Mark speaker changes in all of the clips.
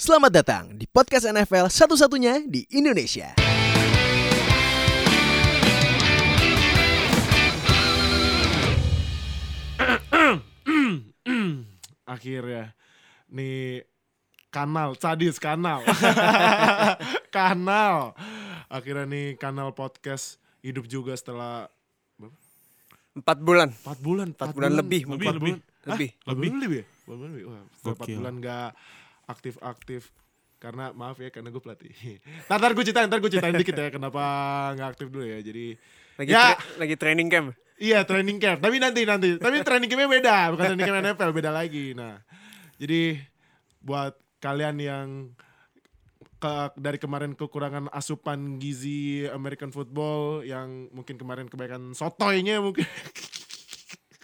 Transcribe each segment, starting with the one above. Speaker 1: Selamat datang di podcast NFL satu-satunya di Indonesia.
Speaker 2: akhirnya nih kanal sadis kanal kanal akhirnya nih kanal podcast hidup juga setelah
Speaker 3: Empat bulan.
Speaker 2: 4 bulan 4,
Speaker 3: bulan lebih mungkin.
Speaker 2: lebih lebih
Speaker 3: Lebih.
Speaker 2: Hah? lebih lebih ya? Empat bulan lebih Wah, setelah empat
Speaker 4: Gokil.
Speaker 2: bulan gak aktif aktif karena maaf ya karena gue pelatih nah, ntar gue ceritain ntar gue ceritain dikit ya kenapa nggak aktif dulu ya jadi
Speaker 3: Lagi
Speaker 2: ya
Speaker 3: tra- lagi training camp.
Speaker 2: Iya training camp, tapi nanti nanti. Tapi training campnya beda, bukan training camp NFL beda lagi. Nah, jadi buat kalian yang ke- dari kemarin kekurangan asupan gizi American football yang mungkin kemarin kebaikan sotoynya mungkin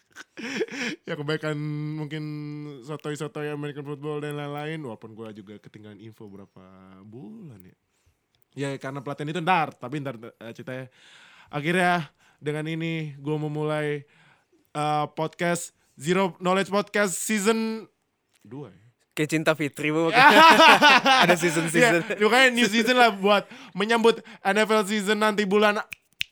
Speaker 2: ya kebaikan mungkin sotoy-sotoy American football dan lain-lain walaupun gue juga ketinggalan info berapa bulan ya ya karena pelatihan itu ntar tapi ntar eh, ceritanya akhirnya dengan ini gue memulai eh, podcast Zero Knowledge Podcast season 2 ya
Speaker 3: Kayak cinta Fitri bu. Ada season season.
Speaker 2: Ya, makanya new season lah buat menyambut NFL season nanti bulan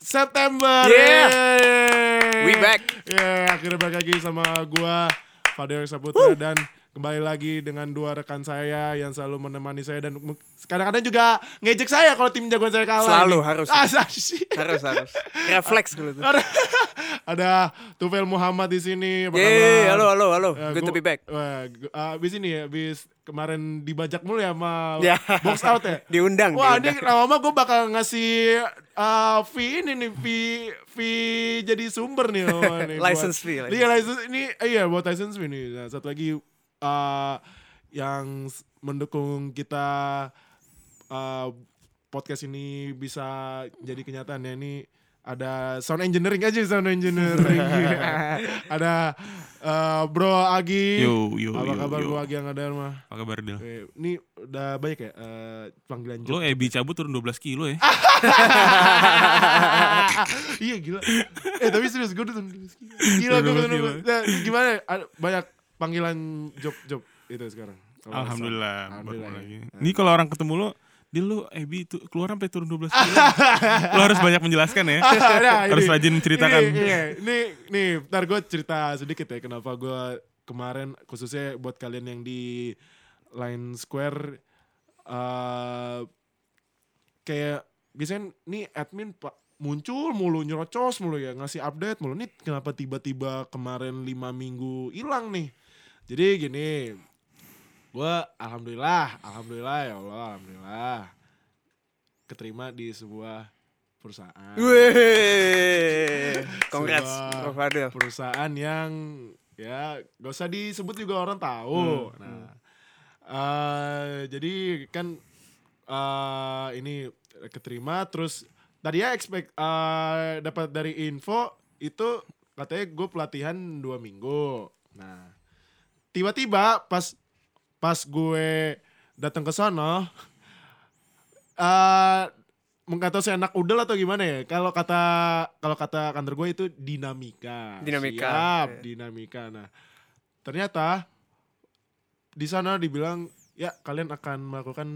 Speaker 2: September.
Speaker 3: Yeah.
Speaker 2: Yeay.
Speaker 3: We back.
Speaker 2: Yeah, akhirnya balik lagi sama gua Fadil Saputra dan kembali lagi dengan dua rekan saya yang selalu menemani saya dan mu- kadang-kadang juga ngejek saya kalau tim jagoan saya kalah.
Speaker 3: Selalu, harus.
Speaker 2: Ah, sih.
Speaker 3: Harus harus. Refleks dulu tuh.
Speaker 2: Ada Tufel Muhammad di sini. apa
Speaker 3: Yeay,
Speaker 2: kabar?
Speaker 3: halo halo halo.
Speaker 2: Eh,
Speaker 3: Good to
Speaker 2: gua-
Speaker 3: be back.
Speaker 2: Wah, gu- ah, abis ini ya, abis kemarin dibajak mulu ya sama
Speaker 3: Ya.
Speaker 2: box out ya.
Speaker 3: Diundang,
Speaker 2: Wah,
Speaker 3: diundang.
Speaker 2: ini lama-lama gue bakal ngasih eh, fee ini nih, fee, fee jadi sumber nih. lama nih buat-
Speaker 3: License fee, license
Speaker 2: Iya, license ini, eh, iya buat license fee nih. Nah, satu lagi eh, yang s- mendukung kita eh, podcast ini bisa jadi kenyataan ya ini ada sound engineering aja sound engineering ada eh, bro Agi
Speaker 4: Yo, yo,
Speaker 2: apa
Speaker 4: yo,
Speaker 2: kabar
Speaker 4: yo.
Speaker 2: bro Agi yang ada mah
Speaker 4: Apa kabar Dil?
Speaker 2: Oke, ini udah banyak ya eh, panggilan job.
Speaker 4: Lo Ebi cabut turun 12
Speaker 2: Ah,
Speaker 4: kilo ya?
Speaker 2: iya gila eh tapi serius gue udah turun dulu. gila gue udah turun dulu. Nah, gimana ada banyak panggilan job job itu sekarang Kalau
Speaker 4: Alhamdulillah, baru
Speaker 2: Alhamdulillah,
Speaker 4: lagi.
Speaker 2: ya.
Speaker 4: Ini kalau orang ketemu lo, Dil lo Ebi itu keluar sampai turun 12 kilo. lo harus banyak menjelaskan ya.
Speaker 2: Ah, nah,
Speaker 4: Harus
Speaker 2: ini.
Speaker 4: rajin menceritakan.
Speaker 2: Ini, iya. Ini, nih, ntar gue cerita sedikit ya kenapa gue kemarin khususnya buat kalian yang di Line Square eh kayak biasanya nih admin pak muncul mulu nyerocos mulu ya ngasih update mulu nih kenapa tiba-tiba kemarin lima minggu hilang nih jadi gini gue alhamdulillah alhamdulillah ya Allah alhamdulillah keterima di sebuah perusahaan
Speaker 3: Wih. Congrats,
Speaker 2: Sebuah
Speaker 3: Bro Fadil.
Speaker 2: Perusahaan yang ya gak usah disebut juga orang tahu. Nah, eh, jadi kan eh, ini keterima terus tadi ya expect eh, dapat dari info itu katanya gue pelatihan dua minggu. Nah, tiba-tiba pas pas gue datang ke sana eh mengkata saya anak udel atau gimana ya kalau kata kalau kata kantor gue itu dinamika
Speaker 3: Dinamika,
Speaker 2: Siap,
Speaker 3: iya.
Speaker 2: dinamika nah ternyata di sana dibilang ya kalian akan melakukan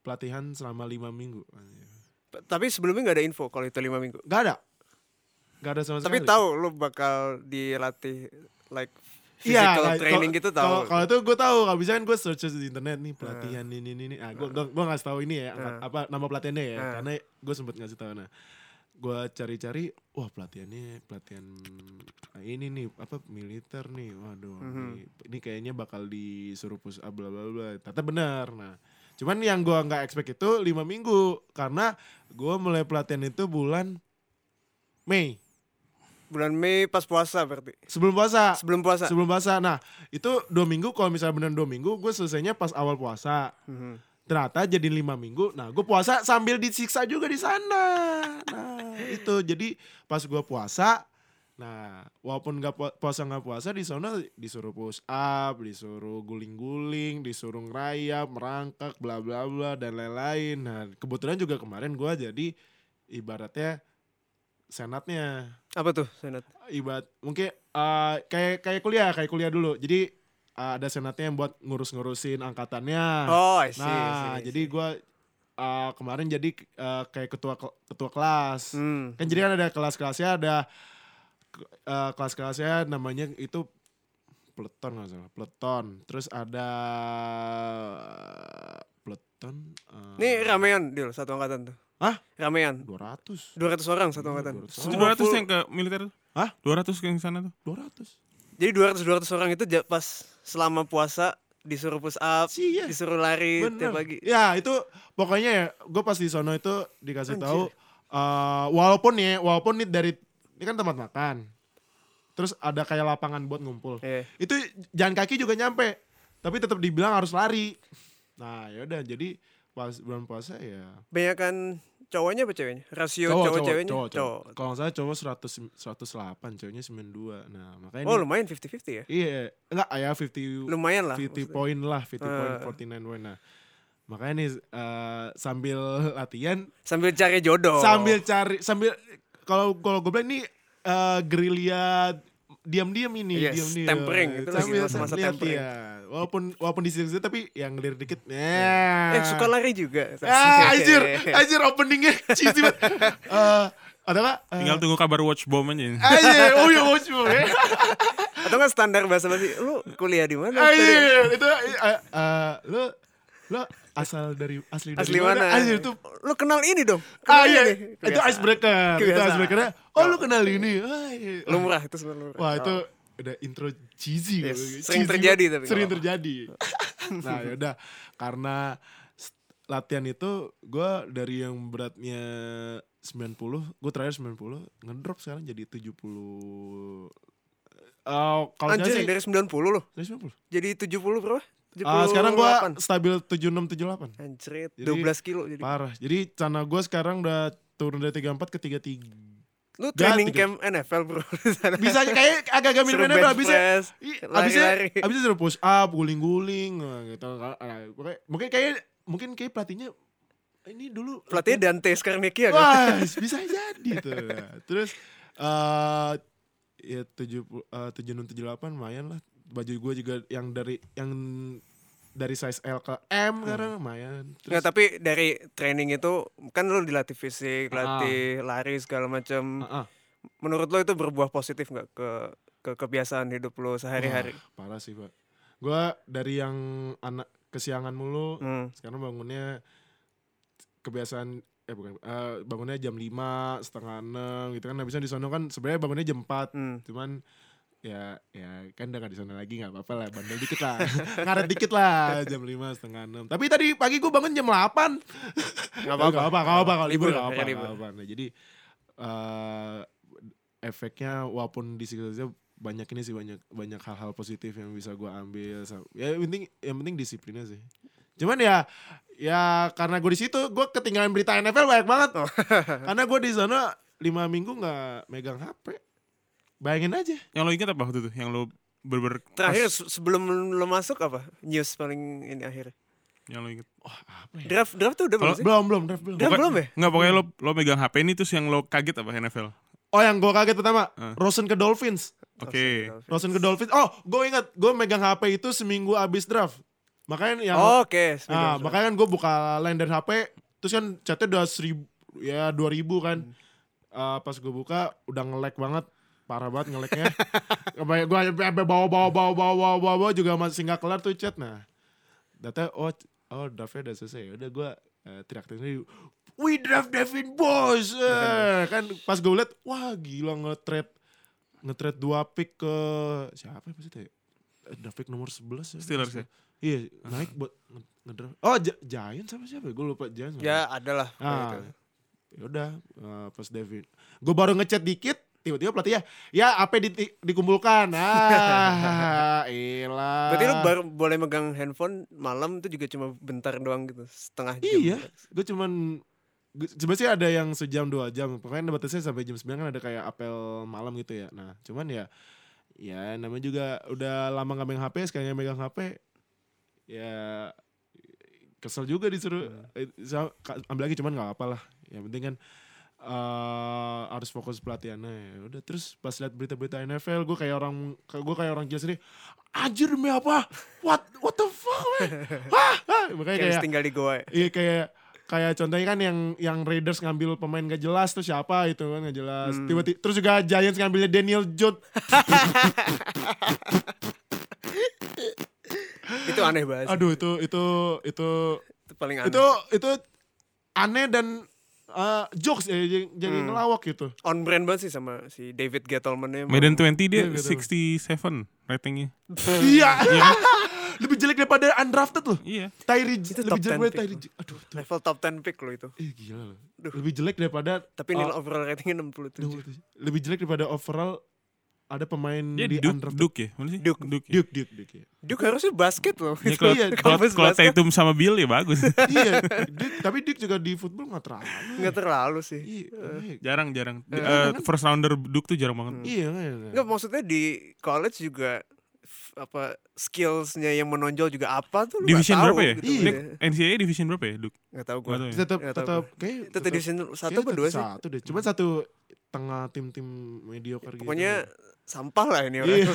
Speaker 2: pelatihan selama lima minggu
Speaker 3: Tapi sebelumnya nggak ada info kalau itu lima minggu.
Speaker 2: nggak ada nggak ada sama
Speaker 3: Tapi
Speaker 2: sekali
Speaker 3: tahu lo bakal dilatih like
Speaker 2: Iya,
Speaker 3: physical
Speaker 2: kayak-
Speaker 3: training
Speaker 2: kalau-
Speaker 3: gitu
Speaker 2: kalau-
Speaker 3: tahu.
Speaker 2: Kalau itu gue tahu, kalau bisa kan gue search search di internet nih pelatihan ini ini ini. Ah, gue gue gue ngasih tahu ini ya, angkat- apa nama pelatihannya ya,
Speaker 3: Ah.
Speaker 2: karena gue sempet ngasih tahu nah. Gue cari-cari, wah pelatihannya pelatihan ah, ini nih apa militer nih, waduh,
Speaker 3: Mhm.
Speaker 2: ini, ini kayaknya bakal disuruh push up bla bla bla. Ternyata benar, nah. Cuman yang gue nggak expect itu lima minggu karena gue mulai pelatihan itu bulan Mei
Speaker 3: Bulan Mei pas puasa berarti.
Speaker 2: sebelum puasa
Speaker 3: Sebelum puasa.
Speaker 2: sebelum puasa. Nah itu dua minggu kalau misalnya bener dua minggu gue selesainya pas awal puasa.
Speaker 3: Mhm.
Speaker 2: Ternyata jadi lima minggu. Nah gue puasa sambil disiksa juga di sana. Nah itu jadi pas gue puasa. Nah walaupun nggak pu- puasa nggak puasa di sana disuruh push up, disuruh guling-guling, disuruh ngerayap, merangkak, bla bla bla dan lain-lain. Nah kebetulan juga kemarin gue jadi ibaratnya senatnya
Speaker 3: Apa tuh, Senat?
Speaker 2: ibarat mungkin eh, kayak kayak kuliah kayak kuliah dulu jadi uh, ada senatnya yang buat ngurus-ngurusin angkatannya.
Speaker 3: Oh, I see,
Speaker 2: Ah. nah,
Speaker 3: I see, I
Speaker 2: jadi
Speaker 3: see.
Speaker 2: gue kemarin jadi uh, kayak ketua kel- ketua kelas.
Speaker 3: Hmm.
Speaker 2: Kan jadi kan ada kelas-kelasnya ada ke- uh, kelas-kelasnya namanya itu peleton nggak salah peleton. Terus ada peleton. uh,
Speaker 3: Nih ramean deal satu angkatan tuh.
Speaker 2: Hah?
Speaker 3: Ramean.
Speaker 2: 200.
Speaker 3: 200 orang satu angkatan.
Speaker 2: 200
Speaker 3: Semua
Speaker 4: Dua ratus
Speaker 3: full.
Speaker 4: yang ke militer?
Speaker 2: Hah?
Speaker 4: Dua ratus yang sana tuh?
Speaker 2: 200.
Speaker 3: Jadi 200 200 orang itu ja- pas selama puasa disuruh push up,
Speaker 2: Iya.
Speaker 3: disuruh lari tiap pagi.
Speaker 2: Ya itu pokoknya ya gue pas di sono itu dikasih
Speaker 3: Anjir.
Speaker 2: tahu eh, walaupun ya walaupun nih dari ini kan tempat makan. Terus ada kayak lapangan buat ngumpul.
Speaker 3: Iya.
Speaker 2: Itu jalan kaki juga nyampe. Tapi tetap dibilang harus lari. Nah, ya udah jadi pas bulan puasa ya
Speaker 3: Banyakan cowoknya apa ceweknya? Rasio
Speaker 2: cowok
Speaker 3: cowok,
Speaker 2: cowok
Speaker 3: ceweknya?
Speaker 2: cowok, cowok.
Speaker 3: Cowok.
Speaker 2: Kalau nggak salah cowok 100 108, ceweknya 92. Nah, makanya
Speaker 3: Oh,
Speaker 2: ini-
Speaker 3: lumayan 50-50 ya.
Speaker 2: Iya, enggak ya 50
Speaker 3: Lumayan lah.
Speaker 2: 50
Speaker 3: maksudnya.
Speaker 2: point lah, 50 point
Speaker 3: Eh.
Speaker 2: 49 point. Nah, makanya nih eh, sambil latihan,
Speaker 3: Sambil cari jodoh. Eh,
Speaker 2: sambil cari, sambil kalau kalau gue bilang ini eh, gerilya diam-diam ini,
Speaker 3: Yes,
Speaker 2: diam-diam.
Speaker 3: tempering, itu lagi
Speaker 2: sambil
Speaker 3: masa-masa
Speaker 2: lihat,
Speaker 3: tempering.
Speaker 2: iya. Walaupun walaupun di sini tapi yang ngelir dikit. Nah.
Speaker 3: eh suka lari juga.
Speaker 2: Ah, anjir, anjir openingnya cheesy banget. Eh, ada apa? Eh,
Speaker 4: Tinggal tunggu kabar watch bomb aja.
Speaker 2: Anjir, oh iya, oh iya.
Speaker 3: Atau nggak standar bahasa basi? Lu kuliah di mana?
Speaker 2: Ah, iya,
Speaker 3: Tadi-
Speaker 2: iya, itu eh, eh, lo lo asal dari asli dari
Speaker 3: Asli mana?
Speaker 2: Anjir itu
Speaker 3: Lu kenal ini dong.
Speaker 2: ah
Speaker 3: Kenal
Speaker 2: iya,
Speaker 3: ini.
Speaker 2: itu
Speaker 3: Kebiasaan.
Speaker 2: icebreaker. Itu
Speaker 3: Kebiasaan.
Speaker 2: icebreakernya. Oh, lu kenal ini. Ah, iya.
Speaker 3: Lumrah itu sebenarnya lumrah.
Speaker 2: Wah, itu udah intro cheesy.
Speaker 3: Yes,
Speaker 2: gitu.
Speaker 3: Iya, sering
Speaker 2: Cheesy
Speaker 3: terjadi
Speaker 2: banget.
Speaker 3: tapi nggak
Speaker 2: Sering
Speaker 3: apa-apa.
Speaker 2: terjadi. nah, ya udah karena s- latihan itu gue dari yang beratnya 90, gue terakhir 90, ngedrop sekarang jadi 70. Eh, kalau saya
Speaker 3: Anjir
Speaker 2: sih,
Speaker 3: dari 90 loh.
Speaker 2: dari 90.
Speaker 3: Jadi 70 berapa?
Speaker 2: Ah, sekarang gua
Speaker 3: 78.
Speaker 2: stabil 76 78.
Speaker 3: Anjrit,
Speaker 2: Jadi-
Speaker 3: 12 kilo jadi.
Speaker 2: Parah. Jadi celana gua sekarang udah turun dari 34 ke 33.
Speaker 3: Lu training
Speaker 2: tiga-
Speaker 3: camp NFL bro di sana.
Speaker 2: Bisa kayak agak-agak
Speaker 3: Suruh
Speaker 2: mirip-mirip
Speaker 3: bench
Speaker 2: habisnya.
Speaker 3: press,
Speaker 2: i-
Speaker 3: lari-lari.
Speaker 2: Habisnya habisnya suruh push up, guling-guling nah, gitu. Ah, pokoknya- Mungkin kayak mungkin kayak pelatihnya ini dulu
Speaker 3: Pelatihnya Dante sekarang Nicky ya kan?
Speaker 2: Wah, bisa jadi tuh. Nah, Terus eh ya 70 eh, 76 78 lumayan lah. Baju gua juga yang dari yang dari size L ke M sekarang lumayan.
Speaker 3: Hmm. Nggak, Nah, tapi dari training itu kan lu dilatih fisik,
Speaker 2: Ah.
Speaker 3: latih lari segala macam.
Speaker 2: Ah, ah.
Speaker 3: Menurut lo itu berbuah positif nggak ke ke kebiasaan hidup lo sehari-hari?
Speaker 2: Wah, parah sih pak. Gua dari yang anak kesiangan mulu,
Speaker 3: Hmm.
Speaker 2: sekarang bangunnya kebiasaan eh bukan eh, bangunnya jam 5, setengah enam gitu kan. Habisnya di sono kan sebenarnya bangunnya jam 4.
Speaker 3: hmm.
Speaker 2: Cuman ya ya kan udah gak di sana lagi nggak apa-apa lah bandel dikit lah ngaret dikit lah jam 5, setengah enam tapi tadi pagi gue bangun jam 8
Speaker 3: Nggak
Speaker 2: Gak apa-apa, gak apa-apa kalau libur gak
Speaker 3: Libur,
Speaker 2: apa-apa.
Speaker 3: hari libur.
Speaker 2: gak apa-apa. Nah, jadi eh efeknya walaupun di sekitarnya banyak ini sih banyak banyak hal-hal positif yang bisa gua ambil. Sa- Ya yang penting yang penting disiplinnya sih. Cuman ya ya karena gue di situ gue ketinggalan berita NFL banyak banget. karena gue di sana lima minggu nggak megang HP. Bayangin aja.
Speaker 4: Yang lo ingat apa waktu itu? Yang lo berber
Speaker 3: Terakhir se- sebelum lo masuk apa? News paling ini akhir.
Speaker 4: yang lo ingat.
Speaker 2: Wah apa ya?
Speaker 3: Draft draft tuh udah belum sih?
Speaker 2: Belum belum draft belum.
Speaker 3: Draft belum ya?
Speaker 4: Enggak pokoknya lo lo megang HP ini terus yang lo kaget apa NFL?
Speaker 2: Oh yang gue kaget pertama
Speaker 4: Eh.
Speaker 2: Rosen ke Dolphins.
Speaker 4: Oke.
Speaker 2: Rosen ke Dolphins. Oh, gue ingat, gue megang HP itu seminggu abis draft. Makanya yang
Speaker 3: Oh, Oke,
Speaker 2: ah,
Speaker 3: seminggu.
Speaker 2: makanya kan gue buka line dari HP, terus kan chatnya udah seribu, ya dua ribu kan. Ah, pas gue buka udah nge-lag banget, parah banget nge-lagnya. Sampai gue sampai bawa bawa bawa bawa bawa bawa, bawa juga masih nggak kelar tuh chat. Nah, data oh oh draftnya udah selesai. Udah gue teriak-teriak dulu, We draft Devin Bos. kan pas gue liat, wah gila nge-trade nge-trade dua pick ke siapa ya maksudnya? ya? Eh, Draft pick nomor 11 ya.
Speaker 4: Steelers ya?
Speaker 2: Iya, naik buat nge- ngedraft. Oh, Gi- Giants sama siapa? Gue lupa Giants.
Speaker 3: Ya, adalah
Speaker 2: Ah, ya udah eh, pas Devin. Gue baru ngechat dikit, tiba-tiba pelatihnya, ya apa di, di- dikumpulkan. Ah, elah.
Speaker 3: Berarti lu baru boleh megang handphone malam itu juga cuma bentar doang gitu, setengah jam.
Speaker 2: Iya, gue cuman gue- sebenarnya sih ada yang sejam dua jam pokoknya batasnya sampai jam 9 kan ada kayak apel malam gitu ya nah cuman ya ya namanya juga udah lama nggak megang HP sekarang yang megang HP ya kesel juga disuruh eh, sa- ka- ambil lagi cuman nggak apa-apa lah yang penting kan eh, harus fokus pelatihannya ya udah terus pas lihat berita-berita NFL gue kayak orang gue kayak orang gila sendiri anjir demi apa what what the fuck man Hah? Hah? makanya
Speaker 3: Kayak
Speaker 2: kayak
Speaker 3: tinggal di goa.
Speaker 2: Iya kayak kayak contohnya kan yang yang Raiders ngambil pemain gak jelas tuh siapa itu kan gak jelas.
Speaker 3: Hmm.
Speaker 2: Tiba-tiba terus juga Giants ngambilnya Daniel Jones.
Speaker 3: Itu aneh banget. sih.
Speaker 2: Aduh itu itu itu
Speaker 3: Itu paling aneh.
Speaker 2: itu itu aneh dan eh, jokes ya jadi, jadi
Speaker 3: Hmm.
Speaker 2: ngelawak gitu.
Speaker 3: on brand banget sih sama si David Gettleman nya.
Speaker 4: Medan 20 dia
Speaker 2: Iya, gitu.
Speaker 4: 67 ratingnya.
Speaker 2: Iya. lebih jelek daripada undrafted loh.
Speaker 4: Iya.
Speaker 2: Tyree Ju-
Speaker 3: Itu
Speaker 2: lebih
Speaker 3: top
Speaker 2: jelek daripada
Speaker 3: 10 pick
Speaker 2: Tyree
Speaker 3: loh.
Speaker 2: Ju- Aduh tuh.
Speaker 3: level top 10 pick lo itu.
Speaker 2: Ih, gila loh. Lebih jelek daripada Oh,
Speaker 3: Tapi nilai overall ratingnya 67.
Speaker 2: lebih jelek daripada overall ada pemain
Speaker 4: Dia
Speaker 2: di
Speaker 4: Duke,
Speaker 2: undrafted.
Speaker 4: Duke ya? Mana sih?
Speaker 3: Duke.
Speaker 4: Duke. ya?
Speaker 2: Duke, Duke, Duke, ya.
Speaker 3: Duke harusnya basket loh.
Speaker 4: Ya, kalau
Speaker 2: Iya,
Speaker 4: kalau,
Speaker 3: kampus
Speaker 4: kalau
Speaker 3: basket.
Speaker 4: Tatum sama Bill ya bagus.
Speaker 2: iya, Dik- tapi Dik juga di football nggak terlalu.
Speaker 3: Nggak terlalu sih.
Speaker 2: Iya, baik.
Speaker 4: jarang jarang.
Speaker 2: Eh,
Speaker 4: Eh,
Speaker 2: kan-
Speaker 4: first rounder Duke tuh jarang banget.
Speaker 2: iya, iya, iya.
Speaker 3: Enggak maksudnya di college juga f- apa skillsnya yang menonjol juga apa tuh lu nggak
Speaker 4: Division
Speaker 3: tahu
Speaker 4: berapa ya?
Speaker 3: gitu.
Speaker 4: Nick, NCAA division berapa ya Duke?
Speaker 3: Nggak tahu gue
Speaker 4: Nggak tahu ya.
Speaker 2: tetap
Speaker 3: Nggak tahu
Speaker 2: tetap
Speaker 3: gue.
Speaker 2: kayak
Speaker 3: itu tadi season satu apa dua sih
Speaker 2: Satu deh, cuma satu tengah tim-tim mediocre gitu.
Speaker 3: pokoknya sampah lah ini orang
Speaker 2: iya.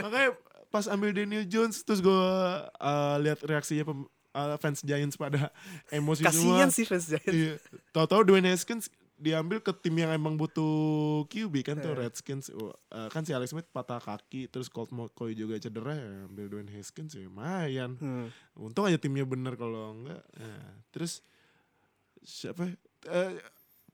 Speaker 2: Makanya pas ambil Daniel Jones terus gue lihat reaksinya pem- eh, fans Giants pada emosi semua.
Speaker 3: kasian sih fans Giants
Speaker 2: Iya. Tahu-tahu Dwayne Haskins diambil ke tim yang emang butuh QB kan tuh Redskins Wah, eh, kan si Alex Smith patah kaki terus Colt McCoy juga cedera ya ambil Dwayne Haskins ya lumayan
Speaker 3: Hmm.
Speaker 2: Untung aja timnya bener kalau enggak. Nah, terus siapa? Eh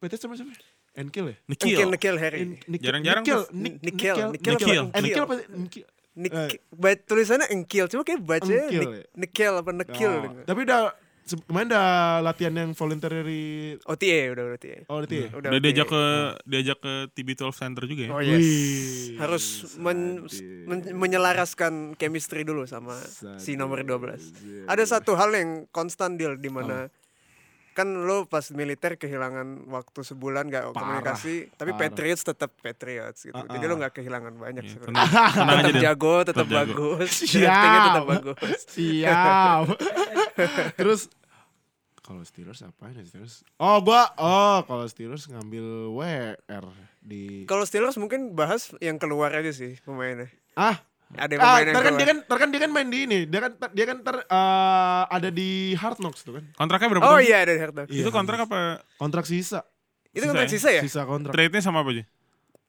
Speaker 2: PT sama siapa? Enkel ya?
Speaker 3: Nikhil
Speaker 4: Nikhil.
Speaker 3: Nikhil Harry
Speaker 2: En- Nikel-
Speaker 4: Jarang-jarang
Speaker 2: Nikel,
Speaker 4: tuh.
Speaker 2: Nik-
Speaker 3: Nikel,
Speaker 2: Nikel,
Speaker 3: Nikel
Speaker 4: apa
Speaker 2: Nikel,
Speaker 4: Enkel?
Speaker 2: Enkel apa Enkel?
Speaker 3: Nik
Speaker 2: Eh.
Speaker 3: ba- tulisannya Engkil cuma kayak baca
Speaker 2: Engkil ya?
Speaker 3: Nikhil apa Nikhil gitu.
Speaker 2: Oh, Tapi udah se- kemarin udah latihan yang voluntary
Speaker 3: OTA udah berarti ya
Speaker 2: oh itu ya.
Speaker 4: Udah diajak
Speaker 3: OTA.
Speaker 4: ke diajak ke TB12 Center juga ya.
Speaker 2: iya.
Speaker 3: oh yes
Speaker 2: Wih,
Speaker 3: harus men-
Speaker 2: sadis.
Speaker 3: men- menyelaraskan chemistry dulu sama si nomor 12 ada satu hal yang konstan deal di mana kan lo pas militer kehilangan waktu sebulan gak komunikasi tapi
Speaker 2: parah.
Speaker 3: Patriots tetap Patriots gitu jadi lo gak kehilangan banyak
Speaker 4: Iya,
Speaker 3: sebenarnya
Speaker 4: tenang, tenang aja
Speaker 3: tetap
Speaker 4: deh.
Speaker 3: jago tetap
Speaker 4: Tetap jago.
Speaker 3: bagus
Speaker 2: Siap.
Speaker 3: draftingnya tetap bagus
Speaker 2: Siap. Terus kalau Steelers apain ya Steelers? Oh gua oh kalau Steelers ngambil WR di
Speaker 3: kalau Steelers mungkin bahas yang keluar aja sih pemainnya
Speaker 2: ah
Speaker 3: ada yang
Speaker 2: Ah,
Speaker 3: pemain yang
Speaker 2: ntar kan dia
Speaker 3: keluar
Speaker 2: kan, ntar kan dia kan main di ini, dia kan dia kan ntar eh, ada di Hard Knocks tuh kan.
Speaker 4: Kontraknya berapa
Speaker 3: oh
Speaker 4: tahun?
Speaker 3: iya ada Herdog
Speaker 2: Iya.
Speaker 4: Itu kontrak apa?
Speaker 2: Kontrak sisa,
Speaker 3: itu
Speaker 4: Sisa
Speaker 3: kontrak
Speaker 4: ya?
Speaker 3: sisa ya
Speaker 2: sisa kontrak.
Speaker 4: Trade-nya sama apa aja?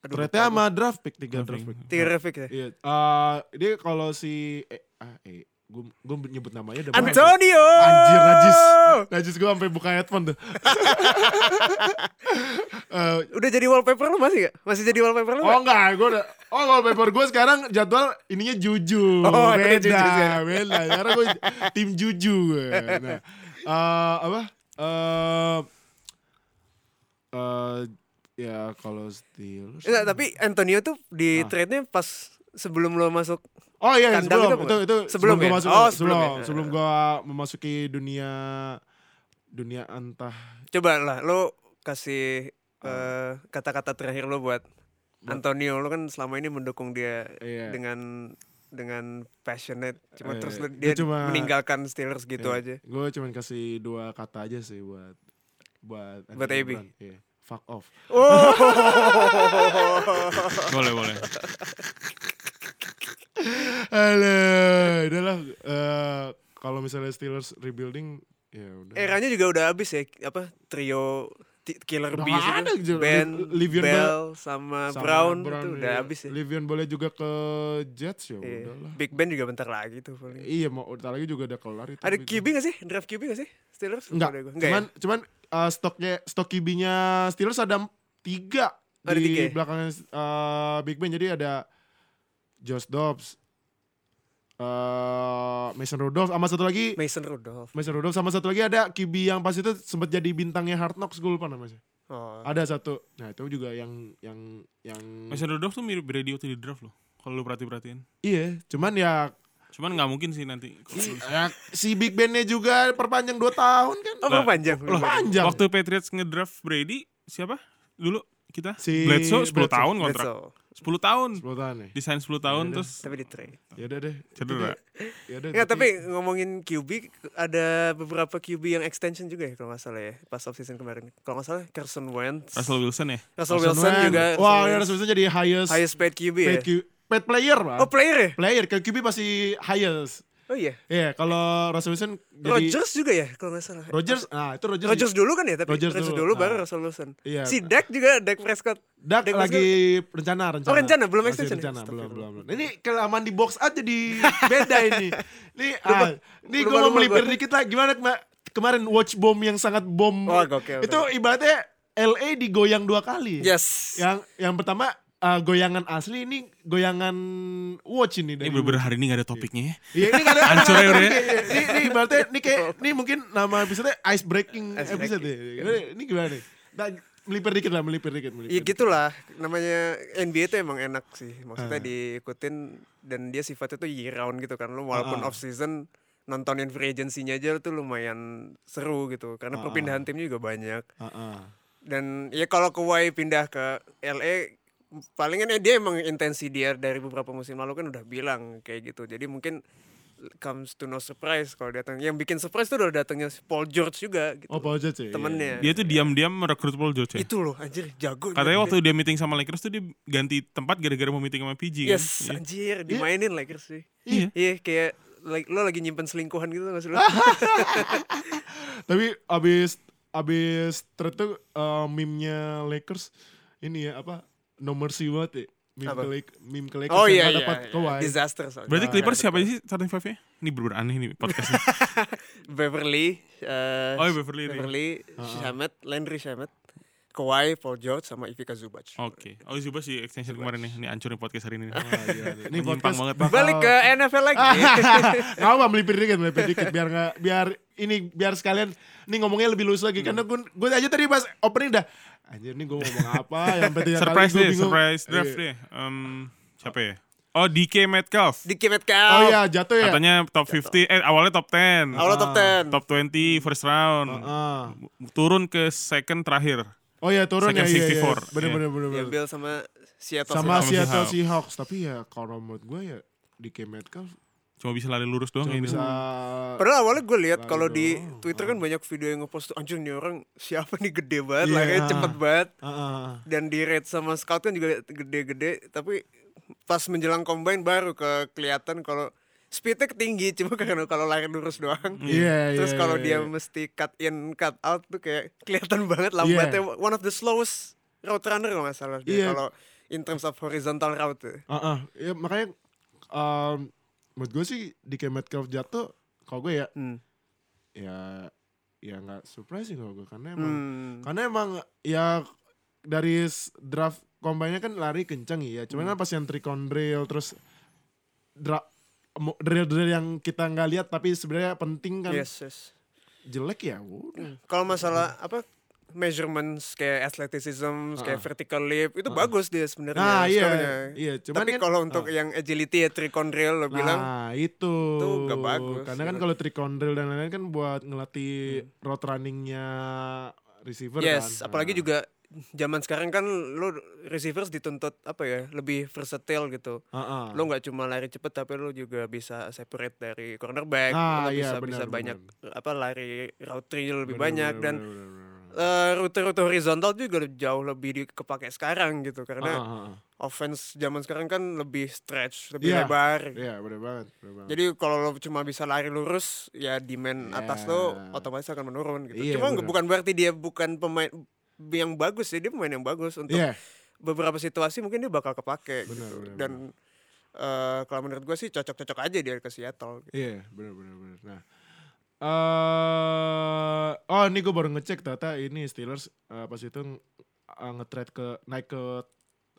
Speaker 3: Aduh,
Speaker 2: Trade sama draft pick tiga draft
Speaker 4: Draft
Speaker 2: pick.
Speaker 4: pick.
Speaker 3: tiga pick ya
Speaker 2: Iya, eh, dia kalau si eh, ah, eh gue gue nyebut namanya udah bahaya.
Speaker 3: Antonio
Speaker 2: Anjir najis. Najis gue sampai buka headphone tuh. Eh,
Speaker 3: udah jadi wallpaper lo masih gak masih jadi wallpaper lo
Speaker 2: oh enggak, gue udah Oh wallpaper gue sekarang jadwal ininya jujur
Speaker 3: Oh, ada
Speaker 2: Beda,
Speaker 3: Juju sekarang.
Speaker 2: beda Sekarang gue tim Juju gue nah, eh, Apa? eh eh, ya kalau Steelers
Speaker 3: Enggak, tapi Antonio tuh di
Speaker 2: Ah.
Speaker 3: trade-nya pas sebelum lo masuk.
Speaker 2: Oh iya, sebelum
Speaker 3: Kandang itu
Speaker 2: itu,
Speaker 3: apa?
Speaker 2: itu,
Speaker 3: Sebelum
Speaker 2: gua
Speaker 3: ya?
Speaker 2: masuk,
Speaker 3: Oh, sebelum
Speaker 2: sebelum
Speaker 3: ya.
Speaker 2: sebelum gua memasuki dunia dunia antah
Speaker 3: Coba lah lo kasih
Speaker 2: Ah.
Speaker 3: eh, kata-kata terakhir lo buat Antonio. Lo kan selama ini mendukung dia
Speaker 2: Iya.
Speaker 3: dengan dengan passionate. Cuma
Speaker 2: Iya,
Speaker 3: terus
Speaker 2: iya.
Speaker 3: lo-
Speaker 2: Dia
Speaker 3: dia,
Speaker 2: cuma- Iya.
Speaker 3: meninggalkan Steelers gitu aja.
Speaker 2: Gue ya. cuman kasih dua kata aja sih buat buat
Speaker 3: Buat
Speaker 2: Anthony
Speaker 3: AB.
Speaker 2: Brown. Iya. Fuck off.
Speaker 4: Boleh, boleh.
Speaker 2: Aduh, udah lah. Eh, kalau misalnya Steelers rebuilding, ya udah.
Speaker 3: Eranya juga udah habis ya. Apa trio T- Killer
Speaker 2: Udah
Speaker 3: Bees
Speaker 2: nggak ada,
Speaker 3: itu.
Speaker 2: Jul.
Speaker 3: Ben,
Speaker 2: Liv- Livion
Speaker 3: Bell sama,
Speaker 2: Sama
Speaker 3: Brown, itu udah
Speaker 2: ya.
Speaker 3: habis ya.
Speaker 2: Livion boleh juga ke Jets ya,
Speaker 3: Iya.
Speaker 2: udah lah.
Speaker 3: Big Ben juga bentar lagi tuh. paling.
Speaker 2: Iya, mau udah lagi juga udah kelar itu.
Speaker 3: Ada QB gak sih? Draft QB gak sih? Steelers?
Speaker 2: Enggak.
Speaker 3: Udah gua. ya?
Speaker 2: Cuman cuman eh, stoknya stok QB-nya Steelers ada em- tiga
Speaker 3: Ada
Speaker 2: di
Speaker 3: tiga ya?
Speaker 2: belakangnya eh, Big Ben. Jadi ada Josh Dobbs, eh, Mason Rudolph, sama satu lagi
Speaker 3: ya? Mason Rudolph.
Speaker 2: Mason Rudolph sama satu lagi ada QB yang pas itu sempat jadi bintangnya Hard Knocks gue lupa namanya.
Speaker 3: Oh.
Speaker 2: Ada satu. Nah, itu juga yang yang yang
Speaker 4: Mason Rudolph tuh mirip Brady waktu di draft loh. Kalau lu perhati-perhatiin.
Speaker 2: iya, cuman ya
Speaker 4: Cuman nggak mungkin sih nanti. kalau lu-
Speaker 2: ya, si Big Ben-nya juga perpanjang 2 tahun kan.
Speaker 3: Oh,
Speaker 4: Lah,
Speaker 3: panjang.
Speaker 2: Panjang.
Speaker 4: Waktu Patriots ngedraft Brady siapa? Dulu kita
Speaker 2: Si
Speaker 4: Bledsoe 10
Speaker 2: Bledsoe.
Speaker 4: tahun kontrak. 10 10 tahun.
Speaker 2: 10 tahun nih.
Speaker 4: Desain 10 tahun
Speaker 2: Iya,
Speaker 4: terus
Speaker 3: tapi di trade.
Speaker 2: Yaudah deh. ya
Speaker 4: cedera.
Speaker 2: Yaudah.
Speaker 3: Enggak, tapi ngomongin QB ada beberapa QB yang extension juga ya kalau nggak salah ya pas off season kemarin. Kalau nggak salah Carson Wentz, Russell,
Speaker 4: Russell Wilson ya?
Speaker 2: Iya.
Speaker 3: Wilson, juga
Speaker 2: Wah,
Speaker 3: Russell
Speaker 2: Russell Wilson jadi highest,
Speaker 3: highest paid QB ya.
Speaker 2: paid, Q- paid player, Pak.
Speaker 3: Oh player ya?
Speaker 2: player ke QB pasti highest.
Speaker 3: Oh iya.
Speaker 2: Iya, kalau Russell Wilson jadi
Speaker 3: Rodgers juga ya kalau nggak salah.
Speaker 2: Rodgers, nah itu Rodgers.
Speaker 3: Rodgers dulu kan ya tapi
Speaker 2: Rodgers
Speaker 3: Rodgers
Speaker 2: dulu,
Speaker 3: dulu, baru
Speaker 2: nah.
Speaker 3: Russell Wilson.
Speaker 2: Iya.
Speaker 3: Si Dak juga Dak Prescott.
Speaker 2: Dak
Speaker 3: Dak
Speaker 2: lagi rencana, rencana.
Speaker 3: Oh, rencana, belum
Speaker 2: Masih
Speaker 3: extension ya?
Speaker 2: Rencana, belum, belum,
Speaker 3: Astagfirullah.
Speaker 2: belum. Ini kelamaan di box aja di beda ini. Ini, ah, ini gue
Speaker 3: lupa,
Speaker 2: mau
Speaker 3: lupa
Speaker 2: melipir
Speaker 3: gua.
Speaker 2: dikit lah. Gimana kema- kemarin watch bomb yang sangat bom.
Speaker 3: Oh, gokil,
Speaker 2: Itu ibaratnya LA digoyang dua kali.
Speaker 3: Yes.
Speaker 2: Yang yang pertama ah, goyangan asli ini goyangan watch ini
Speaker 4: Ini
Speaker 2: dari
Speaker 4: bener-bener hari ini gak ada topiknya ya.
Speaker 2: Iya ini kan
Speaker 4: Hancur ya udah ya.
Speaker 2: Ini ini berarti ini kayak ini mungkin nama episode ice breaking
Speaker 3: Ice
Speaker 2: episode ya. Ini, ini gimana nih? Nah, melipir dikit lah, melipir dikit, melipir.
Speaker 3: Ya gitulah namanya NBA itu emang enak sih maksudnya
Speaker 2: Ah.
Speaker 3: diikutin dan dia sifatnya tuh year round gitu kan lo walaupun
Speaker 2: Ah.
Speaker 3: off season nontonin free agency-nya aja tuh lumayan seru gitu karena
Speaker 2: Ah,
Speaker 3: perpindahan timnya juga banyak
Speaker 2: Heeh.
Speaker 3: dan ya kalau Kawhi pindah ke LA palingan ya dia emang intensi dia dari beberapa musim lalu kan udah bilang kayak gitu jadi mungkin comes to no surprise kalau datang yang bikin surprise tuh udah datangnya si Paul George juga gitu
Speaker 2: Oh, Paul George ya? Iya.
Speaker 3: temennya
Speaker 4: Dia tuh diam-diam merekrut Paul George ya?
Speaker 3: itu loh anjir jago
Speaker 4: Katanya waktu dia meeting sama Lakers tuh dia ganti tempat gara-gara mau meeting sama PG kan?
Speaker 3: Yes,
Speaker 4: Iya.
Speaker 3: anjir, dimainin Lakers sih.
Speaker 4: Iya. Ah.
Speaker 3: Iya, kayak like, lo lagi nyimpen selingkuhan gitu nggak sih lo?
Speaker 2: Tapi abis abis trade tuh eh, meme-nya Lakers ini ya apa? No mercy banget ya. Meme
Speaker 3: Apa?
Speaker 2: ke, Lake- meme ke Lakers
Speaker 3: oh
Speaker 2: yang
Speaker 3: iya,
Speaker 2: nggak
Speaker 3: iya,
Speaker 2: dapat
Speaker 3: iya.
Speaker 2: Kawhi.
Speaker 3: disaster soalnya.
Speaker 2: Ah,
Speaker 4: Berarti
Speaker 3: Nah,
Speaker 4: Clippers
Speaker 2: iya,
Speaker 3: nggak
Speaker 4: siapa
Speaker 3: dapat.
Speaker 4: aja sih starting five-nya? Ini bener-bener aneh nih podcastnya.
Speaker 3: Beverly. eh,
Speaker 4: Oh, iya, Beverly ini. Ah.
Speaker 3: Beverly, Shamet, Landry Shamet, Kawhi, Paul George, sama Ivica Zubac.
Speaker 4: Oke. Oh Zubac sih extension kemarin nih. Ini hancurin podcast hari ini. nih.
Speaker 2: Iya, Ini
Speaker 4: Menyimpang
Speaker 2: podcast
Speaker 4: banget.
Speaker 2: bakal-
Speaker 3: Balik ke
Speaker 2: Oh.
Speaker 3: NFL lagi.
Speaker 2: Gak apa melipir dikit, melipir dikit biar nggak biar ini biar sekalian ini ngomongnya lebih luas lagi karena gue gue aja tadi pas opening dah anjir nih gue ngomong apa yang penting
Speaker 4: Surprise
Speaker 2: gue
Speaker 4: deh, surprise
Speaker 2: Iya.
Speaker 4: draft deh. Em, siapa ya? Oh DK Metcalf.
Speaker 3: Di Metcalf.
Speaker 2: Oh iya jatuh ya.
Speaker 4: Katanya top 50, eh awalnya top 10.
Speaker 3: Awalnya top 10.
Speaker 4: Top 20 first round.
Speaker 2: Ah.
Speaker 4: Turun ke second terakhir.
Speaker 2: Oh iya turun ya
Speaker 4: Second
Speaker 2: iya, iya.
Speaker 4: 64.
Speaker 2: Bener
Speaker 4: Iya.
Speaker 2: bener bener. bener.
Speaker 3: Diambil sama Seattle.
Speaker 2: Sama
Speaker 4: Seahawks.
Speaker 2: Seattle Seahawks tapi ya kalau menurut gue ya di eh, Kemet kan
Speaker 4: Cuma bisa lari lurus doang
Speaker 2: cuma
Speaker 4: ini.
Speaker 2: bisa
Speaker 3: Padahal awalnya gue lihat
Speaker 2: Lalu
Speaker 3: kalau di
Speaker 2: doang.
Speaker 3: Twitter kan banyak video yang ngepost tuh anjir nih orang siapa nih gede banget,
Speaker 2: Iya.
Speaker 3: larinya cepet banget.
Speaker 2: Ah, ah.
Speaker 3: dan di rate sama scout kan juga gede-gede tapi pas menjelang combine baru ke kelihatan kalau speednya tinggi cuma karena kalau lari lurus doang
Speaker 2: Iya, iya,
Speaker 3: terus
Speaker 2: iya,
Speaker 3: kalau dia
Speaker 2: iya.
Speaker 3: mesti cut in cut out tuh kayak kelihatan banget lambatnya one of the slowest route runner kalau nggak salah dia
Speaker 2: Iya.
Speaker 3: kalau in terms of horizontal route tuh.
Speaker 2: Ah, ah. Ya, makanya um, menurut gue sih di Kemet jatuh kalau gue ya
Speaker 3: hmm.
Speaker 2: ya ya nggak surprise sih kalau gue karena emang
Speaker 3: Hmm.
Speaker 2: karena emang ya dari s- draft combine-nya kan lari kenceng ya cuman
Speaker 3: Hmm.
Speaker 2: kan pas yang three count drill terus dra- mo- drill-drill yang kita nggak lihat tapi sebenarnya penting kan
Speaker 3: yes yes
Speaker 2: jelek ya udah
Speaker 3: Hmm. kalau masalah apa measurements kayak athleticism kayak vertical leap itu bagus dia sebenarnya
Speaker 2: nah iya
Speaker 3: scope-nya.
Speaker 2: iya cuman
Speaker 3: Tapi
Speaker 2: kan-
Speaker 3: kalau untuk
Speaker 2: Ah.
Speaker 3: yang agility ya tricondrill lo bilang
Speaker 2: nah itu
Speaker 3: tuh nggak bagus,
Speaker 2: karena kan
Speaker 3: gitu.
Speaker 2: kalau three count drill dan lain-lain kan buat ngelatih road runningnya receiver
Speaker 3: yes,
Speaker 2: kan
Speaker 3: apalagi
Speaker 2: Nah.
Speaker 3: juga zaman sekarang kan lo receivers dituntut apa ya lebih versatile gitu.
Speaker 2: Ah, ah.
Speaker 3: Lo nggak cuma lari cepet tapi lo juga bisa separate dari cornerback,
Speaker 2: Ah,
Speaker 3: lo
Speaker 2: iya,
Speaker 3: bisa
Speaker 2: benar,
Speaker 3: bisa
Speaker 2: benar.
Speaker 3: banyak apa lari route tree
Speaker 2: Bener,
Speaker 3: lebih banyak
Speaker 2: bener,
Speaker 3: dan
Speaker 2: bener, bener, bener.
Speaker 3: eh, rute-rute horizontal juga jauh lebih dikepake sekarang
Speaker 2: Ah,
Speaker 3: gitu karena
Speaker 2: ah, ah.
Speaker 3: offense zaman sekarang kan lebih stretch, lebih
Speaker 2: Iya.
Speaker 3: lebar.
Speaker 2: Iya, bener banget, bener banget.
Speaker 3: Jadi kalau lo cuma bisa lari lurus, ya demand atas lo
Speaker 2: Ya.
Speaker 3: otomatis akan menurun gitu.
Speaker 2: Iya,
Speaker 3: cuma
Speaker 2: bener.
Speaker 3: bukan berarti dia bukan pemain yang bagus ya, dia pemain yang bagus untuk
Speaker 2: Iya,
Speaker 3: beberapa situasi mungkin dia bakal kepake
Speaker 2: Bener,
Speaker 3: gitu.
Speaker 2: bener,
Speaker 3: Dan eh, kalau menurut gue sih cocok-cocok aja dia ke Seattle. Gitu.
Speaker 2: Iya, benar benar benar. Nah. eh oh ini gue baru ngecek data ini Steelers eh, pas itu ng- eh, nge-trade ke naik ke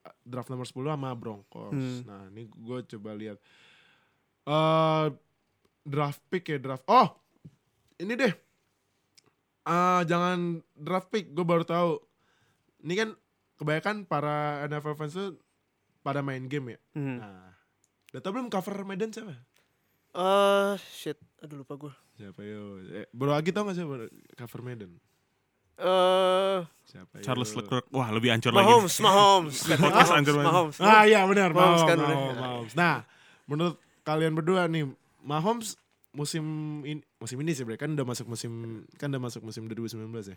Speaker 2: eh, draft nomor 10 sama Broncos.
Speaker 3: Hmm.
Speaker 2: Nah, ini gue coba lihat eh draft pick ya draft. Oh, ini deh. Ah, jangan draft pick, gue baru tahu. Ini kan kebanyakan para NFL fans tuh pada main game ya.
Speaker 3: Hmm.
Speaker 2: Nah, data belum cover Medan siapa?
Speaker 3: Eh, shit, aduh lupa gue.
Speaker 2: Siapa yo? Eh, Bro Agi tau gak sih Bro- cover Medan?
Speaker 3: eh
Speaker 2: Siapa
Speaker 4: Charles
Speaker 2: itu?
Speaker 4: Leclerc. Wah, lebih ancur lagi.
Speaker 3: Mahomes, Mahomes.
Speaker 4: Mahomes, anjir, Mahomes.
Speaker 3: Mahomes.
Speaker 2: Ah iya benar,
Speaker 3: Mahomes
Speaker 2: Mahomes,
Speaker 3: kan
Speaker 2: Mahomes,
Speaker 3: udah.
Speaker 2: Mahomes. Nah, menurut kalian berdua nih, Mahomes musim ini musim ini sih kan udah masuk musim kan udah masuk musim 2019 ya.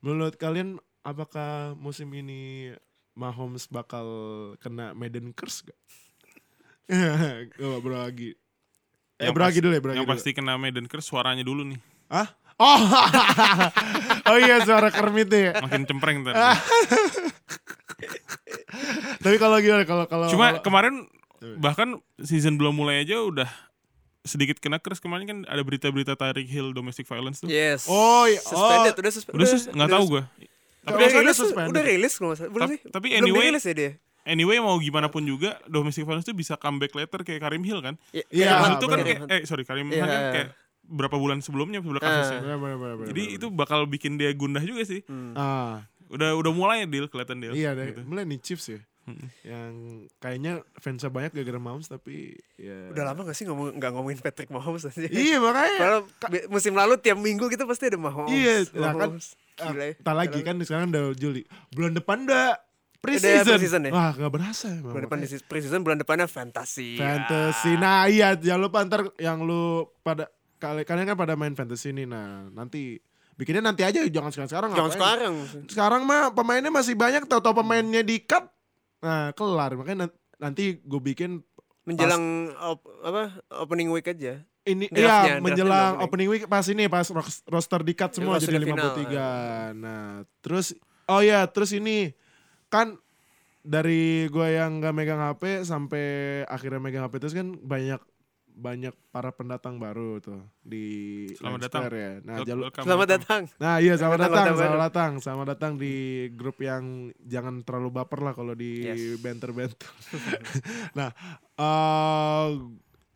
Speaker 2: Menurut kalian apakah musim ini Mahomes bakal kena Madden curse gak? Coba bro Agi. Eh
Speaker 4: Yang
Speaker 2: bro Agi
Speaker 4: pas-
Speaker 2: dulu ya bro Agi
Speaker 4: Yang
Speaker 2: dulu.
Speaker 4: pasti kena Medan Curse suaranya dulu nih.
Speaker 2: Hah? Oh, oh iya suara Kermit nih.
Speaker 4: Makin cempreng ntar.
Speaker 2: Tapi kalau gimana kalau kalau
Speaker 4: Cuma kemarin bahkan season belum mulai aja udah sedikit kena curse kemarin kan ada berita-berita Tyreek Hill domestic violence tuh.
Speaker 3: Yes.
Speaker 2: Oh, iya.
Speaker 3: Suspended,
Speaker 2: Oh.
Speaker 3: udah suspended.
Speaker 4: Udah sus nggak tahu gua.
Speaker 3: Udah,
Speaker 2: Kalau nggak salah
Speaker 3: rilis,
Speaker 2: suspended.
Speaker 3: udah rilis kalau nggak salah. Belum
Speaker 4: Tapi-
Speaker 3: sih?
Speaker 4: tapi
Speaker 3: Belum
Speaker 4: anyway-
Speaker 3: dirilis ya dia.
Speaker 4: Anyway mau gimana pun juga domestic violence tuh bisa comeback later kayak Karim Hill kan.
Speaker 3: Iya,
Speaker 2: Iya,
Speaker 4: Karim
Speaker 3: Karim
Speaker 4: Hill tuh kan
Speaker 3: Hunt.
Speaker 4: kayak, eh sorry Karim Hunt
Speaker 3: Iya.
Speaker 4: kan kayak berapa bulan sebelumnya sebelum kasusnya.
Speaker 2: Benar, benar, benar, benar,
Speaker 4: Jadi
Speaker 2: benar.
Speaker 4: itu bakal bikin dia gundah juga sih.
Speaker 2: ah
Speaker 4: Udah udah mulai deal kelihatan deal.
Speaker 2: Iya, dari, mulai nih Chiefs ya. Yang kayaknya fansnya banyak gara-gara Mahomes tapi
Speaker 4: eh,
Speaker 2: ya.
Speaker 3: Udah lama gak sih ngomong nggak ngomongin Patrick Mahomes aja?
Speaker 2: Iya makanya.
Speaker 3: Kalau bi- musim lalu tiap minggu kita pasti ada Mahomes.
Speaker 2: Iya, nah kan,
Speaker 3: Mahomes.
Speaker 2: Ah,
Speaker 3: Gila ya.
Speaker 2: tak lagi kan sekarang udah Juli. Bulan depan udah
Speaker 3: Udah
Speaker 2: preseason.
Speaker 3: preseason ya?
Speaker 2: Wah, gak berasa. emang,
Speaker 3: Bulan depan
Speaker 2: makanya.
Speaker 3: di preseason, bulan depannya fantasy.
Speaker 2: kan. Fantasy. Nah, iya jangan lupa ntar yang lu pada kali- kalian kan pada main fantasy nih. Nah, nanti bikinnya nanti aja jangan sekarang-sekarang.
Speaker 3: Jangan
Speaker 2: ngapain?
Speaker 3: Ah, sekarang.
Speaker 2: Sekarang mah pemainnya masih banyak tau-tau pemainnya di cup. Nah, kelar. Makanya nan- nanti gue bikin
Speaker 3: Menjelang op- apa opening week aja.
Speaker 2: ini
Speaker 3: Draftnya,
Speaker 2: iya
Speaker 3: draftnya
Speaker 2: menjelang
Speaker 3: udah
Speaker 2: opening week pas ini pas ros- roster di-cut semua
Speaker 3: Roster
Speaker 2: jadi
Speaker 3: di final, eh.
Speaker 2: 53. Nah, terus oh ya, terus ini kan dari gua yang gak megang HP sampai akhirnya megang HP terus kan banyak banyak para pendatang baru tuh di
Speaker 4: Selamat
Speaker 2: Lions
Speaker 4: datang.
Speaker 2: Square ya. Nah,
Speaker 4: Wel-
Speaker 2: jalu-
Speaker 4: welcome,
Speaker 3: Selamat
Speaker 4: welcome.
Speaker 3: datang.
Speaker 2: Nah iya selamat
Speaker 3: Datang,
Speaker 2: datang,
Speaker 3: datang,
Speaker 2: selamat datang, selamat datang di grup yang jangan terlalu baper lah kalau di
Speaker 3: Yes.
Speaker 2: benter-benter. nah, eh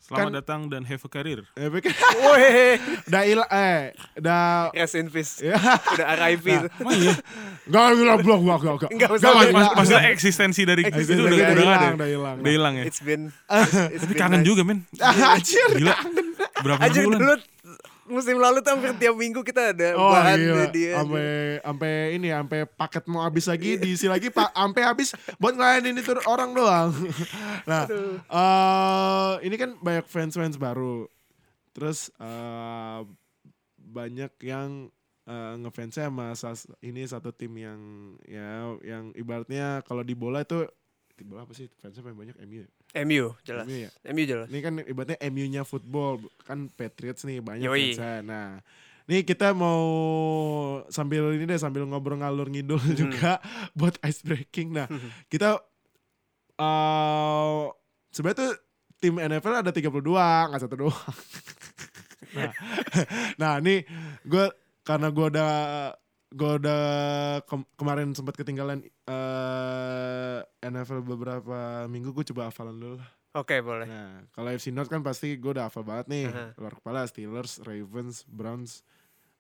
Speaker 4: Selamat
Speaker 2: Kan-
Speaker 4: datang dan have a career.
Speaker 2: eh, pikir-
Speaker 3: Woi,
Speaker 2: Dah il- eh dah
Speaker 3: rest in peace.
Speaker 2: ya.
Speaker 3: Udah RIP. itu.
Speaker 4: Emang iya.
Speaker 2: Enggak enggak blok blok blok blok.
Speaker 3: Enggak usah.
Speaker 4: Mas-
Speaker 3: Gila.
Speaker 4: mas- Maksudnya eksistensi dari itu
Speaker 2: Eksistensi
Speaker 4: udah udah
Speaker 2: kita
Speaker 4: nggak ada.
Speaker 2: hilang, udah hilang.
Speaker 4: Udah hilang ya.
Speaker 3: It's been. it's
Speaker 4: Tapi
Speaker 3: been
Speaker 4: kangen
Speaker 3: nice.
Speaker 4: juga men.
Speaker 2: Ah, Anjir.
Speaker 4: Gila. Berapa
Speaker 3: Anjir
Speaker 4: bulan?
Speaker 3: dulu musim lalu tuh hampir tiap minggu kita ada
Speaker 2: Oh
Speaker 3: bahan
Speaker 2: gila.
Speaker 3: dari dia.
Speaker 2: Sampai sampai ini sampai paket mau habis lagi diisi lagi Pak sampai habis buat ngelayanin itu orang doang. Nah, eh ini kan banyak fans-fans baru. Terus eh banyak yang eh, ngefansnya sama sas- ini satu tim yang ya yang ibaratnya kalau di bola itu di bola apa sih fansnya paling banyak MU ya?
Speaker 3: MU jelas.
Speaker 2: MU ya?
Speaker 3: MU jelas.
Speaker 2: Ini kan ibaratnya MU-nya football, kan Patriots nih banyak
Speaker 3: Yoi.
Speaker 2: fansnya. Nah, nih kita mau sambil ini deh sambil ngobrol ngalur ngidul juga buat ice breaking. Nah, kita eh sebenarnya tuh tim NFL ada 32, nggak satu doang. nah, nah, ini gue karena gue udah gue udah kem- kemarin sempat ketinggalan eh NFL beberapa minggu gue coba hafalan dulu lah.
Speaker 3: Oke, boleh.
Speaker 2: Nah, kalau FC North kan pasti gue udah hafal banget nih.
Speaker 3: Aha.
Speaker 2: Luar kepala Steelers, Ravens, Browns,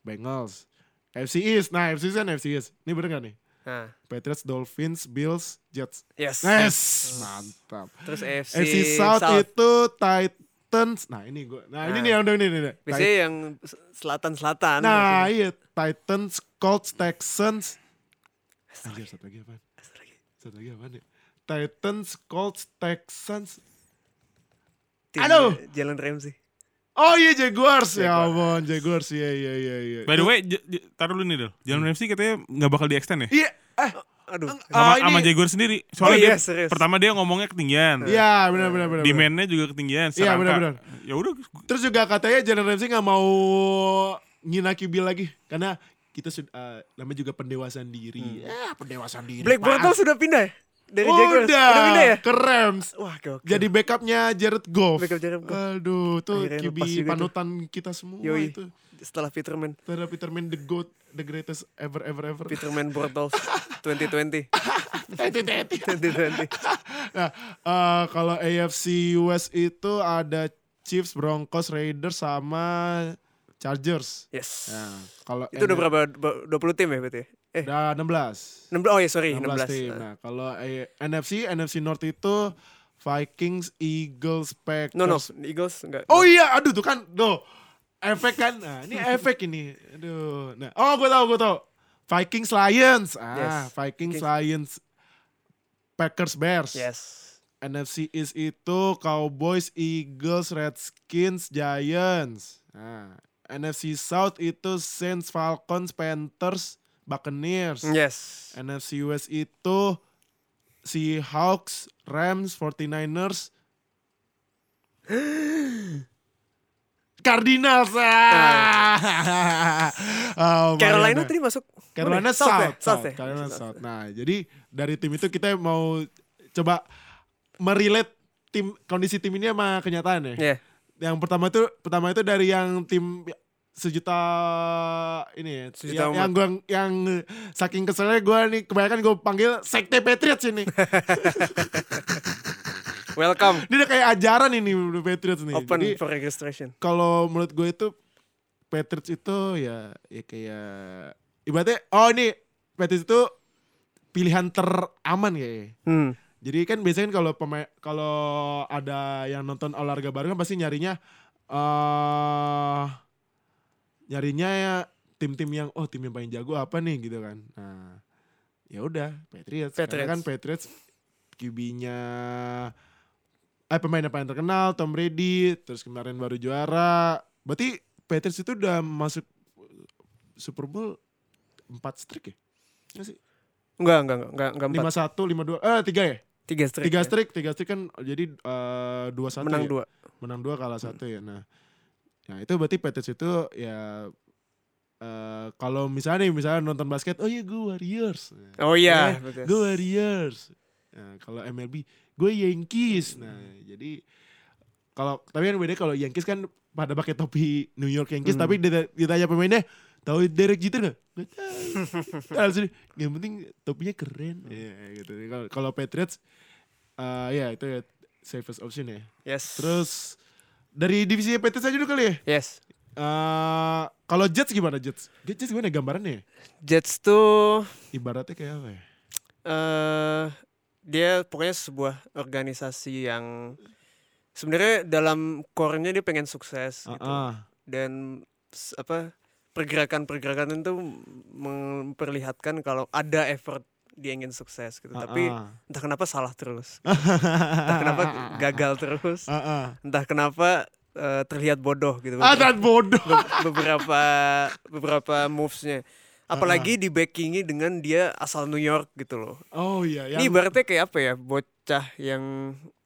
Speaker 2: Bengals. FC East. Nah, FC East kan FC East. Ini bener gak nih?
Speaker 3: Nah,
Speaker 2: Patriots, Dolphins, Bills, Jets.
Speaker 3: yes.
Speaker 2: Yes, mantap.
Speaker 3: Terus AFC,
Speaker 2: FC South, itu Titans. Nah, ini gue. Nah, ini
Speaker 3: Nah. ya,
Speaker 2: nih yang udah ini. ini, ini.
Speaker 3: Biasanya yang s- selatan-selatan.
Speaker 2: Nah, iya Titans, Colts, Texans. Anjir, satu lagi apaan? Satu lagi apaan ya? Titans, Colts, Texans.
Speaker 3: Tim
Speaker 2: Aduh.
Speaker 3: Jalen Ramsey.
Speaker 2: Oh iya Jaguars, ya ampun Jaguars iya iya iya iya.
Speaker 4: By the way, j- j- taruh dulu nih Del. Jalan
Speaker 3: Hmm.
Speaker 4: Ramsey katanya nggak bakal di extend ya?
Speaker 2: Iya, eh,
Speaker 3: Aduh.
Speaker 4: Sama,
Speaker 2: ah, ini-
Speaker 4: sama Jaguar sendiri.
Speaker 3: Oh,
Speaker 4: Soalnya dia
Speaker 3: iya, serius.
Speaker 4: pertama dia ngomongnya ketinggian.
Speaker 2: iya benar benar benar. benar.
Speaker 4: Demand-nya juga ketinggian.
Speaker 2: Iya,
Speaker 4: serangka.
Speaker 2: benar-benar.
Speaker 4: Ya udah
Speaker 2: Terus juga katanya Jalen Ramsey nggak mau nginaki Bill lagi karena kita sudah eh, namanya juga pendewasaan diri. Eh, pendewasaan diri.
Speaker 3: Hmm. Blake
Speaker 2: apaan?
Speaker 3: Bortles sudah pindah ya? Dari
Speaker 2: Udah,
Speaker 3: Jaguars. Udah pindah ya?
Speaker 2: ke Rams.
Speaker 3: Wah, oke. oke.
Speaker 2: Jadi backupnya Jared Goff.
Speaker 3: Backup Jared Goff.
Speaker 2: Aduh, tuh
Speaker 3: Akhirnya
Speaker 2: QB
Speaker 3: lepas juga tuh.
Speaker 2: panutan kita semua
Speaker 3: Yoi.
Speaker 2: itu.
Speaker 3: Setelah Peterman.
Speaker 2: Terhadap Peterman the GOAT, the greatest ever ever ever.
Speaker 3: Peterman Bortles 2020.
Speaker 2: Teti-teti.
Speaker 3: 2020.
Speaker 2: Nah, eh, kalau AFC US itu ada Chiefs, Broncos, Raiders sama Chargers.
Speaker 3: Yes.
Speaker 2: Nah, kalau
Speaker 3: Iya. Itu udah berapa? Ba- 20 tim ya berarti? Eh,
Speaker 2: Udah 16.
Speaker 3: 16. Oh ya, sorry,
Speaker 2: 16,
Speaker 3: 16.
Speaker 2: tim.
Speaker 3: Ah.
Speaker 2: Nah, kalau eh, NFC NFC North itu Vikings, Eagles, Packers.
Speaker 3: No, no, Eagles enggak.
Speaker 2: Oh iya, aduh tuh kan, tuh efek kan. Nah, ini efek ini. Aduh. Nah, oh gue tahu, gue tahu. Vikings Lions. Ah,
Speaker 3: Yes.
Speaker 2: Vikings
Speaker 3: Vikings.
Speaker 2: Lions. Packers Bears.
Speaker 3: Yes.
Speaker 2: NFC East itu Cowboys, Eagles, Redskins, Giants. Nah, NFC South itu Saints, Falcons, Panthers, Buccaneers.
Speaker 3: Yes.
Speaker 2: NFC West itu Seahawks, Rams, 49ers, Cardinals. Ah. Oh,
Speaker 3: Carolina
Speaker 2: Mariana.
Speaker 3: tadi masuk
Speaker 2: Carolina
Speaker 3: mana? South,
Speaker 2: South,
Speaker 3: ya?
Speaker 2: South,
Speaker 3: South ya?
Speaker 2: Carolina South.
Speaker 3: South.
Speaker 2: Nah, jadi dari tim itu kita mau coba merelate tim kondisi tim ini sama kenyataan ya.
Speaker 3: Iya.
Speaker 2: Yang pertama itu pertama itu dari yang tim sejuta ini ya,
Speaker 3: Sejuta
Speaker 2: yang,
Speaker 3: umat.
Speaker 2: yang gua yang saking keselnya gua nih kebanyakan gue panggil sekte Patriots ini.
Speaker 3: Welcome.
Speaker 2: ini udah kayak ajaran ini Patriots nih.
Speaker 3: Open
Speaker 2: Jadi
Speaker 3: for registration.
Speaker 2: kalau menurut gue itu Patriots itu ya ya kayak ibaratnya oh ini Patriots itu pilihan teraman kayaknya.
Speaker 3: Hmm.
Speaker 2: Jadi kan biasanya kan kalau pemain kalau ada yang nonton olahraga baru kan pasti nyarinya eh nyarinya ya tim-tim yang oh tim yang paling jago apa nih gitu kan. Nah, ya udah Patriots. Karena
Speaker 3: Patriots.
Speaker 2: kan Patriots QB-nya eh pemain yang paling terkenal Tom Brady terus kemarin baru juara. Berarti Patriots itu udah masuk Super Bowl 4 streak ya? Nggak sih?
Speaker 3: Enggak, enggak, enggak, enggak, enggak empat.
Speaker 2: 51, 52, eh 3 ya?
Speaker 3: Tiga streak.
Speaker 2: tiga
Speaker 3: ya.
Speaker 2: streak tiga streak kan jadi eh, dua satu
Speaker 3: Menang
Speaker 2: ya?
Speaker 3: dua. Hmm.
Speaker 2: menang dua kalah satu ya nah nah itu berarti Patriots itu ya eh, kalau misalnya nih, misalnya nonton basket oh iya gue Warriors
Speaker 3: Oh
Speaker 2: Eh,
Speaker 3: iya. betul.
Speaker 2: gue Warriors nah, kalau MLB gue Yankees nah jadi kalau tapi kan bedanya kalau Yankees kan pada pakai topi New York Yankees tapi dita- ditanya pemainnya tahu Derek Jeter nggak? Nggak tahu. Alasan, yang penting topinya keren. Iya gitu. Kalau- Kalau Patriots, eh ya itu ya safest option ya.
Speaker 3: Yes.
Speaker 2: Terus dari divisi Patriots aja dulu kali ya.
Speaker 3: Yes.
Speaker 2: Eh kalau Jets gimana Jets? Jets gimana gambarannya? ya?
Speaker 3: Jets tuh
Speaker 2: Ibaratnya kayak apa ya?
Speaker 3: eh dia pokoknya sebuah organisasi yang sebenarnya dalam core-nya dia pengen sukses gitu.
Speaker 2: Ah,
Speaker 3: dan s- apa pergerakan-pergerakan itu memperlihatkan kalau ada effort dia ingin sukses gitu.
Speaker 2: ah,
Speaker 3: Tapi
Speaker 2: ah.
Speaker 3: entah kenapa salah terus. entah kenapa gagal terus.
Speaker 2: Ah, ah.
Speaker 3: Entah kenapa eh, terlihat bodoh gitu.
Speaker 2: Ah, dan bodoh.
Speaker 3: Be- beberapa beberapa moves-nya. Apalagi di backing-nya dengan dia asal New York gitu loh.
Speaker 2: Oh iya,
Speaker 3: Ini
Speaker 2: yang
Speaker 3: ibaratnya kayak apa ya? Bocah yang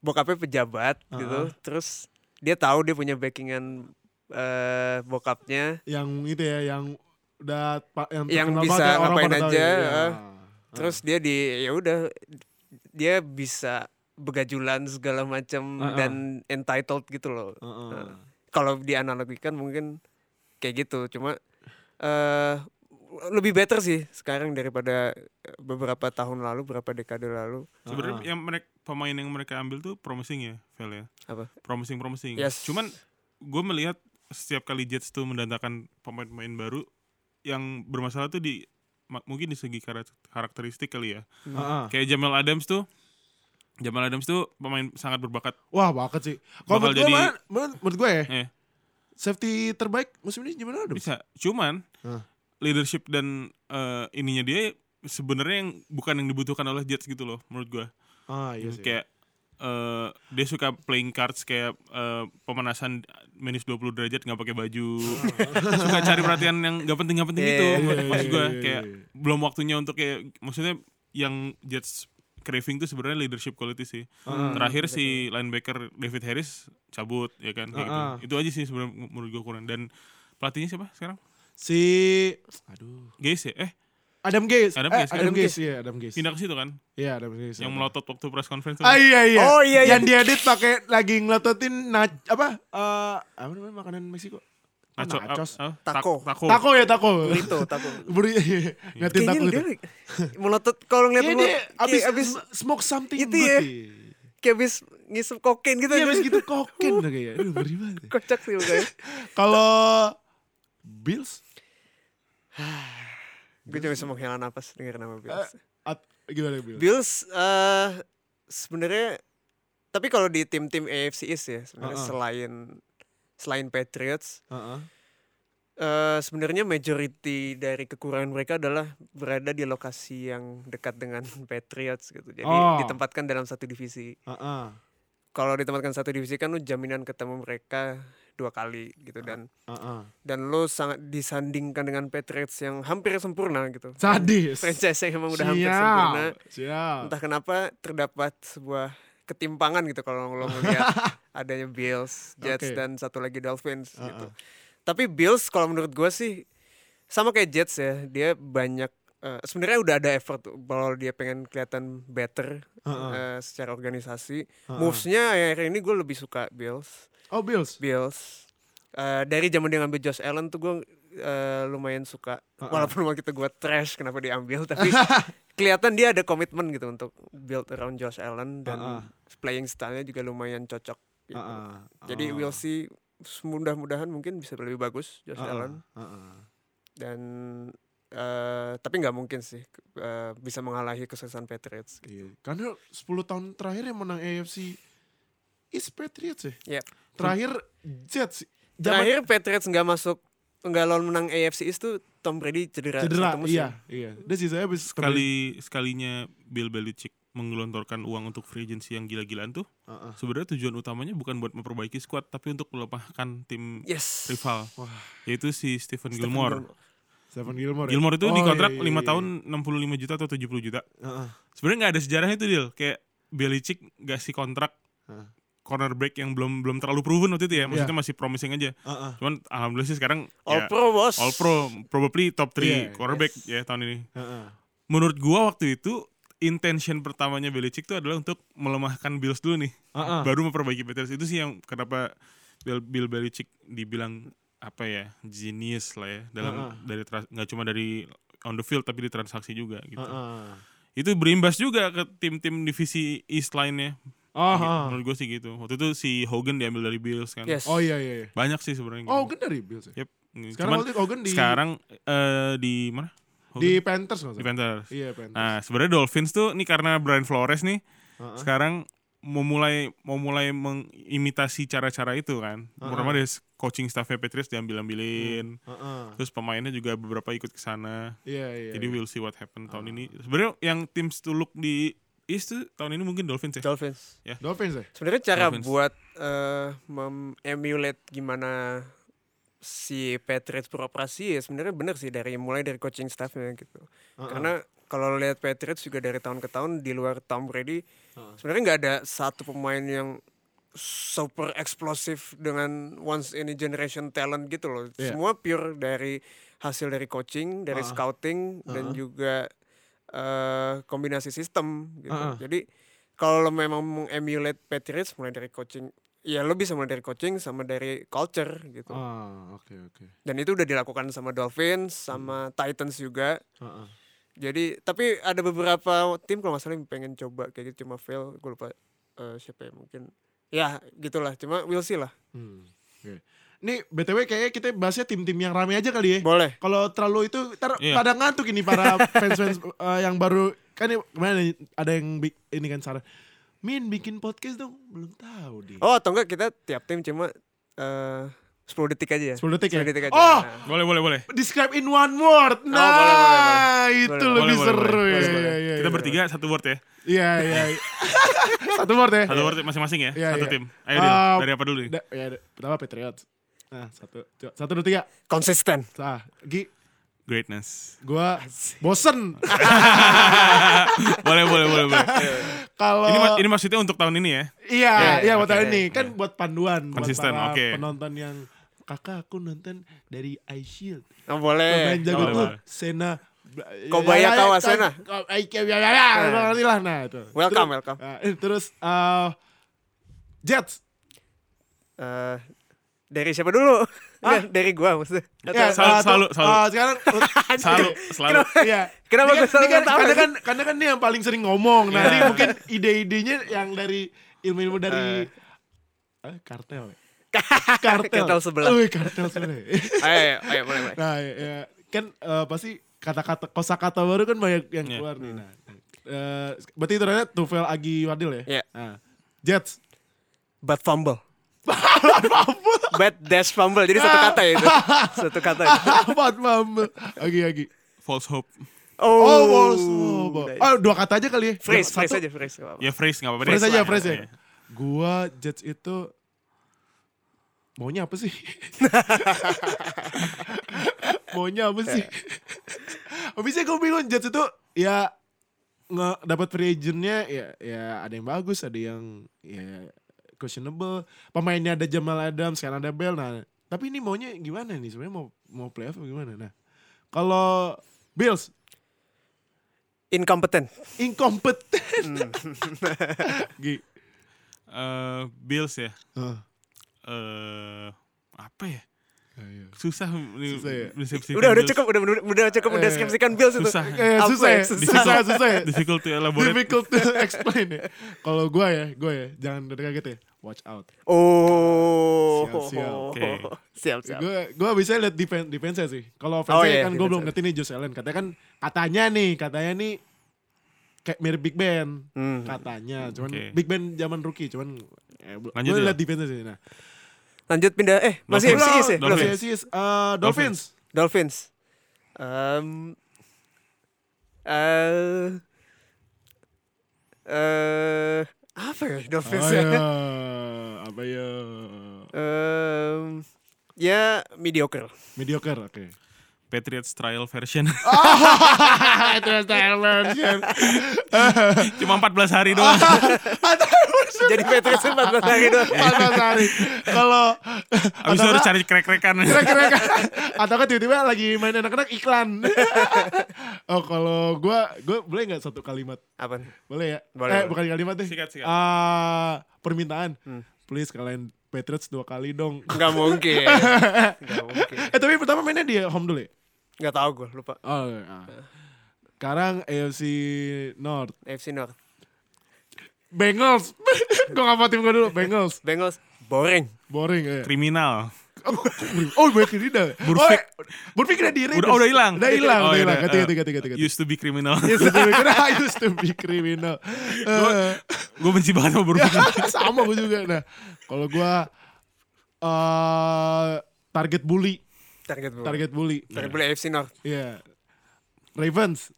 Speaker 3: bokapnya pejabat gitu. Terus dia tahu dia punya backingan eh bokapnya.
Speaker 2: yang itu ya, yang udah pa- yang,
Speaker 3: Yang
Speaker 2: terkenal
Speaker 3: bisa
Speaker 2: banget ya, orang
Speaker 3: ngapain
Speaker 2: pada tahu
Speaker 3: aja,
Speaker 2: ya.
Speaker 3: ah. Terus dia di ya udah dia bisa begajulan segala macam
Speaker 2: Ah, ah.
Speaker 3: dan entitled gitu loh.
Speaker 2: Ah, ah.
Speaker 3: Nah, Kalau dianalogikan mungkin kayak gitu, cuma eh lebih better sih sekarang daripada beberapa tahun lalu, beberapa dekade lalu.
Speaker 4: Sebenarnya
Speaker 3: Ah.
Speaker 4: yang mereka pemain yang mereka ambil tuh promising ya, Vel ya.
Speaker 3: Apa?
Speaker 4: Promising promising.
Speaker 3: Yes.
Speaker 4: Cuman gue melihat setiap kali Jets tuh mendatangkan pemain-pemain baru yang bermasalah tuh di ma- mungkin di segi karak- karakteristik kali ya.
Speaker 2: Ah, ah.
Speaker 4: Kayak Jamal Adams tuh Jamal Adams tuh pemain sangat berbakat.
Speaker 2: Wah, banget sih. Kalau
Speaker 4: Bakal
Speaker 2: menurut gue,
Speaker 4: jadi-
Speaker 2: malah- menurut, menurut gue ya,
Speaker 4: Eh,
Speaker 2: safety terbaik musim ini gimana dong?
Speaker 4: bisa. Cuman
Speaker 2: Hah.
Speaker 4: leadership dan eh, ininya dia sebenarnya yang bukan yang dibutuhkan oleh Jets gitu loh menurut gue.
Speaker 2: Ah, iya sih.
Speaker 4: kayak eh, dia suka playing cards kayak eh, pemanasan minus 20 derajat nggak pakai baju suka cari perhatian yang nggak penting nggak penting
Speaker 3: Iya,
Speaker 4: gitu
Speaker 3: iya,
Speaker 4: Maksud-
Speaker 2: iya,
Speaker 4: maksud
Speaker 2: iya,
Speaker 4: gue
Speaker 2: iya,
Speaker 4: kayak
Speaker 2: iya.
Speaker 4: belum waktunya untuk kayak maksudnya yang Jets craving tuh sebenarnya leadership quality sih
Speaker 2: Ah,
Speaker 4: terakhir
Speaker 2: iya,
Speaker 4: si linebacker David Harris cabut ya kan kayak
Speaker 2: Ah,
Speaker 4: gitu. itu aja sih sebenarnya menurut gue kurang dan pelatihnya siapa sekarang
Speaker 2: Si aduh,
Speaker 4: Gaze ya eh
Speaker 2: Adam Gaze.
Speaker 4: Adam
Speaker 2: Eh,
Speaker 4: Gaze,
Speaker 2: Adam
Speaker 4: kan?
Speaker 2: Gaze, iya, Adam Gaze.
Speaker 4: pindah ke situ kan
Speaker 2: Iya, Adam Gaze.
Speaker 4: yang melotot waktu press conference tuh kan?
Speaker 2: Ah iya iya.
Speaker 3: Oh, iya, iya.
Speaker 2: Yang dia edit pakai lagi ngelototin nach apa? Eh, apa namanya makanan Meksiko? Ah,
Speaker 4: Nacho-
Speaker 2: nachos.
Speaker 4: ah, ah,
Speaker 3: Taco.
Speaker 4: tak- taco
Speaker 2: Taco ya taco.
Speaker 3: Lito, tapi
Speaker 2: Beri ngatin taco gitu.
Speaker 3: kayaknya dia
Speaker 2: itu.
Speaker 3: melotot kalau ngeliat
Speaker 2: Iya
Speaker 3: melot-
Speaker 2: dia
Speaker 3: kayak
Speaker 2: abis,
Speaker 3: abis
Speaker 2: sm- smoke something
Speaker 3: Itu
Speaker 2: good.
Speaker 3: ya.
Speaker 2: Ya.
Speaker 3: kayak abis ngisup kokain gitu.
Speaker 2: Iya abis gitu kokin tuh kayaknya. Aduh ngeri banget. ya.
Speaker 3: Kocak sih pokoknya.
Speaker 2: Kalau Bills
Speaker 3: Gue cuma bisa menghela napas denger nama Bills.
Speaker 2: at, gimana Bills?
Speaker 3: Bills eh sebenarnya tapi kalau di tim-tim AFC East ya sebenarnya
Speaker 2: Uh-uh.
Speaker 3: selain selain Patriots
Speaker 2: Heeh.
Speaker 3: eh eh, sebenarnya majority dari kekurangan mereka adalah berada di lokasi yang dekat dengan Patriots gitu. Jadi
Speaker 2: Oh.
Speaker 3: ditempatkan dalam satu divisi.
Speaker 2: Heeh.
Speaker 3: Kalau ditempatkan satu divisi kan lu jaminan ketemu mereka dua kali gitu dan
Speaker 2: Heeh.
Speaker 3: dan lu sangat disandingkan dengan Patriots yang hampir sempurna gitu.
Speaker 2: Sadis.
Speaker 3: Franchise yang emang udah
Speaker 2: Siap.
Speaker 3: hampir sempurna.
Speaker 2: Siap.
Speaker 3: Entah kenapa terdapat sebuah ketimpangan gitu kalau lo ngeliat adanya Bills, Jets
Speaker 2: Oke.
Speaker 3: dan satu lagi Dolphins gitu. Tapi Bills kalau menurut gue sih sama kayak Jets ya, dia banyak eh, sebenarnya udah ada effort kalau dia pengen kelihatan better
Speaker 2: Heeh.
Speaker 3: eh, secara organisasi.
Speaker 2: Heeh.
Speaker 3: Moves-nya akhir ini gue lebih suka Bills.
Speaker 2: Oh, Bills.
Speaker 3: Bills. Eh, dari zaman dia ngambil Josh Allen tuh gue lumayan suka.
Speaker 2: Uh-uh.
Speaker 3: Walaupun waktu itu gue trash kenapa diambil tapi kelihatan dia ada komitmen gitu untuk build around Josh Allen dan
Speaker 2: Uh-uh.
Speaker 3: playing style-nya juga lumayan cocok. gitu.
Speaker 2: Heeh.
Speaker 3: Jadi we'll see mudah-mudahan mungkin bisa lebih bagus Josh
Speaker 2: Heeh.
Speaker 3: Allen
Speaker 2: Heeh.
Speaker 3: dan eh, tapi nggak mungkin sih eh, bisa mengalahi kesuksesan Patriots.
Speaker 2: Iya. Karena 10 tahun terakhir yang menang AFC is Patriots ya.
Speaker 3: Yep.
Speaker 2: Terakhir Jets. Zaman-
Speaker 3: Terakhir Patriots nggak masuk nggak lawan menang AFC East tuh Tom Brady cedera.
Speaker 2: cedera.
Speaker 3: satu musim.
Speaker 2: Iya, iya. This is habis
Speaker 4: Sekali sekalinya Bill Belichick menggelontorkan uang untuk free agency yang gila-gilaan tuh,
Speaker 2: Heeh.
Speaker 4: sebenarnya tujuan utamanya bukan buat memperbaiki squad tapi untuk melemahkan tim
Speaker 3: Yes.
Speaker 4: rival.
Speaker 2: Wah.
Speaker 4: Yaitu si Stephen
Speaker 3: Stephen
Speaker 4: Gilmore.
Speaker 2: Stephen Gilmore. ya?
Speaker 4: Gilmore itu
Speaker 2: Oh,
Speaker 4: dikontrak
Speaker 2: iya, iya,
Speaker 4: lima
Speaker 2: iya.
Speaker 4: tahun 65 juta atau 70 juta.
Speaker 2: Heeh.
Speaker 4: Sebenarnya nggak ada sejarahnya itu deal. Kayak Belichick ngasih kontrak
Speaker 2: Hah. Iya.
Speaker 4: cornerback yang belum belum terlalu proven waktu itu ya. Maksudnya masih promising aja.
Speaker 2: Heeh.
Speaker 4: Cuman alhamdulillah sih sekarang
Speaker 3: All
Speaker 4: ya,
Speaker 3: Pro bos.
Speaker 4: all pro probably top
Speaker 2: Iya,
Speaker 4: 3 quarterback ya tahun ini.
Speaker 2: Heeh.
Speaker 4: Menurut gua waktu itu intention pertamanya Belichick itu adalah untuk melemahkan Bills dulu nih.
Speaker 2: Heeh.
Speaker 4: Baru memperbaiki Patriots itu sih yang kenapa Bill, Bill Belichick dibilang apa ya genius lah ya dalam
Speaker 2: Heeh.
Speaker 4: dari trans- nggak cuma dari on the field tapi di transaksi juga gitu.
Speaker 2: Heeh.
Speaker 4: Itu berimbas juga ke tim-tim divisi East lainnya.
Speaker 2: Oh,
Speaker 4: Gitu.
Speaker 2: heeh.
Speaker 4: Menurut gua sih gitu. Waktu itu si Hogan diambil dari Bills kan.
Speaker 3: Yes.
Speaker 2: Oh iya iya. iya.
Speaker 4: Banyak sih sebenarnya.
Speaker 2: Oh,
Speaker 4: gitu.
Speaker 2: Hogan dari Bills ya.
Speaker 4: Yep.
Speaker 2: Sekarang
Speaker 4: Cuman-
Speaker 2: Hogan- Hogan di
Speaker 4: sekarang eh, di mana?
Speaker 2: di Panthers nggak
Speaker 4: di
Speaker 2: salah?
Speaker 4: Panthers.
Speaker 2: Iya, Panthers.
Speaker 4: Nah, sebenarnya Dolphins tuh nih karena Brian Flores nih
Speaker 2: Heeh.
Speaker 4: sekarang mau mulai mau mulai mengimitasi cara-cara itu kan. Pertama dari coaching staffnya Patriots diambil-ambilin.
Speaker 2: Heeh.
Speaker 4: Terus pemainnya juga beberapa ikut ke sana.
Speaker 2: Iya iya.
Speaker 4: Jadi
Speaker 2: iya.
Speaker 4: we'll see what happen tahun ini. Sebenarnya yang tim tuluk di East tuh tahun ini mungkin Dolphins ya.
Speaker 3: Dolphins.
Speaker 2: Dolphins ya?
Speaker 3: Sebenarnya cara
Speaker 4: Dolphins.
Speaker 3: buat eh, mememulate gimana si Patriots beroperasi ya sebenarnya bener sih dari mulai dari coaching staffnya gitu. Karena kalau lihat Patriots juga dari tahun ke tahun di luar Tom Brady sebenarnya nggak ada satu pemain yang super eksplosif dengan once in a generation talent gitu loh.
Speaker 2: Iya.
Speaker 3: Semua pure dari hasil dari coaching, dari scouting dan juga eh, kombinasi sistem gitu.
Speaker 2: Ah, ah.
Speaker 3: Jadi kalau lo memang mengemulate Patriots mulai dari coaching, ya lo bisa mulai dari coaching sama dari culture gitu.
Speaker 2: Ah, oke oke.
Speaker 3: Dan itu udah dilakukan sama Dolphins, sama Titans juga.
Speaker 2: Heeh.
Speaker 3: Jadi tapi ada beberapa tim kalau nggak salah yang pengen coba kayak gitu cuma fail. Gue lupa eh, siapa ya mungkin. Ya gitulah. Cuma we'll see lah.
Speaker 2: Hmm. Oke. Nih BTW kayaknya kita bahasnya tim-tim yang rame aja kali ya.
Speaker 3: Boleh.
Speaker 2: Kalau terlalu itu ntar
Speaker 4: Iya.
Speaker 2: pada ngantuk ini para fans-fans eh, yang baru kan ini- kemarin ada yang bi- ini kan saran. Min bikin podcast dong, belum tahu deh.
Speaker 3: Oh atau enggak kita tiap tim cuma eh 10 detik aja ya.
Speaker 2: 10 detik ya?
Speaker 3: detik aja.
Speaker 2: Oh!
Speaker 3: Nah.
Speaker 4: Boleh, boleh, boleh.
Speaker 2: Describe in one word. Nah,
Speaker 3: boleh, boleh, boleh.
Speaker 2: itu
Speaker 3: Boleh,
Speaker 2: lebih
Speaker 4: boleh,
Speaker 2: seru
Speaker 4: boleh,
Speaker 2: ya,
Speaker 3: boleh,
Speaker 2: ya,
Speaker 3: boleh.
Speaker 2: ya,
Speaker 4: Kita
Speaker 2: ya.
Speaker 4: bertiga satu word ya.
Speaker 2: Iya, iya. Satu word ya.
Speaker 4: Satu word masing-masing ya.
Speaker 2: Iya,
Speaker 4: satu
Speaker 2: iya.
Speaker 4: tim. Ayo Dil,
Speaker 2: Ah,
Speaker 4: dari apa dulu nih?
Speaker 2: Da- ya, da- pertama Patriots. Nah, satu, coba. satu, dua, tiga.
Speaker 3: Konsisten.
Speaker 2: Sah, Gi,
Speaker 4: Greatness.
Speaker 2: gua bosen.
Speaker 4: boleh, boleh, boleh, boleh.
Speaker 2: Kalau
Speaker 4: Ini ma-
Speaker 2: Oh.
Speaker 4: ini maksudnya untuk tahun ini ya.
Speaker 2: Iya, iya
Speaker 4: Iya,
Speaker 2: buat
Speaker 4: oke.
Speaker 2: ini kan buat panduan
Speaker 4: Konsisten,
Speaker 2: buat para
Speaker 4: oke.
Speaker 2: penonton yang kakak aku nonton dari iShield.
Speaker 3: Oh, boleh.
Speaker 2: Pemain jago
Speaker 4: boleh,
Speaker 2: tuh
Speaker 4: boleh.
Speaker 2: Sena Ya,
Speaker 3: Kobaya Kawasena.
Speaker 2: kan. eh, Kawasena. lah nah itu.
Speaker 3: Welcome,
Speaker 2: Terus-
Speaker 3: welcome.
Speaker 2: eh, terus eh, Jets.
Speaker 3: Eh, dari siapa dulu?
Speaker 2: Ah.
Speaker 3: Enggak, dari gua maksudnya.
Speaker 2: Ya, eh,
Speaker 4: selalu-
Speaker 2: tuh,
Speaker 4: selalu, selalu.
Speaker 2: eh, sekarang
Speaker 4: Selalu, selalu.
Speaker 2: Iya.
Speaker 3: Kenapa
Speaker 2: Ini
Speaker 3: gua
Speaker 2: ini
Speaker 3: selalu
Speaker 2: kan,
Speaker 3: nggak tahu?
Speaker 2: karena kan karena kan dia yang paling sering ngomong. Nah,
Speaker 4: Iya.
Speaker 2: ini mungkin ide-idenya yang dari ilmu-ilmu dari eh, kartel. ya? Kartel.
Speaker 3: Kartel sebelah.
Speaker 2: Wih, kartel sebelah.
Speaker 3: Ayo, ayo, ayo, boleh, boleh.
Speaker 2: nah, ya, ya. kan eh, pasti kata-kata kosakata baru kan banyak yang
Speaker 3: Iya.
Speaker 2: keluar nih. Nah, eh, berarti itu namanya Tufel Agi Wadil ya?
Speaker 3: Iya.
Speaker 2: Nah, Jets.
Speaker 3: But fumble. Bad dash fumble. Jadi satu kata ya itu. Satu kata. ya.
Speaker 2: Empat fumble. Lagi lagi.
Speaker 4: False hope.
Speaker 3: Oh,
Speaker 2: Oh, balls. Oh, ball. Ah,
Speaker 3: udah.
Speaker 2: dua kata aja kali ya.
Speaker 3: Phrase,
Speaker 2: Dua-
Speaker 3: phrase
Speaker 2: satu.
Speaker 3: aja, phrase. nggak apa-apa.
Speaker 4: Ya phrase nggak apa-apa. deh.
Speaker 2: Phrase aja,
Speaker 4: Iya.
Speaker 2: phrase ya.
Speaker 4: Iya.
Speaker 2: Gua judge itu maunya apa sih? maunya apa sih? Habisnya gue bingung judge itu ya nge dapat free agentnya ya ya ada yang bagus, ada yang ya questionable. Pemainnya ada Jamal Adams, sekarang ada Bell. Nah, tapi ini maunya gimana nih? Sebenarnya mau mau playoff apa gimana? Nah, kalau Bills
Speaker 3: Incompetent.
Speaker 2: incompetent. Gi.
Speaker 4: Eh, Bills ya.
Speaker 2: Hah.
Speaker 4: Eh apa ya?
Speaker 2: Kayak-
Speaker 4: Susah.
Speaker 2: Susah ya?
Speaker 3: Udah, udah cukup, udah, udah, udah cukup mendeskripsikan Bills itu.
Speaker 4: Susah.
Speaker 2: Eh,
Speaker 3: Apa
Speaker 2: susah,
Speaker 3: ya?
Speaker 2: ya? susah,
Speaker 4: Difficult.
Speaker 2: susah, ya?
Speaker 4: Difficult to elaborate.
Speaker 2: Difficult to explain ya. Kalau gue ya, gue ya, jangan dari kaget ya. Watch out.
Speaker 3: Oh.
Speaker 2: Siap, siap.
Speaker 4: Oke.
Speaker 3: Siap, siap.
Speaker 2: Gue gue bisa lihat defense defense sih. Kalau offense
Speaker 3: Oh, iya,
Speaker 2: kan gue belum
Speaker 3: defense.
Speaker 2: ngerti nih Josh Allen. Katanya kan katanya nih, katanya nih kayak mirip Big Ben.
Speaker 3: Hmm.
Speaker 2: Katanya, cuman
Speaker 4: Oke.
Speaker 2: Big Ben zaman rookie, cuman eh,
Speaker 4: Lanjut
Speaker 2: gue
Speaker 4: ya?
Speaker 2: lihat defense sih. Nah,
Speaker 3: Lanjut pindah. Eh, masih
Speaker 4: Dolphins.
Speaker 3: MCIS ya?
Speaker 4: Dolphins.
Speaker 3: Belum ya?
Speaker 2: Dolphins. Eh, Dolphins.
Speaker 3: Dolphins. Um, eh eh apa ya Dolphins?
Speaker 2: Oh,
Speaker 3: ya?
Speaker 2: ya. Apa ya?
Speaker 3: Em, ya mediocre.
Speaker 2: Mediocre, oke.
Speaker 4: Patriots trial version.
Speaker 2: Ah. Terus
Speaker 4: Cuma 14
Speaker 2: Ah.
Speaker 4: hari doang.
Speaker 3: Jadi Patriots 14 hari doang.
Speaker 2: Panas hari. Kalau
Speaker 4: Abis itu harus cari krek-krekan.
Speaker 2: kira atau kan tiba-tiba lagi main anak-anak iklan. oh kalau gua gua boleh nggak satu kalimat?
Speaker 3: Apa?
Speaker 2: Boleh ya?
Speaker 3: Boleh,
Speaker 2: eh
Speaker 3: boleh.
Speaker 2: bukan kalimat deh.
Speaker 4: Sikat, sikat.
Speaker 2: Ah, permintaan. Please kalian Patriots dua kali dong.
Speaker 3: Enggak mungkin. Enggak mungkin.
Speaker 2: eh tapi pertama mainnya di home dulu ya?
Speaker 3: Enggak tahu gue, lupa.
Speaker 2: Oh, ah. Sekarang AFC North.
Speaker 3: AFC North.
Speaker 2: Bengals. gua nggak mau tim gua dulu. Bengals.
Speaker 3: Bengals boring.
Speaker 2: Boring ya.
Speaker 4: Kriminal.
Speaker 2: Oh, oh banyak yang tidak.
Speaker 4: Burfik.
Speaker 2: Oh, Burfik udah di
Speaker 4: Udah, oh, udah hilang.
Speaker 2: Udah hilang,
Speaker 4: Oh,
Speaker 2: udah
Speaker 4: iya,
Speaker 2: hilang.
Speaker 4: udah.
Speaker 2: Ganti,
Speaker 4: Eh,
Speaker 2: ganti, ganti, ganti.
Speaker 4: Used to be criminal.
Speaker 2: Used to be criminal. I used to be criminal. Eh,
Speaker 4: Gue benci banget sama burung.
Speaker 2: Iya. sama gue juga. Nah, kalau gue eh target bully,
Speaker 3: Target gue. Target,
Speaker 2: target bully. Nah,
Speaker 3: beli AFC North.
Speaker 2: Iya. Ravens.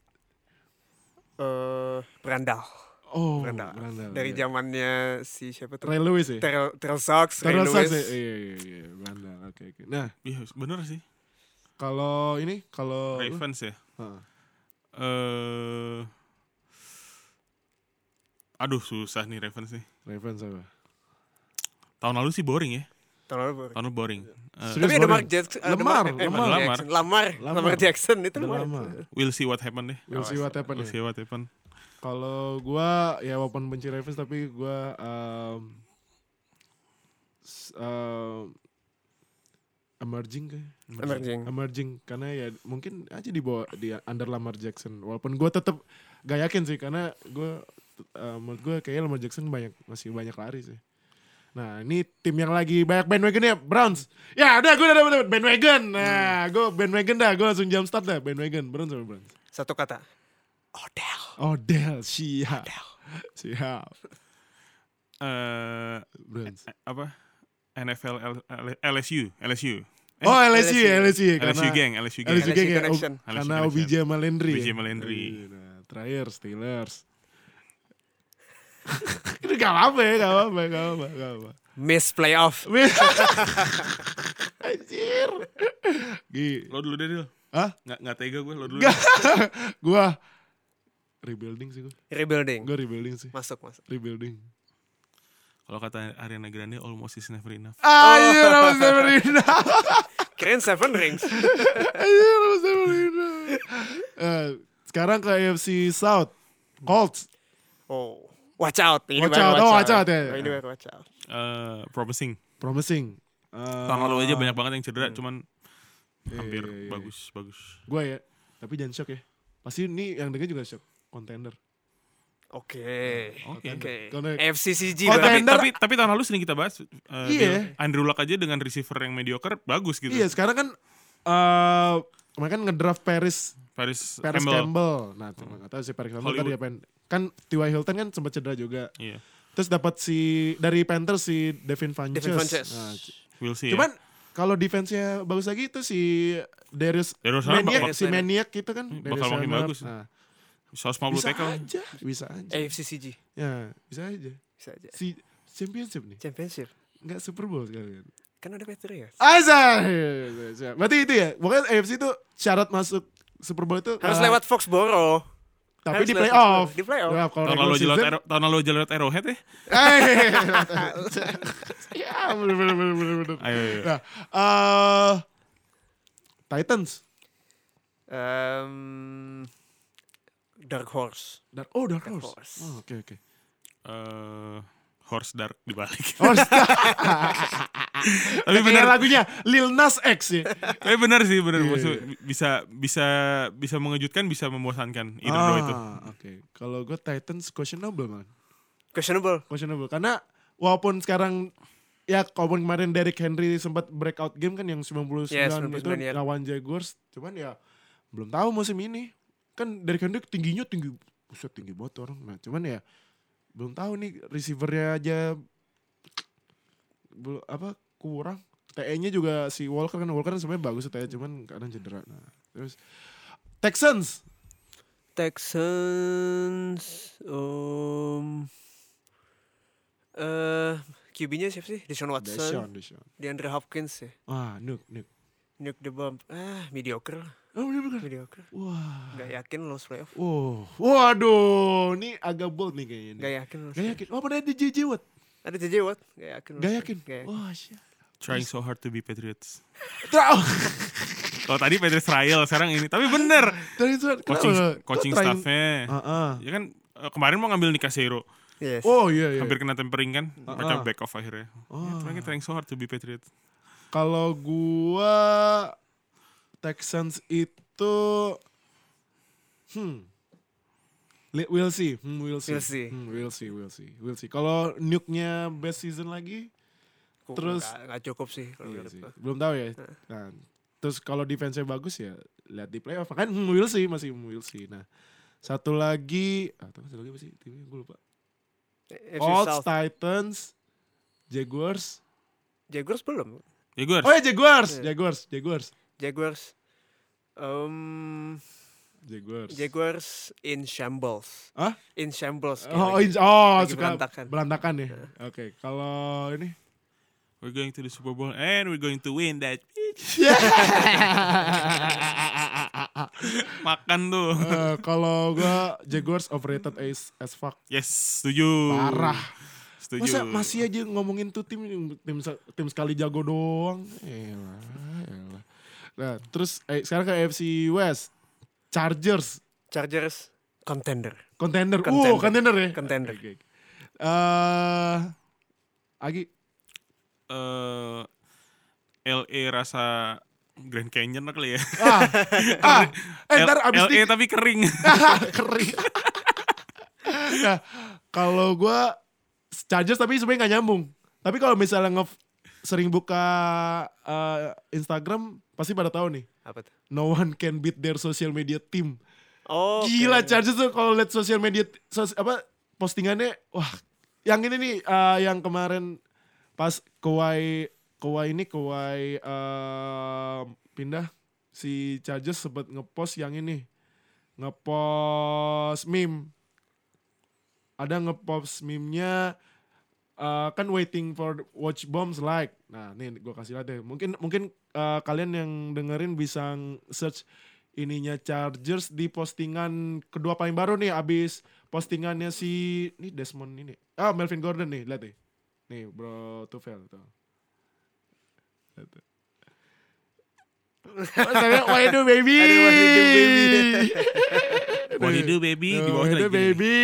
Speaker 3: Eh, Brandal.
Speaker 2: Oh,
Speaker 3: Brandal.
Speaker 2: Brandal.
Speaker 3: Dari zamannya si siapa tuh?
Speaker 2: Ray Lewis ya.
Speaker 3: Terrell Terrell Sox, Ray
Speaker 2: Terrell
Speaker 3: Lewis.
Speaker 2: Suggs ya? Iya, iya, iya. Brandal. Oke, oke. Nah,
Speaker 4: Iya, bener sih.
Speaker 2: kalau ini, kalau Ah,
Speaker 4: Ravens ya.
Speaker 2: Heeh.
Speaker 4: Eh, aduh susah nih Ravens nih.
Speaker 2: Ravens apa?
Speaker 4: Tahun lalu sih boring ya.
Speaker 3: Tahun lalu boring.
Speaker 4: Tahun lalu boring. Eh,
Speaker 2: Serius
Speaker 3: Tapi ada
Speaker 2: boring.
Speaker 3: Mark Jackson. ada
Speaker 2: Lemar,
Speaker 3: Mark- eh,
Speaker 2: Lemar.
Speaker 3: Mark
Speaker 4: Lamar.
Speaker 3: Jackson. Lamar.
Speaker 2: Lamar.
Speaker 3: Lamar Jackson itu
Speaker 2: Udah
Speaker 3: Lamar.
Speaker 2: lama.
Speaker 4: we'll see what happen deh.
Speaker 2: We'll see what happen
Speaker 4: We'll
Speaker 2: ya.
Speaker 4: see what happen.
Speaker 2: Kalau gua ya walaupun benci Ravens tapi gua um, s- um, emerging kayaknya.
Speaker 3: Emerging.
Speaker 2: Emerging karena ya mungkin aja di bawah di under Lamar Jackson. Walaupun gua tetap gak yakin sih karena gua t- uh, menurut gua kayaknya Lamar Jackson banyak masih banyak lari sih. Nah, ini tim yang lagi banyak bandwagon ya, Browns. Ya, udah gua udah dapet bandwagon. Nah, gua bandwagon dah, gua langsung jump start dah bandwagon Browns sama Browns.
Speaker 3: Satu kata. Odell.
Speaker 2: Odell siap. Siap.
Speaker 4: Eh,
Speaker 2: Browns.
Speaker 4: apa? NFL L- L- LSU, LSU. Eh,
Speaker 2: Oh LSU, LSU,
Speaker 4: LSU geng, LSU geng.
Speaker 2: LSU
Speaker 3: LSU
Speaker 2: geng ya,
Speaker 3: Connection.
Speaker 2: ob- karena
Speaker 4: LSU
Speaker 2: OBJ sama Landry.
Speaker 4: OBJ
Speaker 2: ya.
Speaker 4: sama Landry.
Speaker 2: Iya, nah, Terakhir Steelers. Ini gak apa-apa ya, gak apa-apa, gak apa-apa, gak apa-apa.
Speaker 3: Miss playoff.
Speaker 2: Anjir. Gi,
Speaker 4: Lo dulu deh, Dil.
Speaker 2: Hah?
Speaker 4: Nggak, nggak tega gue, lo dulu.
Speaker 2: gua rebuilding sih gua.
Speaker 3: Rebuilding.
Speaker 2: Gua rebuilding sih.
Speaker 3: Masuk, masuk.
Speaker 2: Rebuilding.
Speaker 4: Kalau kata Ariana Grande, almost is never enough.
Speaker 2: Anjir, apa Severina?
Speaker 3: Keren Seven Rings.
Speaker 2: Anjir, apa Severina? Eh, Sekarang ke AFC South. Colts.
Speaker 3: Oh. Watch out. Ini
Speaker 2: Watch
Speaker 3: baru
Speaker 2: out. Oh, watch out ya.
Speaker 3: Oh, ini baru watch out.
Speaker 4: Eh, promising.
Speaker 2: Promising. Eh,
Speaker 4: Tahun lalu aja banyak banget yang cedera, cuman hampir
Speaker 2: Hmm. iya, iya.
Speaker 4: bagus, bagus.
Speaker 2: Gue ya, tapi jangan shock ya. Pasti ini yang denger juga shock. Contender.
Speaker 3: Oke.
Speaker 4: Oke.
Speaker 3: Oke.
Speaker 2: Connect. Oh,
Speaker 3: FCCG.
Speaker 4: Tapi,
Speaker 3: berarti.
Speaker 2: Contender-
Speaker 4: tapi, tapi tahun lalu sering kita bahas. eh,
Speaker 2: Iya.
Speaker 4: Dil, Andrew Luck aja dengan receiver yang mediocre, bagus gitu.
Speaker 2: Iya, sekarang kan eh kemarin kan ngedraft Paris
Speaker 4: Paris,
Speaker 2: Paris
Speaker 4: Campbell. Hmm.
Speaker 2: Campbell. Nah, cuma nggak tahu sih Paris Campbell tadi
Speaker 4: Hollywood.
Speaker 2: apa. Kan T.Y. Hilton kan sempat cedera juga.
Speaker 4: Iya.
Speaker 2: Terus dapat si dari Panthers si Devin Funches.
Speaker 3: Devin Funches.
Speaker 2: Nah,
Speaker 4: We'll see.
Speaker 2: Cuman
Speaker 4: ya.
Speaker 2: kalau defense-nya bagus lagi itu si Darius,
Speaker 4: Darius Leonard
Speaker 2: Maniac,
Speaker 4: bakal- Hmm,
Speaker 2: si Maniac gitu kan.
Speaker 4: Bakal
Speaker 2: Darius
Speaker 4: makin
Speaker 2: Leonard.
Speaker 4: bagus.
Speaker 2: Nah,
Speaker 4: 150
Speaker 2: bisa
Speaker 4: tackle.
Speaker 2: aja, bisa
Speaker 3: Eh,
Speaker 2: aja.
Speaker 3: AFCCG
Speaker 2: Ya, bisa aja.
Speaker 3: bisa aja.
Speaker 2: Si championship nih,
Speaker 3: Championship
Speaker 2: nggak Super Bowl sekalian.
Speaker 3: kan ada Patriots.
Speaker 2: Ah. Azar. Berarti itu ya. Pokoknya AFC itu syarat masuk Super Bowl itu
Speaker 3: Harus
Speaker 2: eh,
Speaker 3: lewat Foxboro.
Speaker 2: tapi
Speaker 3: harus
Speaker 2: di
Speaker 3: lewat
Speaker 2: playoff.
Speaker 3: Foxboro. Di playoff.
Speaker 2: Nah, kalau
Speaker 4: Tahun
Speaker 2: regular
Speaker 4: lalu
Speaker 2: season-
Speaker 4: jelas tahun lalu jelas Arrowhead ya.
Speaker 2: Eh, Ya, bener bener bener bener bener.
Speaker 4: Ayo, ayo, ayo.
Speaker 2: Nah, eh, Titans.
Speaker 3: Em, Dark Horse.
Speaker 2: Dar oh, Dark
Speaker 3: Dark
Speaker 2: Horse.
Speaker 3: Horse.
Speaker 2: Oh, Oke oke.
Speaker 4: Eh, Horse Dark dibalik.
Speaker 2: Horse.
Speaker 4: Tapi
Speaker 2: Kayak
Speaker 4: benar
Speaker 2: lagunya Lil Nas X ya.
Speaker 4: tapi benar sih benar
Speaker 2: Iya,
Speaker 4: maksud
Speaker 2: iya.
Speaker 4: bisa bisa bisa mengejutkan bisa membosankan either
Speaker 2: Ah,
Speaker 4: dua itu.
Speaker 2: Oke. Kalau gue Titans questionable man.
Speaker 3: Questionable.
Speaker 2: Questionable karena walaupun sekarang ya walaupun kemarin Derrick Henry sempat breakout game kan yang 99
Speaker 3: Yes,
Speaker 2: itu
Speaker 3: 99, ya.
Speaker 2: lawan Jaguars. Cuman ya belum tahu musim ini. Kan Derrick Henry tingginya tinggi buset tinggi banget orang. Nah, cuman ya belum tahu nih receivernya aja belum apa kurang. TE-nya juga si Walker kan Walker kan sebenarnya bagus TE cuman kadang cedera. Nah, terus Texans
Speaker 3: Texans. Um, eh QB-nya siapa sih? Deshaun Watson.
Speaker 2: Deshaun, Deshaun.
Speaker 3: DeAndre Hopkins ya.
Speaker 2: Wah, nuk, nuk.
Speaker 3: Nuke the Bump. Ah, mediocre lah.
Speaker 2: Oh, bener bener.
Speaker 3: Mediocre.
Speaker 2: Wah.
Speaker 3: Gak yakin lolos playoff.
Speaker 2: Wow. Uh. Waduh, ini agak bold nih kayaknya. nih.
Speaker 3: Gak yakin lolos.
Speaker 2: Gak yakin. Oh, padahal di JJ Watt.
Speaker 3: playoff. Ada JJ Watt. Gak yakin.
Speaker 2: Gak
Speaker 3: lolos
Speaker 2: yakin. Oh.
Speaker 3: playoff. Gak yakin.
Speaker 2: Wah, shit.
Speaker 4: Trying so hard to be Patriots.
Speaker 2: Tra- oh,
Speaker 4: Kalau tadi Patriots trial sekarang ini. Tapi bener
Speaker 2: Dari itu
Speaker 4: coaching
Speaker 2: kenapa? Gua
Speaker 4: coaching
Speaker 2: trying-
Speaker 4: staffnya.
Speaker 2: Ah, ah.
Speaker 4: Ya kan eh, kemarin mau ngambil Nika Seiro,
Speaker 3: Yes.
Speaker 2: Oh iya iya.
Speaker 4: hampir kena tempering kan, mereka
Speaker 2: Ah.
Speaker 4: back off akhirnya. Ya,
Speaker 2: Ah.
Speaker 4: Cuma kita trying so hard to be Patriots.
Speaker 2: Kalau gua Texans itu hmm Li- We'll see, Hmm, we'll see,
Speaker 3: We'll see.
Speaker 2: Hmm, we'll see, we'll see, we'll see. Kalau nuke-nya best season lagi,
Speaker 3: Kok
Speaker 2: terus-
Speaker 3: Gak, gak cukup sih. Kalau
Speaker 2: Iya
Speaker 3: menurut
Speaker 2: sih.
Speaker 3: gua.
Speaker 2: Belum tahu ya. Nah, terus kalau defense-nya bagus ya lihat di playoff kan hmm, we'll see masih hmm, we'll see. Nah, satu lagi, ah, tunggu, satu lagi apa sih timnya gue lupa.
Speaker 3: AFC
Speaker 2: Colts,
Speaker 3: Eh, South.
Speaker 2: Titans, Jaguars.
Speaker 3: Jaguars belum.
Speaker 4: Ya gue harus
Speaker 2: Oh ya Jaguars,
Speaker 3: Iya.
Speaker 2: Jaguars, Jaguars.
Speaker 3: Jaguars. Um,
Speaker 2: Jaguars.
Speaker 3: Jaguars in shambles.
Speaker 2: Hah?
Speaker 3: In shambles. sekali
Speaker 2: Oh,
Speaker 3: lagi.
Speaker 2: in- oh
Speaker 3: Lagi
Speaker 2: suka berantakan.
Speaker 3: berantakan. Iya.
Speaker 2: ya. Oke, kalau ini
Speaker 4: We're going to the Super Bowl and we're going to win that bitch. Makan tuh.
Speaker 2: eh, kalau gua Jaguars overrated as, as fuck.
Speaker 4: Yes, setuju.
Speaker 2: Parah.
Speaker 4: Setuju.
Speaker 2: Masa masih aja ngomongin tuh tim tim tim sekali jago doang. Elah, elah. Nah, terus eh, sekarang ke AFC West. Chargers
Speaker 3: Chargers contender.
Speaker 2: contender. Uh,
Speaker 3: Contender.
Speaker 2: contender ya.
Speaker 3: Contender.
Speaker 2: Oke, oke. Eh, Agi
Speaker 4: Eh, LA rasa Grand Canyon lah kali ya.
Speaker 2: ah, ah. Eh,
Speaker 4: L-
Speaker 2: ntar abis
Speaker 4: LA
Speaker 2: ini
Speaker 4: tapi kering.
Speaker 2: kering. nah, kalau gua Chargers tapi sebenarnya nggak nyambung. Tapi kalau misalnya nge sering buka eh, Instagram pasti pada tahu nih.
Speaker 3: Apa tuh?
Speaker 2: No one can beat their social media team.
Speaker 3: Oh.
Speaker 2: Gila Chargers tuh kalau lihat social media sos- apa postingannya wah yang ini nih eh, yang kemarin pas Kawhi Kawhi ini Kawhi eh, pindah si Chargers sempat ngepost yang ini ngepost meme ada ngepost meme-nya eh, kan waiting for watch bombs like nah nih gue kasih lihat deh mungkin mungkin eh, kalian yang dengerin bisa search ininya Chargers di postingan kedua paling baru nih abis postingannya si ini Desmond ini ah Melvin Gordon nih lihat deh nih bro Tufel tuh Lihat tuh. Saya, What you do baby?
Speaker 3: Aduh, what you do, baby?
Speaker 4: What
Speaker 2: Oh, itu
Speaker 4: do you do baby? Di bawahnya lagi gini.
Speaker 2: baby.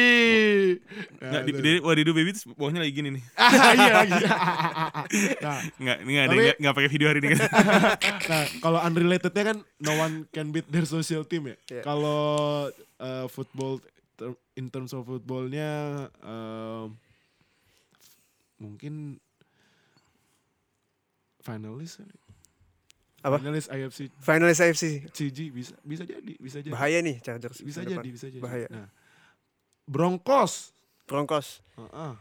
Speaker 4: Nggak, di,
Speaker 2: Nah,
Speaker 4: di, what do you do baby? Terus bawahnya lagi gini nih.
Speaker 2: Ah, iya lagi. nah,
Speaker 4: Nggak, ini nggak ada
Speaker 2: Tapi-
Speaker 4: nggak- nggak pakai video hari ini kan.
Speaker 2: nah kalau unrelatednya kan no one can beat their social team ya.
Speaker 3: Iya.
Speaker 2: Kalau uh, football ter- in terms of footballnya um, mungkin finalis kali.
Speaker 3: Apa?
Speaker 2: finalis IFC
Speaker 3: Finalis AFC.
Speaker 2: CG bisa bisa jadi bisa jadi
Speaker 3: Bahaya nih Chargers.
Speaker 2: Iya. bisa
Speaker 3: ke
Speaker 2: jadi
Speaker 3: depan.
Speaker 2: bisa jadi
Speaker 3: Bahaya.
Speaker 2: nah Broncos
Speaker 3: Broncos.
Speaker 2: Heeh.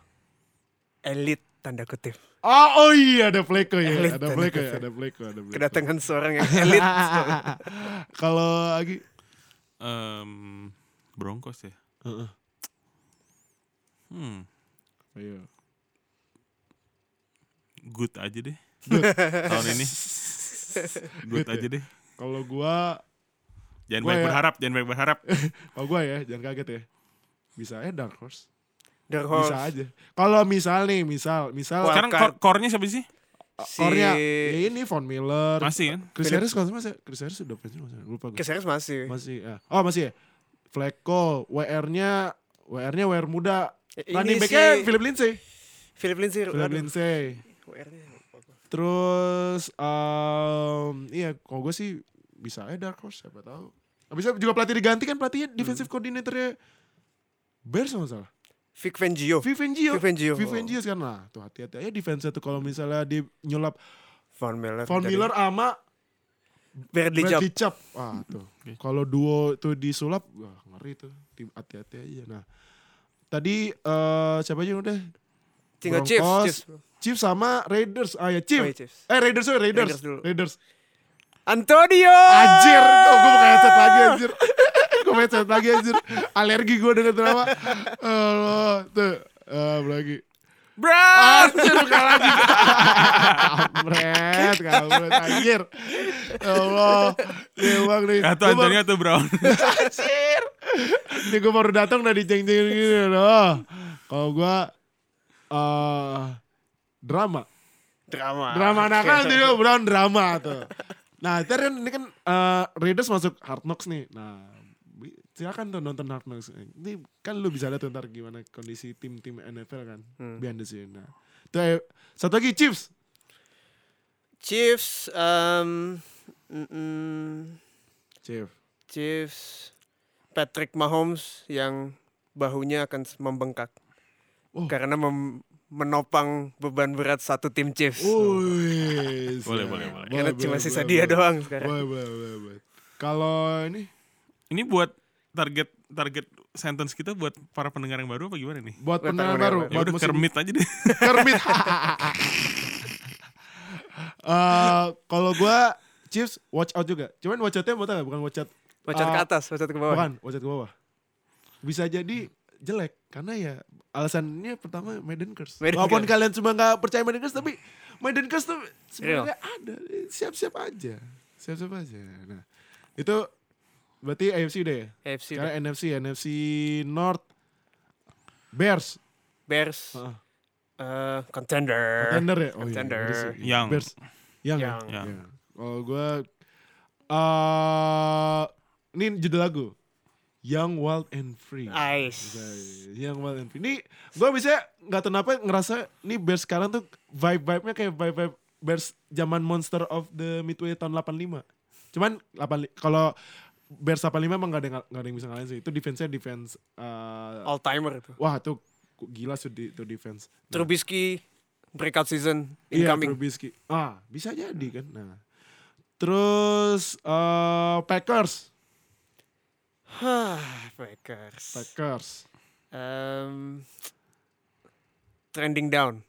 Speaker 3: elit tanda kutip.
Speaker 2: Oh, oh iya ada Pleko ya,
Speaker 3: Elit
Speaker 2: ada
Speaker 3: dan
Speaker 2: Pleko ya,
Speaker 3: efek.
Speaker 2: ada Pleko, ada Pleko.
Speaker 3: Kedatangan seorang yang elit.
Speaker 2: Kalau Agi
Speaker 4: Em, Broncos ya.
Speaker 2: Heeh.
Speaker 4: Hmm,
Speaker 2: Ayo.
Speaker 4: good aja deh. Tahun ini. Good
Speaker 2: Good ya.
Speaker 4: aja deh.
Speaker 2: Kalau gua,
Speaker 4: Jangan
Speaker 2: Gua
Speaker 4: banyak
Speaker 2: ya.
Speaker 4: berharap, jangan banyak berharap.
Speaker 2: kalau gua ya jangan kaget ya. Bisa eh Dark Horse.
Speaker 3: Dark Horse.
Speaker 2: Bisa aja. Kalau misal nih, misal, misal
Speaker 3: Wah,
Speaker 4: Sekarang
Speaker 3: Wildcard.
Speaker 4: core- core-nya siapa sih?
Speaker 3: Si
Speaker 2: Kornya ya ini Von Miller.
Speaker 4: Masih kan?
Speaker 2: Chris
Speaker 3: Philip-
Speaker 2: Harris kalau nggak salah, Chris Harris udah pensiun nggak salah, lupa gue.
Speaker 3: Keseres masih.
Speaker 2: Masih ya. Oh, masih ya. Flacco, WR-nya WR-nya WR muda.
Speaker 3: Ini
Speaker 2: Running
Speaker 3: si-
Speaker 2: back-nya Philip Lindsay.
Speaker 3: Philip Lindsay.
Speaker 2: Philip
Speaker 3: aduh,
Speaker 2: Lindsay.
Speaker 3: WR-nya apa gua?
Speaker 2: Terus em iya kalau gue sih bisa aja Dark Horse siapa tahu. Habisnya juga pelatih diganti kan pelatihnya
Speaker 3: Hmm.
Speaker 2: defensive coordinator-nya Bears kalau nggak salah.
Speaker 3: Vic Fangio.
Speaker 2: Viv Fangio.
Speaker 3: Viv Fangio.
Speaker 2: Viv Fangio ya? sekarang nah, tuh hati-hati aja defense tuh kalau misalnya dia nyulap
Speaker 3: Von Miller.
Speaker 2: Von Miller sama
Speaker 3: Bradley ya. Chubb.
Speaker 2: Bradley Chubb. Ah, tuh. Kalau duo tuh disulap, wah, ngeri tuh. Tim- Hati-hati aja. Nah, tadi eh siapa aja yang udah?
Speaker 3: Tinggal
Speaker 2: Broncos,
Speaker 3: Chiefs. Chiefs.
Speaker 2: Chiefs sama Raiders. Ah ya,
Speaker 3: Oh, iya,
Speaker 2: Chiefs.
Speaker 3: Chiefs.
Speaker 2: Eh Raiders, sorry, Raiders.
Speaker 3: Raiders dulu.
Speaker 2: Raiders.
Speaker 3: Antonio.
Speaker 2: Anjir, oh, gue pakai headset lagi anjir. gue pakai headset lagi anjir. Alergi gue dengan drama. Allah, tuh. Ah, apa lagi.
Speaker 3: Bro.
Speaker 2: Anjir, bukan lagi. Kampret, kampret, anjir. Ya Allah. Ya uang nih. Gua
Speaker 4: Atau
Speaker 2: baru-
Speaker 4: Antonio atau Brown.
Speaker 2: Anjir. Ini gue baru datang udah diceng-cengin gini loh. Kalau gue eh drama.
Speaker 3: Drama.
Speaker 2: Drama nakal tuh dia Brown drama tuh. Nah, ntar kan ini kan eh, Raiders masuk Hard Knocks nih. Nah, bi- silakan tuh nonton Hard Knocks. Ini kan lu bisa lihat tuh ntar gimana kondisi tim-tim NFL kan. Behind the scene. Nah, tuh, eh, satu lagi Chiefs.
Speaker 3: Chiefs. Um, mm, mm,
Speaker 2: Chiefs.
Speaker 3: Chiefs. Patrick Mahomes yang bahunya akan membengkak.
Speaker 2: Oh.
Speaker 3: Karena mem- menopang beban berat satu tim Chiefs.
Speaker 2: Wih,
Speaker 4: Boleh,
Speaker 2: siap.
Speaker 4: boleh, boleh.
Speaker 3: Karena
Speaker 2: boleh,
Speaker 3: cuma sisa
Speaker 2: boleh,
Speaker 3: dia
Speaker 2: boleh.
Speaker 3: doang sekarang.
Speaker 2: Boleh, boleh, boleh, boleh. Kalau ini
Speaker 4: Ini buat target target sentence kita buat para pendengar yang baru apa gimana nih?
Speaker 2: buat
Speaker 3: Buat
Speaker 2: pendengar
Speaker 3: pendengar
Speaker 2: baru,
Speaker 3: baru.
Speaker 4: Ya
Speaker 2: buat
Speaker 4: udah
Speaker 2: musim
Speaker 4: Kermit aja deh.
Speaker 2: Kermit. Eh, kalau gua Chiefs watch out juga. Cuman watch outnya mau tau nggak? bukan watch out.
Speaker 3: Wacat ke
Speaker 2: eh,
Speaker 3: atas, wacat ke bawah.
Speaker 2: Bukan, watch out ke bawah. Bisa jadi jelek karena ya alasannya pertama Maiden Curse.
Speaker 3: Maiden
Speaker 2: Walaupun
Speaker 3: Curse.
Speaker 2: kalian semua nggak percaya Maiden Curse tapi Maiden Curse tuh
Speaker 3: Iya.
Speaker 2: sebenarnya ada. Siap-siap aja. Siap-siap aja. Nah, itu berarti AFC udah ya?
Speaker 3: AFC
Speaker 2: Sekarang NFC, NFC North Bears.
Speaker 3: Bears.
Speaker 2: Heeh.
Speaker 3: eh, contender.
Speaker 2: Contender ya? Oh,
Speaker 3: Contender.
Speaker 2: Bears ya.
Speaker 4: Yang.
Speaker 2: Bears. Yang. ya?
Speaker 3: Yang.
Speaker 4: Yang.
Speaker 2: Ya. Kalau gue eh ini judul lagu Young Wild and Free.
Speaker 3: Ice.
Speaker 2: Iya, Young Wild and Free. Ini gue bisa nggak tahu kenapa ngerasa ini Bears sekarang tuh vibe-vibe-nya kayak vibe-vibe Bears zaman Monster of the Midway tahun 85. Cuman 85 kalau Bears 85 emang gak ada, yang- nggak ada yang bisa ngalahin sih. Itu defense-nya defense eh,
Speaker 3: All timer itu.
Speaker 2: wah tuh gila sih di- tuh defense.
Speaker 3: Trubisky breakout season
Speaker 2: Iya,
Speaker 3: incoming.
Speaker 2: Trubisky. Ah, bisa jadi kan. Nah. Terus eh Packers,
Speaker 3: Hah, Ah, Packers.
Speaker 2: Packers.
Speaker 3: Em, trending down,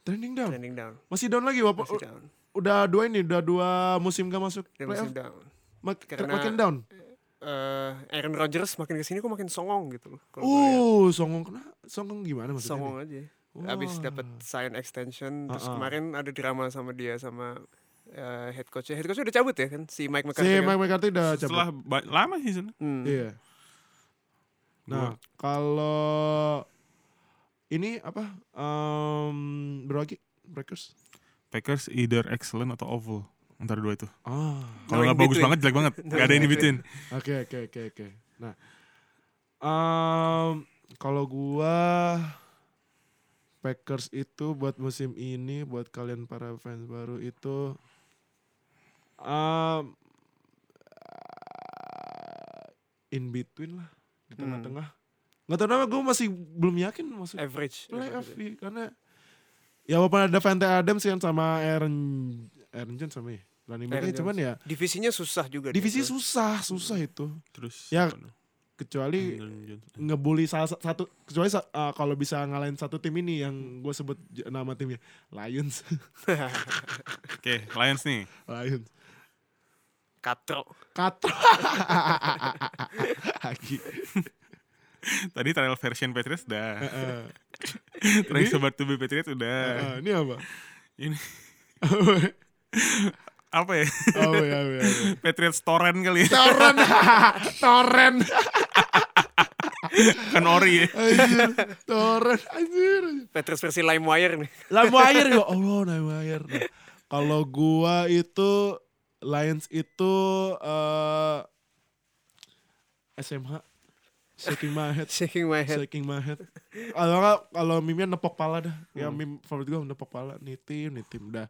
Speaker 2: Trending down. Oh,
Speaker 3: trending down.
Speaker 2: Masih down lagi walaupun
Speaker 3: Masih down.
Speaker 2: udah dua ini, udah dua musim gak masuk
Speaker 3: Dia
Speaker 2: playoff.
Speaker 3: masih down.
Speaker 2: Mak-
Speaker 3: Karena-
Speaker 2: makin down.
Speaker 3: Eh, Aaron Rodgers makin kesini kok makin songong gitu loh. kalau gua lihat.
Speaker 2: Uh, songong kena, songong gimana maksudnya?
Speaker 3: songong
Speaker 2: nih?
Speaker 3: aja.
Speaker 2: Wah.
Speaker 3: Abis dapat sign extension, terus
Speaker 2: Ah, ah.
Speaker 3: kemarin ada drama sama dia sama eh, head coach. Head coach udah cabut ya kan si Mike
Speaker 2: Si
Speaker 3: McCarthy. kan?
Speaker 2: Mike McCarthy udah cabut.
Speaker 4: Setelah ba- lama sih sebenarnya.
Speaker 3: Hmm.
Speaker 2: Iya. Nah, kalau ini apa? Um, berapa lagi? Packers.
Speaker 4: Packers either excellent atau awful. Antara dua itu.
Speaker 2: Ah.
Speaker 4: Kalau
Speaker 3: in
Speaker 4: nggak bagus
Speaker 3: between.
Speaker 4: banget, jelek banget. Gak ada yang di between.
Speaker 2: Oke oke oke oke. Nah, em, kalau gua Packers itu buat musim ini buat kalian para fans baru itu em, eh, in between lah di tengah-tengah. Nggak tahu nama gue masih belum yakin masuk
Speaker 3: Average.
Speaker 2: playoff
Speaker 3: average.
Speaker 2: sih, karena ya walaupun ada Davante Adams kan sama Aaron Aaron Jones sama ya. Running back-nya,
Speaker 3: Aaron
Speaker 2: cuman ya
Speaker 3: Divisinya susah juga. dia
Speaker 2: divisi
Speaker 3: tuh.
Speaker 2: susah susah itu.
Speaker 4: Terus
Speaker 2: Ya,
Speaker 4: Iya.
Speaker 2: kecuali ngebully salah sa- satu kecuali sa- eh, kalau bisa ngalahin satu tim ini yang gue sebut j- nama timnya Lions
Speaker 4: Oke, Lions nih.
Speaker 2: Lions
Speaker 3: Katro.
Speaker 2: Katro Aki
Speaker 4: Tadi trial version Patriots udah.
Speaker 2: Eh,
Speaker 4: Trial sobat to be Patriots
Speaker 2: eh,
Speaker 4: udah.
Speaker 2: ini apa
Speaker 4: Ini apa ya?
Speaker 2: oh ya ya
Speaker 4: Patriots torrent kali ya.
Speaker 2: Toren Toren
Speaker 4: Kan ori ya.
Speaker 2: anjir Toren anjir
Speaker 3: Petrus versi LimeWire nih.
Speaker 2: Lambayer ya Allah Lambayer nah, kalau gua itu Lions itu eh SMH shaking my head
Speaker 3: Shaking my head.
Speaker 2: shaking my head kalau nggak kalau mimnya nepok pala dah ya mim favorit gue nepok pala nih tim nih tim dah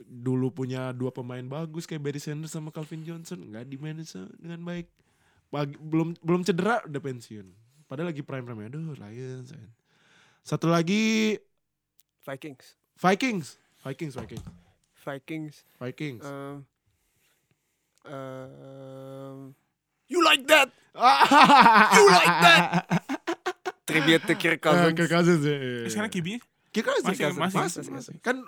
Speaker 2: dulu punya dua pemain bagus kayak Barry Sanders sama Calvin Johnson nggak di manage dengan baik Pagi- belum belum cedera udah pensiun padahal lagi prime prime aduh Lions Lions. satu lagi
Speaker 3: Vikings.
Speaker 2: Vikings Vikings Vikings
Speaker 3: Vikings.
Speaker 2: Vikings
Speaker 3: Um, um, you like that? You like that? Tribute to Kirk
Speaker 2: Ah,
Speaker 3: Cousins.
Speaker 2: Kirk Cousins ya, ya, ya.
Speaker 4: Sekarang kibinya
Speaker 2: Kirk Cousins,
Speaker 4: Masih,
Speaker 2: Cousins.
Speaker 4: masih,
Speaker 2: Masih, masih. kan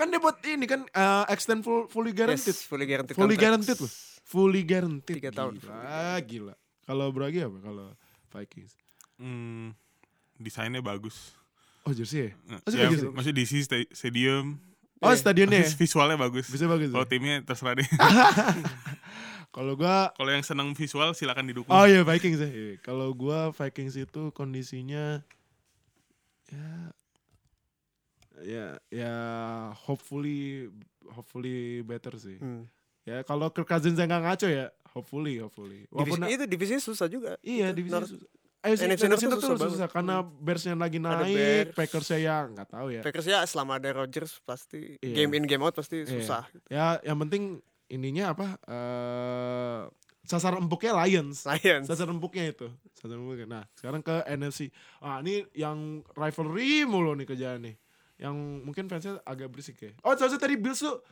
Speaker 2: kan dia buat ini kan eh, extend full fully guaranteed
Speaker 3: Yes, fully guaranteed.
Speaker 2: Fully
Speaker 3: contract.
Speaker 2: guaranteed loh. Fully guaranteed.
Speaker 3: Tiga tahun.
Speaker 2: Gila, gila. Kalau Bragi apa? Kalau Vikings.
Speaker 4: hmm, desainnya bagus.
Speaker 2: Oh jersey ya? Oh, suka
Speaker 4: Ya,
Speaker 2: jersey?
Speaker 4: masih diisi sta- stadium.
Speaker 2: Oh stadionnya ya?
Speaker 4: Terus visualnya bagus.
Speaker 2: Bisa bagus ya?
Speaker 4: Kalau Oh, timnya terserah deh.
Speaker 2: Kalau gua
Speaker 4: Kalau yang senang visual silakan didukung.
Speaker 2: Oh iya Vikings ya. Iya. Kalau gua Vikings itu kondisinya ya ya ya hopefully hopefully better sih.
Speaker 3: Hmm.
Speaker 2: Ya kalau Kirk Cousins yang nggak ngaco ya hopefully hopefully.
Speaker 3: Divisi,
Speaker 2: Walaupun
Speaker 3: itu divisinya susah juga.
Speaker 2: Iya
Speaker 3: Itu
Speaker 2: divisi
Speaker 3: North-
Speaker 2: susah. Eh,
Speaker 3: NFC
Speaker 2: NFC North
Speaker 3: North tuh susah
Speaker 2: tuh
Speaker 3: banget. Hmm.
Speaker 2: susah karena Bearsnya lagi
Speaker 3: Ada
Speaker 2: naik,
Speaker 3: Bears.
Speaker 2: Packersnya yang nggak tahu ya.
Speaker 3: Packers ya selama ada Rodgers pasti
Speaker 2: Iya.
Speaker 3: game in game out pasti
Speaker 2: Iya.
Speaker 3: susah.
Speaker 2: Ya yang penting ininya apa? eh sasar empuknya Lions.
Speaker 3: Lions.
Speaker 2: Sasar empuknya itu. Sasar empuknya. Nah, sekarang ke NFC. Ah, ini yang rivalry mulu nih kerjaan nih. Yang mungkin fansnya agak berisik ya. Oh, soalnya tadi Bills tuh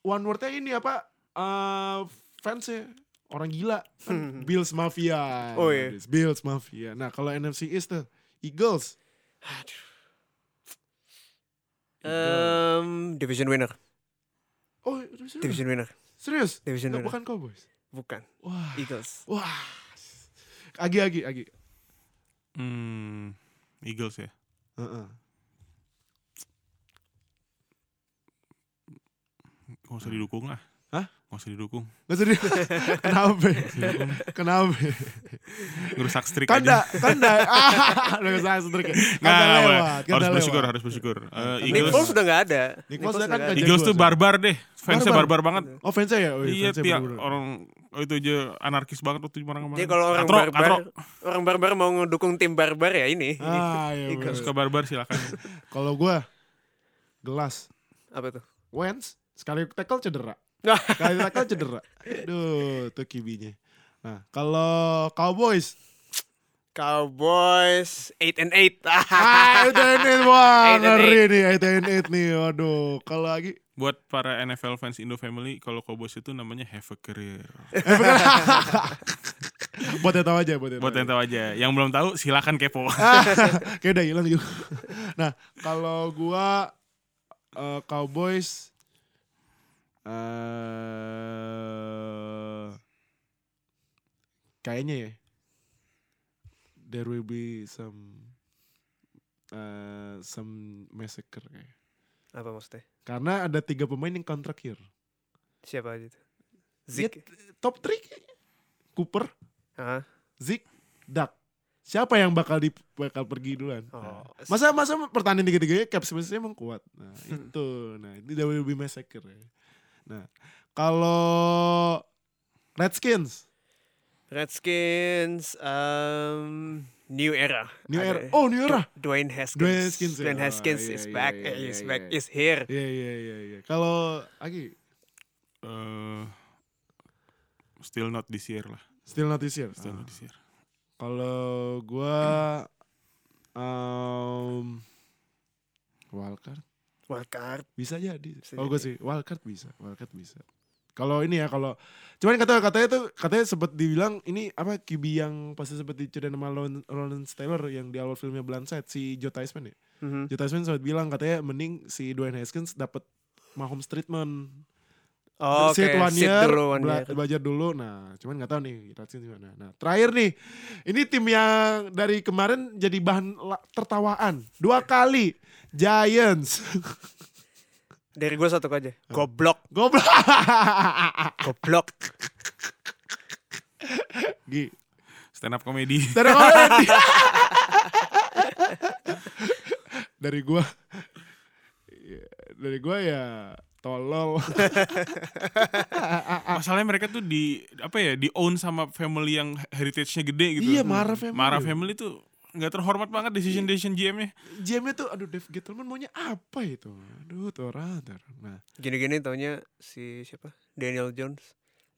Speaker 2: one wordnya ini apa? Eh fansnya orang gila. Kan Bills Mafia.
Speaker 3: Oh, iya.
Speaker 2: Bills Mafia. Nah, kalau NFC East tuh Eagles.
Speaker 3: Aduh. Em, division winner.
Speaker 2: Oh, serius?
Speaker 3: Division winner.
Speaker 2: serius?
Speaker 3: Division
Speaker 2: Nggak,
Speaker 3: winner.
Speaker 2: bukan Cowboys.
Speaker 3: Bukan.
Speaker 2: Wah,
Speaker 3: Eagles.
Speaker 2: wah. Agi, agi, agi.
Speaker 4: Hmm, Eagles ya.
Speaker 2: Heeh.
Speaker 4: Gak usah didukung lah.
Speaker 2: Hmm. Hah?
Speaker 4: Gak usah didukung.
Speaker 2: Nggak serius. Kenapa? ya? Kenapa? ya?
Speaker 4: Ngerusak streak
Speaker 2: Kanda,
Speaker 4: aja.
Speaker 2: kanda. Ah, udah salah setrika.
Speaker 4: Nggak,
Speaker 2: Kanda
Speaker 4: nggak boleh.
Speaker 2: lewat,
Speaker 4: harus
Speaker 2: kanda
Speaker 4: bersyukur,
Speaker 2: lewat.
Speaker 4: harus bersyukur. Eh,
Speaker 2: Nick
Speaker 3: Nick
Speaker 4: Eagles,
Speaker 3: Foles udah nggak ada.
Speaker 2: Nick Foles udah kan
Speaker 3: nggak
Speaker 2: ke-
Speaker 4: Eagles tuh
Speaker 2: Jaguars,
Speaker 4: barbar deh. Fansnya
Speaker 2: Barbar.
Speaker 4: barbar banget.
Speaker 2: Oh, fansnya ya? Oh,
Speaker 4: Iya,
Speaker 2: fansnya
Speaker 4: tiap
Speaker 2: bener-bener.
Speaker 4: orang oh, itu aja anarkis banget tuh orang kemarin.
Speaker 3: Jadi kalau orang
Speaker 4: Katro,
Speaker 3: barbar,
Speaker 4: katro.
Speaker 3: orang barbar mau ngedukung tim barbar ya ini.
Speaker 2: Ah, iya bener.
Speaker 3: Eagles.
Speaker 4: suka barbar silakan.
Speaker 2: Kalau gue, gelas.
Speaker 3: Apa tuh?
Speaker 2: Wentz, sekali tackle cedera. Sekali tackle cedera. Aduh, tuh kibinya. Nah, kalau Cowboys,
Speaker 3: Cowboys 8 and 8.
Speaker 2: Ah, itu and it wah
Speaker 3: Eight and
Speaker 2: ngeri nih itu and it nih, waduh. Kalau lagi,
Speaker 4: Buat para NFL fans Indo Family, kalau Cowboys itu namanya have a career.
Speaker 2: buat yang tahu aja, buat yang
Speaker 4: Buat yang
Speaker 2: tahu.
Speaker 4: tahu aja, yang belum tahu silakan kepo.
Speaker 2: aja. Kayak udah hilang juga. Nah, kalau gua eh, Cowboys eh kayaknya ya there will be some eh some massacre kayak.
Speaker 3: Apa maksudnya?
Speaker 2: Karena ada tiga pemain yang kontrak here.
Speaker 3: Siapa aja tuh?
Speaker 2: Dia
Speaker 3: Zeke.
Speaker 2: t- top 3 Cooper,
Speaker 3: Hah?
Speaker 2: Zik, Dak. Siapa yang bakal di bakal pergi duluan?
Speaker 3: Oh.
Speaker 2: Nah. Masa masa pertandingan tiga-tiganya Caps sebenarnya emang kuat. Nah,
Speaker 4: Hmm.
Speaker 2: itu. Nah, itu udah lebih massacre. ya. Nah, kalau Redskins,
Speaker 3: Redskins um, New Era.
Speaker 2: New
Speaker 3: Ada-
Speaker 2: Era. Oh, New Era.
Speaker 3: Dwayne Haskins.
Speaker 2: Dwayne Haskins, ya.
Speaker 3: Dwayne
Speaker 2: Oh,
Speaker 3: Haskins
Speaker 2: iya,
Speaker 3: is
Speaker 2: iya,
Speaker 3: back.
Speaker 2: iya,
Speaker 3: is
Speaker 2: iya,
Speaker 3: back.
Speaker 2: iya.
Speaker 3: Is here.
Speaker 2: Iya, iya, iya, iya. Kalau Aki
Speaker 4: Eh, still not this year lah.
Speaker 2: still not this year.
Speaker 4: Still
Speaker 2: Ah.
Speaker 4: not this year.
Speaker 2: Kalau gua um, wildcard
Speaker 3: Wildcard.
Speaker 2: bisa jadi.
Speaker 3: Bisa
Speaker 2: Oh, gua sih
Speaker 3: jadi.
Speaker 2: wildcard bisa, wildcard bisa. Kalau ini ya kalau cuman kata katanya tuh katanya sempat dibilang ini apa QB yang pasti sempat diceritain sama Lawrence, Lawrence Taylor yang di awal filmnya Blindside si Joe Theismann ya.
Speaker 3: Mhm.
Speaker 2: Joe Theismann sempat bilang katanya mending si Dwayne Haskins dapat Mahomes treatment.
Speaker 3: Oh,
Speaker 2: Sit one
Speaker 3: Sit
Speaker 2: year,
Speaker 3: dulu one
Speaker 2: bela-
Speaker 3: year.
Speaker 2: belajar dulu. Nah, cuman nggak tahu nih Haskins gimana. Nah, terakhir nih, ini tim yang dari kemarin jadi bahan la- tertawaan dua kali Giants.
Speaker 3: Dari gue satu aja.
Speaker 2: Oh.
Speaker 3: Goblok,
Speaker 2: Goblok.
Speaker 3: goblok.
Speaker 2: Gi.
Speaker 4: Stand up comedy.
Speaker 2: Stand up comedy. dari gua ya, dari gua ya tolol.
Speaker 4: Masalahnya mereka tuh di apa ya, di own sama family yang heritage-nya gede gitu.
Speaker 2: Iya, Mara family.
Speaker 4: Mara family tuh nggak terhormat banget decision decision GM-nya.
Speaker 2: GM-nya tuh aduh Dave Gettleman maunya apa itu? Aduh, tuh orang. tuh orang. Nah,
Speaker 3: Gini-gini taunya si siapa? Daniel Jones.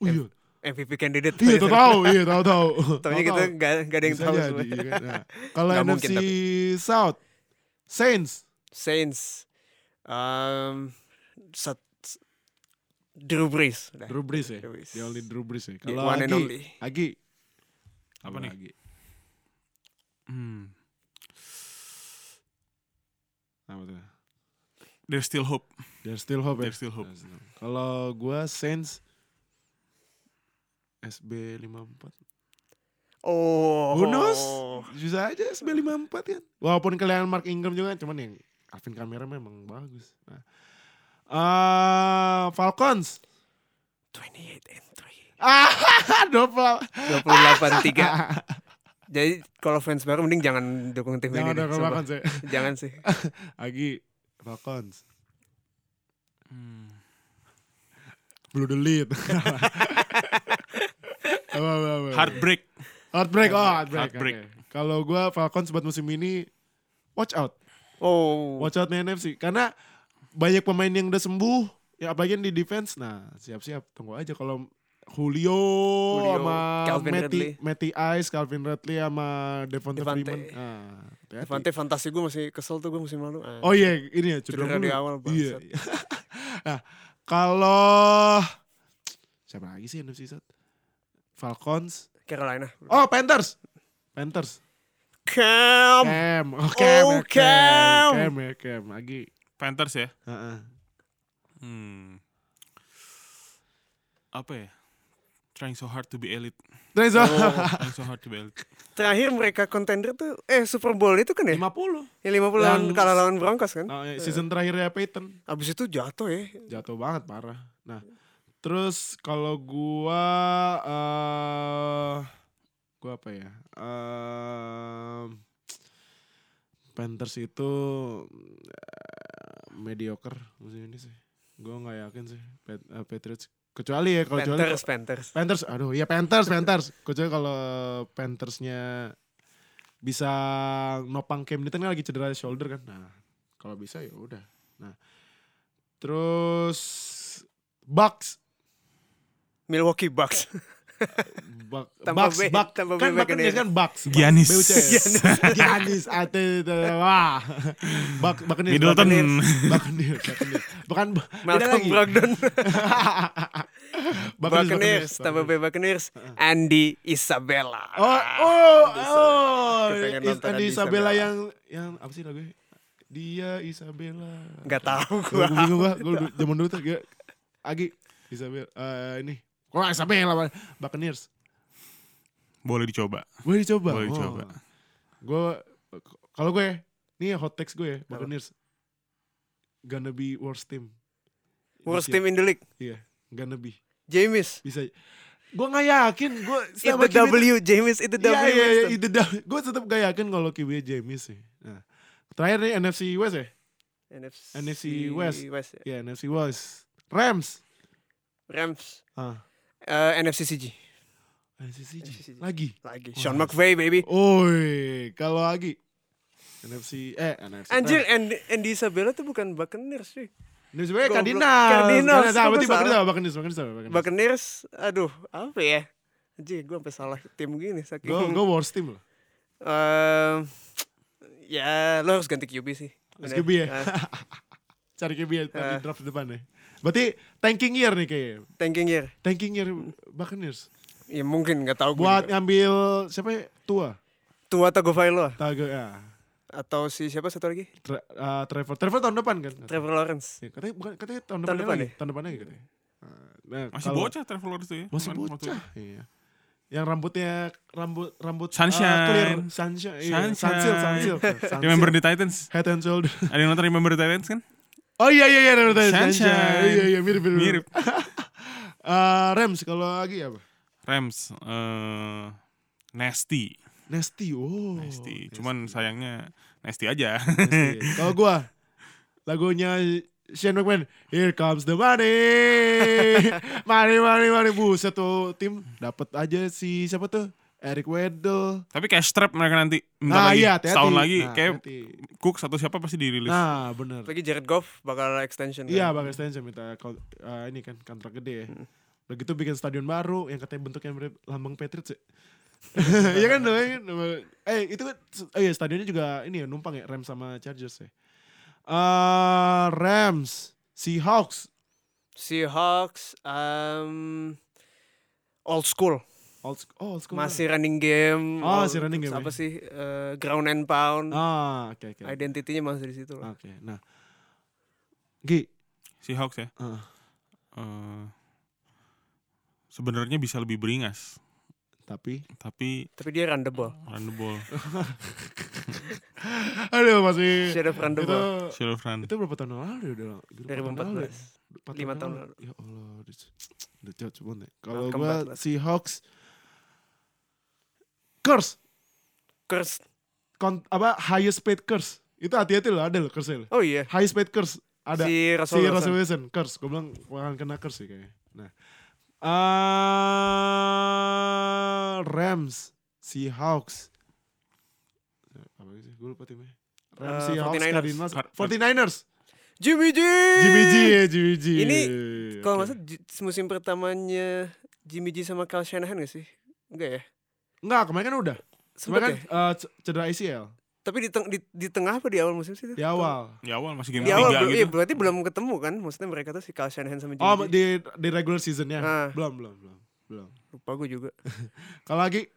Speaker 2: oh iya.
Speaker 3: MVP candidate.
Speaker 2: Iya tahu tahu, iya tahu tahu.
Speaker 3: Taunya kita gak, ada yang
Speaker 2: Bisa
Speaker 3: tahu
Speaker 2: jadi,
Speaker 3: sebenarnya.
Speaker 2: kan? Nah, Kalau
Speaker 3: Nggak
Speaker 2: NFC
Speaker 3: mungkin, tapi.
Speaker 2: South Saints
Speaker 3: Saints. Um, sat, Drew Brees. Udah.
Speaker 2: Drew Brees ya.
Speaker 3: Drew Brees.
Speaker 2: The only Drew Brees ya.
Speaker 3: The
Speaker 2: Kalau
Speaker 3: one and
Speaker 2: Agi,
Speaker 3: only.
Speaker 2: Agi.
Speaker 4: Apa nih?
Speaker 2: Agi.
Speaker 4: Hmm.
Speaker 2: Apa tuh?
Speaker 4: There's still hope.
Speaker 2: There's still hope ya.
Speaker 4: There's still hope.
Speaker 2: There's still hope. Kalau gua Saints SB54.
Speaker 3: Oh.
Speaker 2: Who knows? Bisa aja SB54 kan. Walaupun kalian Mark Ingram juga cuman yang Alvin Kamara memang bagus. Nah. Eh, Falcons.
Speaker 3: 28 and 3.
Speaker 2: Ah, double.
Speaker 3: 28 3. Jadi kalau fans baru mending jangan dukung tim
Speaker 2: Jangan
Speaker 3: ini. deh,
Speaker 2: ada
Speaker 3: sumpah.
Speaker 2: Falcons ya.
Speaker 3: Jangan sih.
Speaker 2: Agi Falcons.
Speaker 4: Hmm.
Speaker 2: Blue the lead. apa, apa, apa.
Speaker 4: Heartbreak.
Speaker 2: Heartbreak, oh heartbreak.
Speaker 4: Heartbreak.
Speaker 2: oke. Kalau gue Falcons buat musim ini, watch out.
Speaker 3: Oh.
Speaker 2: Watch out nih NFC. Karena banyak pemain yang udah sembuh, ya apalagi yang di defense. Nah, siap-siap. Tunggu aja kalau Julio,
Speaker 3: Julio,
Speaker 2: sama
Speaker 3: Calvin Ridley.
Speaker 2: Matty, Matty Ice, Calvin Ridley sama Devonta
Speaker 3: Devante.
Speaker 2: Freeman. Nah, hati-hati.
Speaker 3: Devante fantasi gue masih kesel tuh gue musim lalu. Ah.
Speaker 2: Oh iya, ini ya cedera,
Speaker 3: Cedera di
Speaker 2: mulu.
Speaker 3: awal,
Speaker 2: Iya.
Speaker 3: bangsat.
Speaker 2: nah, kalau siapa lagi sih NFC South? Falcons.
Speaker 3: Carolina.
Speaker 2: Oh, Panthers. Panthers.
Speaker 3: Cam.
Speaker 2: Cam. Oh,
Speaker 3: Oh,
Speaker 2: Cam. ya,
Speaker 3: Cam.
Speaker 2: Cam. Cam ya, Cam. Lagi.
Speaker 4: Panthers ya.
Speaker 2: Heeh.
Speaker 4: Hmm. Apa ya? Trying so hard to be elite. Oh,
Speaker 2: Terus
Speaker 4: Trying so hard to be elite.
Speaker 3: Terakhir mereka contender tuh eh Super Bowl itu kan ya?
Speaker 2: 50.
Speaker 3: Ya 50 lawan
Speaker 2: Yang-
Speaker 3: kalah lawan Broncos kan?
Speaker 2: Nah, season terakhirnya Peyton
Speaker 3: Abis itu jatuh ya.
Speaker 2: jatuh banget parah. Nah, terus kalau gua eh gua apa ya? Em, Panthers itu eh, mediocre musim ini sih. Gua nggak yakin sih Pat- eh, Patriots kecuali ya kalau kecuali
Speaker 3: Panthers, Panthers.
Speaker 2: Panthers, aduh ya Panthers, Panthers. Kecuali kalau Panthersnya bisa nopang Cam Newton kan lagi cedera shoulder kan. Nah, kalau bisa ya udah. Nah, terus Bucks,
Speaker 3: Milwaukee Bucks.
Speaker 2: Bucks,
Speaker 3: Tambah
Speaker 2: Bucks,
Speaker 3: B,
Speaker 2: Bucks.
Speaker 3: tambah B
Speaker 2: kan
Speaker 3: back
Speaker 2: Bucks
Speaker 3: ini.
Speaker 2: kan Bucks. Bucks,
Speaker 4: Giannis.
Speaker 2: BUC. Giannis, ate, ate, wah. Bucks, Buccaneers,
Speaker 4: Middleton.
Speaker 2: Buccaneers, Buccaneers. Bukan, beda
Speaker 3: Malcolm
Speaker 2: lagi.
Speaker 3: Brogdon.
Speaker 2: Buccaneers, Buccaneers,
Speaker 3: Buccaneers, tambah B Buccaneers. Andy Isabella.
Speaker 2: Oh, oh, oh.
Speaker 3: Gue pengen
Speaker 2: Is,
Speaker 3: nonton
Speaker 2: Andi
Speaker 3: Andi
Speaker 2: Isabella
Speaker 3: Isabella.
Speaker 2: yang yang apa sih lagunya? Dia Isabella.
Speaker 3: Gak tahu
Speaker 2: Gue
Speaker 3: gua.
Speaker 2: bingung gua, gua dulu- zaman dulu tuh gue Agi Isabel eh ini. Kok nggak Isabella Pak? Buccaneers.
Speaker 4: Boleh dicoba.
Speaker 2: Boleh dicoba.
Speaker 4: Boleh dicoba.
Speaker 2: Gue Oh. kalau gue ya, nih hot text gue ya, Buccaneers. Gonna be worst team.
Speaker 3: Worst
Speaker 2: Iya,
Speaker 3: team in the league.
Speaker 2: Iya, gonna be.
Speaker 3: James.
Speaker 2: Bisa. Gue nggak yakin, gue
Speaker 3: It the
Speaker 2: E
Speaker 3: W. James it the W.
Speaker 2: Iya iya iya
Speaker 3: Winston.
Speaker 2: itu dah. Gue tetap gak yakin kalau QB James sih. Nah, terakhir nih NFC West ya.
Speaker 3: NFC,
Speaker 2: NFC West.
Speaker 3: ya.
Speaker 2: Iya NFC West. Rams.
Speaker 3: Rams.
Speaker 2: Ah.
Speaker 3: Eh, NFC CG.
Speaker 2: NFC CG.
Speaker 3: NFC.
Speaker 2: Lagi.
Speaker 3: Lagi. Sean McVay baby.
Speaker 2: Oi, kalau lagi NFC eh NFC.
Speaker 3: Anjir, Andy, Andy Isabella tuh bukan Buccaneers sih.
Speaker 2: Ini sebenarnya eh,
Speaker 3: Goblok.
Speaker 2: Cardinals.
Speaker 3: Cardinals,
Speaker 2: Nah,
Speaker 3: kok
Speaker 2: berarti
Speaker 3: gua
Speaker 2: Buccaneers
Speaker 3: salah?
Speaker 2: apa? Buccaneers, Buccaneers apa? Buccaneers.
Speaker 3: Buccaneers, aduh, apa ya? Anjir, gue sampai salah tim gini saking.
Speaker 2: Gue gue worst team loh.
Speaker 3: Ehm, ya, lo harus ganti QB sih.
Speaker 2: Harus
Speaker 3: Bener.
Speaker 2: QB ya?
Speaker 3: Eh,
Speaker 2: Cari QB ya, di
Speaker 3: Eh.
Speaker 2: draft depan ya. Berarti tanking year nih kayaknya.
Speaker 3: Tanking year.
Speaker 2: Tanking year Buccaneers.
Speaker 3: Ya mungkin nggak tahu gue
Speaker 2: Buat ya.
Speaker 3: juga.
Speaker 2: ngambil siapa ya? Tua.
Speaker 3: Tua Tagovailoa
Speaker 2: Tago ya.
Speaker 3: atau si siapa satu lagi?
Speaker 2: Tra- eh, Trevor. Trevor tahun depan kan?
Speaker 3: Trevor Lawrence.
Speaker 2: Ya, katanya bukan katanya tahun,
Speaker 3: Tahun
Speaker 2: depan
Speaker 3: depan
Speaker 2: lagi.
Speaker 3: ya?
Speaker 2: Tahun depan lagi katanya. Nah,
Speaker 4: Masih
Speaker 2: kalau-
Speaker 4: bocah Traveler itu ya.
Speaker 2: Masih
Speaker 4: Kemarin waktu
Speaker 2: bocah. Iya. Yang rambutnya rambut rambut eh,
Speaker 4: Sunshine.
Speaker 2: clear, sunshine, iya.
Speaker 4: Sunshine.
Speaker 2: sunsil, sunsil,
Speaker 4: itu.
Speaker 2: sunsil.
Speaker 4: Remember the Titans?
Speaker 2: Head and shoulder.
Speaker 4: Ada yang nonton Remember the Titans kan?
Speaker 2: Oh iya iya iya, remember the sunshine.
Speaker 4: Sunshine.
Speaker 2: Iya iya mirip mirip.
Speaker 4: Mirip.
Speaker 2: Eh, Rams kalau lagi apa?
Speaker 4: Rams. eh nasty.
Speaker 2: Nasty. Oh.
Speaker 4: Nasty. Cuman sayangnya Nasty aja.
Speaker 2: Nasty. Kalau gua lagunya Shane McMahon, Here Comes the Money, Money Money Money buset tuh tim dapat aja si siapa tuh Eric Weddle.
Speaker 4: Tapi kayak strap mereka nanti. Bentar
Speaker 2: Nah
Speaker 4: lagi.
Speaker 2: iya, hati-hati.
Speaker 4: Setahun lagi.
Speaker 2: Nah,
Speaker 4: kayak
Speaker 2: hati-hati.
Speaker 4: Cook atau siapa pasti dirilis.
Speaker 2: Nah benar.
Speaker 3: Lagi Jared Goff bakal extension. kan?
Speaker 2: Iya Bang Einstein saya minta kol- eh, ini kan kontrak gede ya. Begitu bikin stadion baru yang katanya bentuknya mirip lambang Patriots ya. Iya kan dong, ya kan? Eh itu kan oh iya stadionnya juga ini ya numpang ya Rams sama Chargers ya. Eh Rams, Seahawks,
Speaker 3: Seahawks um, old school.
Speaker 2: old school, oh, old school
Speaker 3: Masih running game.
Speaker 2: Oh,
Speaker 3: all-
Speaker 2: masih running game,
Speaker 3: Apa
Speaker 2: ya.
Speaker 3: sih eh, ground and pound.
Speaker 2: Ah, oke oke. Oke,
Speaker 3: Identitinya masih di situ lah.
Speaker 2: nah. Gi,
Speaker 4: Seahawks ya.
Speaker 2: eh,
Speaker 4: Eh, Sebenarnya bisa lebih beringas.
Speaker 2: tapi
Speaker 4: Tapi
Speaker 3: Tapi dia run the ball.
Speaker 4: run the ball.
Speaker 2: aduh masih
Speaker 3: Sheriff run the
Speaker 2: itu
Speaker 3: ball.
Speaker 4: Sheriff run.
Speaker 2: itu berapa tahun lalu ya udah gitu,
Speaker 3: 2014.
Speaker 2: Empat
Speaker 3: Lima tahun
Speaker 2: Ya Allah, udah c- udah jauh banget. ya. Kalau
Speaker 3: Tahun
Speaker 2: gua
Speaker 3: ke-14.
Speaker 2: si Hawks curse
Speaker 3: Curse.
Speaker 2: kon, apa highest paid curse. Itu hati-hati loh, ada loh curse loh.
Speaker 3: Oh iya.
Speaker 2: Highest paid curse ada si,
Speaker 3: Si Russell Wilson.
Speaker 2: Russell Wilson curse. Gua bilang akan kena curse sih kayaknya. Nah. eh Rams, si Hawks. Apa sih? Gue lupa timnya. Rams,
Speaker 3: Eh,
Speaker 2: Seahawks,
Speaker 3: 49ers.
Speaker 2: Cardinals, 49ers.
Speaker 3: Jimmy G.
Speaker 2: Jimmy G ya, Jimmy G. Iya,
Speaker 3: Ini- Kalau nggak
Speaker 2: Oke.
Speaker 3: salah J- musim pertamanya Jimmy G sama Kyle Shanahan gak sih? Enggak ya?
Speaker 2: Enggak, kemarin kan udah.
Speaker 3: Sempet
Speaker 2: Kemarin kan
Speaker 3: ya?
Speaker 2: eh, c- cedera ACL
Speaker 3: Tapi di, teng- di, di tengah apa di awal musim sih? itu?
Speaker 2: di awal.
Speaker 4: Di awal masih game
Speaker 3: Di awal
Speaker 4: tiga
Speaker 3: belum, iya,
Speaker 4: gitu.
Speaker 3: berarti belum ketemu kan? Maksudnya mereka tuh si Kyle Shanahan sama Jimmy
Speaker 2: Oh,
Speaker 3: G.
Speaker 2: di di regular seasonnya.
Speaker 3: Ah.
Speaker 2: Belum, belum, belum. Belum.
Speaker 3: Lupa gue juga.
Speaker 2: Kalau lagi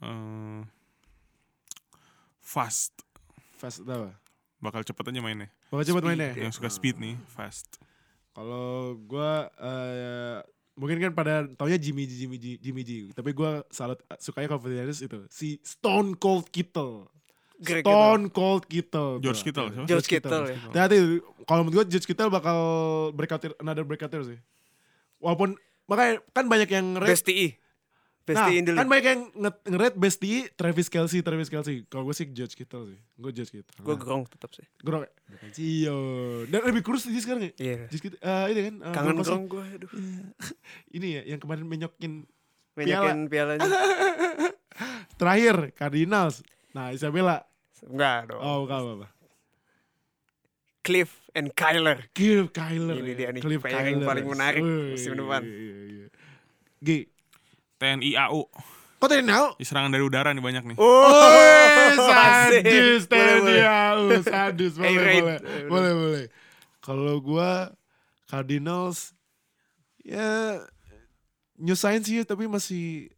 Speaker 4: Eh, fast.
Speaker 2: fast apa?
Speaker 4: Bakal cepet aja mainnya.
Speaker 2: Bakal cepet
Speaker 4: Speed.
Speaker 2: mainnya.
Speaker 3: ya.
Speaker 4: Yang suka speed nih, fast.
Speaker 2: Kalau gua eh, mungkin kan pada taunya Jimmy G, Jimmy G, Jimmy G. Tapi gua salut sukanya kalau Fernandes itu si Stone Cold Kittle.
Speaker 3: Greg
Speaker 2: Stone Cold Kittle.
Speaker 4: George
Speaker 2: Gua.
Speaker 4: Kittle, siapa?
Speaker 3: George Kittle ya.
Speaker 2: Hati-hati, kalau menurut gue George Kittle bakal breakout year- another breakout year sih. Walaupun makanya kan banyak yang rate
Speaker 3: Besti I. Besti E in the
Speaker 2: kan
Speaker 3: league.
Speaker 2: banyak yang nge- nge-rate bestie Travis Kelsey, Travis Kelsey. Kalau gue sih George Kittle sih. Gue George Kittle.
Speaker 3: Gue
Speaker 2: Nah,
Speaker 3: gerong tetap sih.
Speaker 2: gue kayak, Cio. Dan lebih kurus dia sekarang ya.
Speaker 3: Iya.
Speaker 2: George Kittle, eh, ini kan. eh,
Speaker 3: Kangen
Speaker 2: Broncos
Speaker 3: gerong gue. Aduh.
Speaker 2: yang- Ini ya, yang kemarin menyokin.
Speaker 3: Banyakin pialanya.
Speaker 2: Terakhir, Cardinals. Nah, Isabella.
Speaker 3: Enggak dong.
Speaker 2: Oh, gak apa-apa.
Speaker 3: Cliff and Kyler.
Speaker 2: Cliff Kyler.
Speaker 3: Ini
Speaker 2: ya.
Speaker 3: dia nih,
Speaker 2: Cliff
Speaker 3: pairing
Speaker 2: Kyler.
Speaker 3: paling menarik
Speaker 2: Wih,
Speaker 3: musim depan.
Speaker 2: iya, iya. G.
Speaker 4: TNI AU.
Speaker 2: Kok tadi now?
Speaker 4: Serangan dari udara nih banyak nih.
Speaker 2: Oh, Woi,
Speaker 3: Oh, asik.
Speaker 2: sadis
Speaker 3: Boleh, boleh.
Speaker 2: Tania, Uh, sadis boleh
Speaker 3: A-rate.
Speaker 2: boleh boleh boleh. Kalau gua Cardinals ya new science sih tapi masih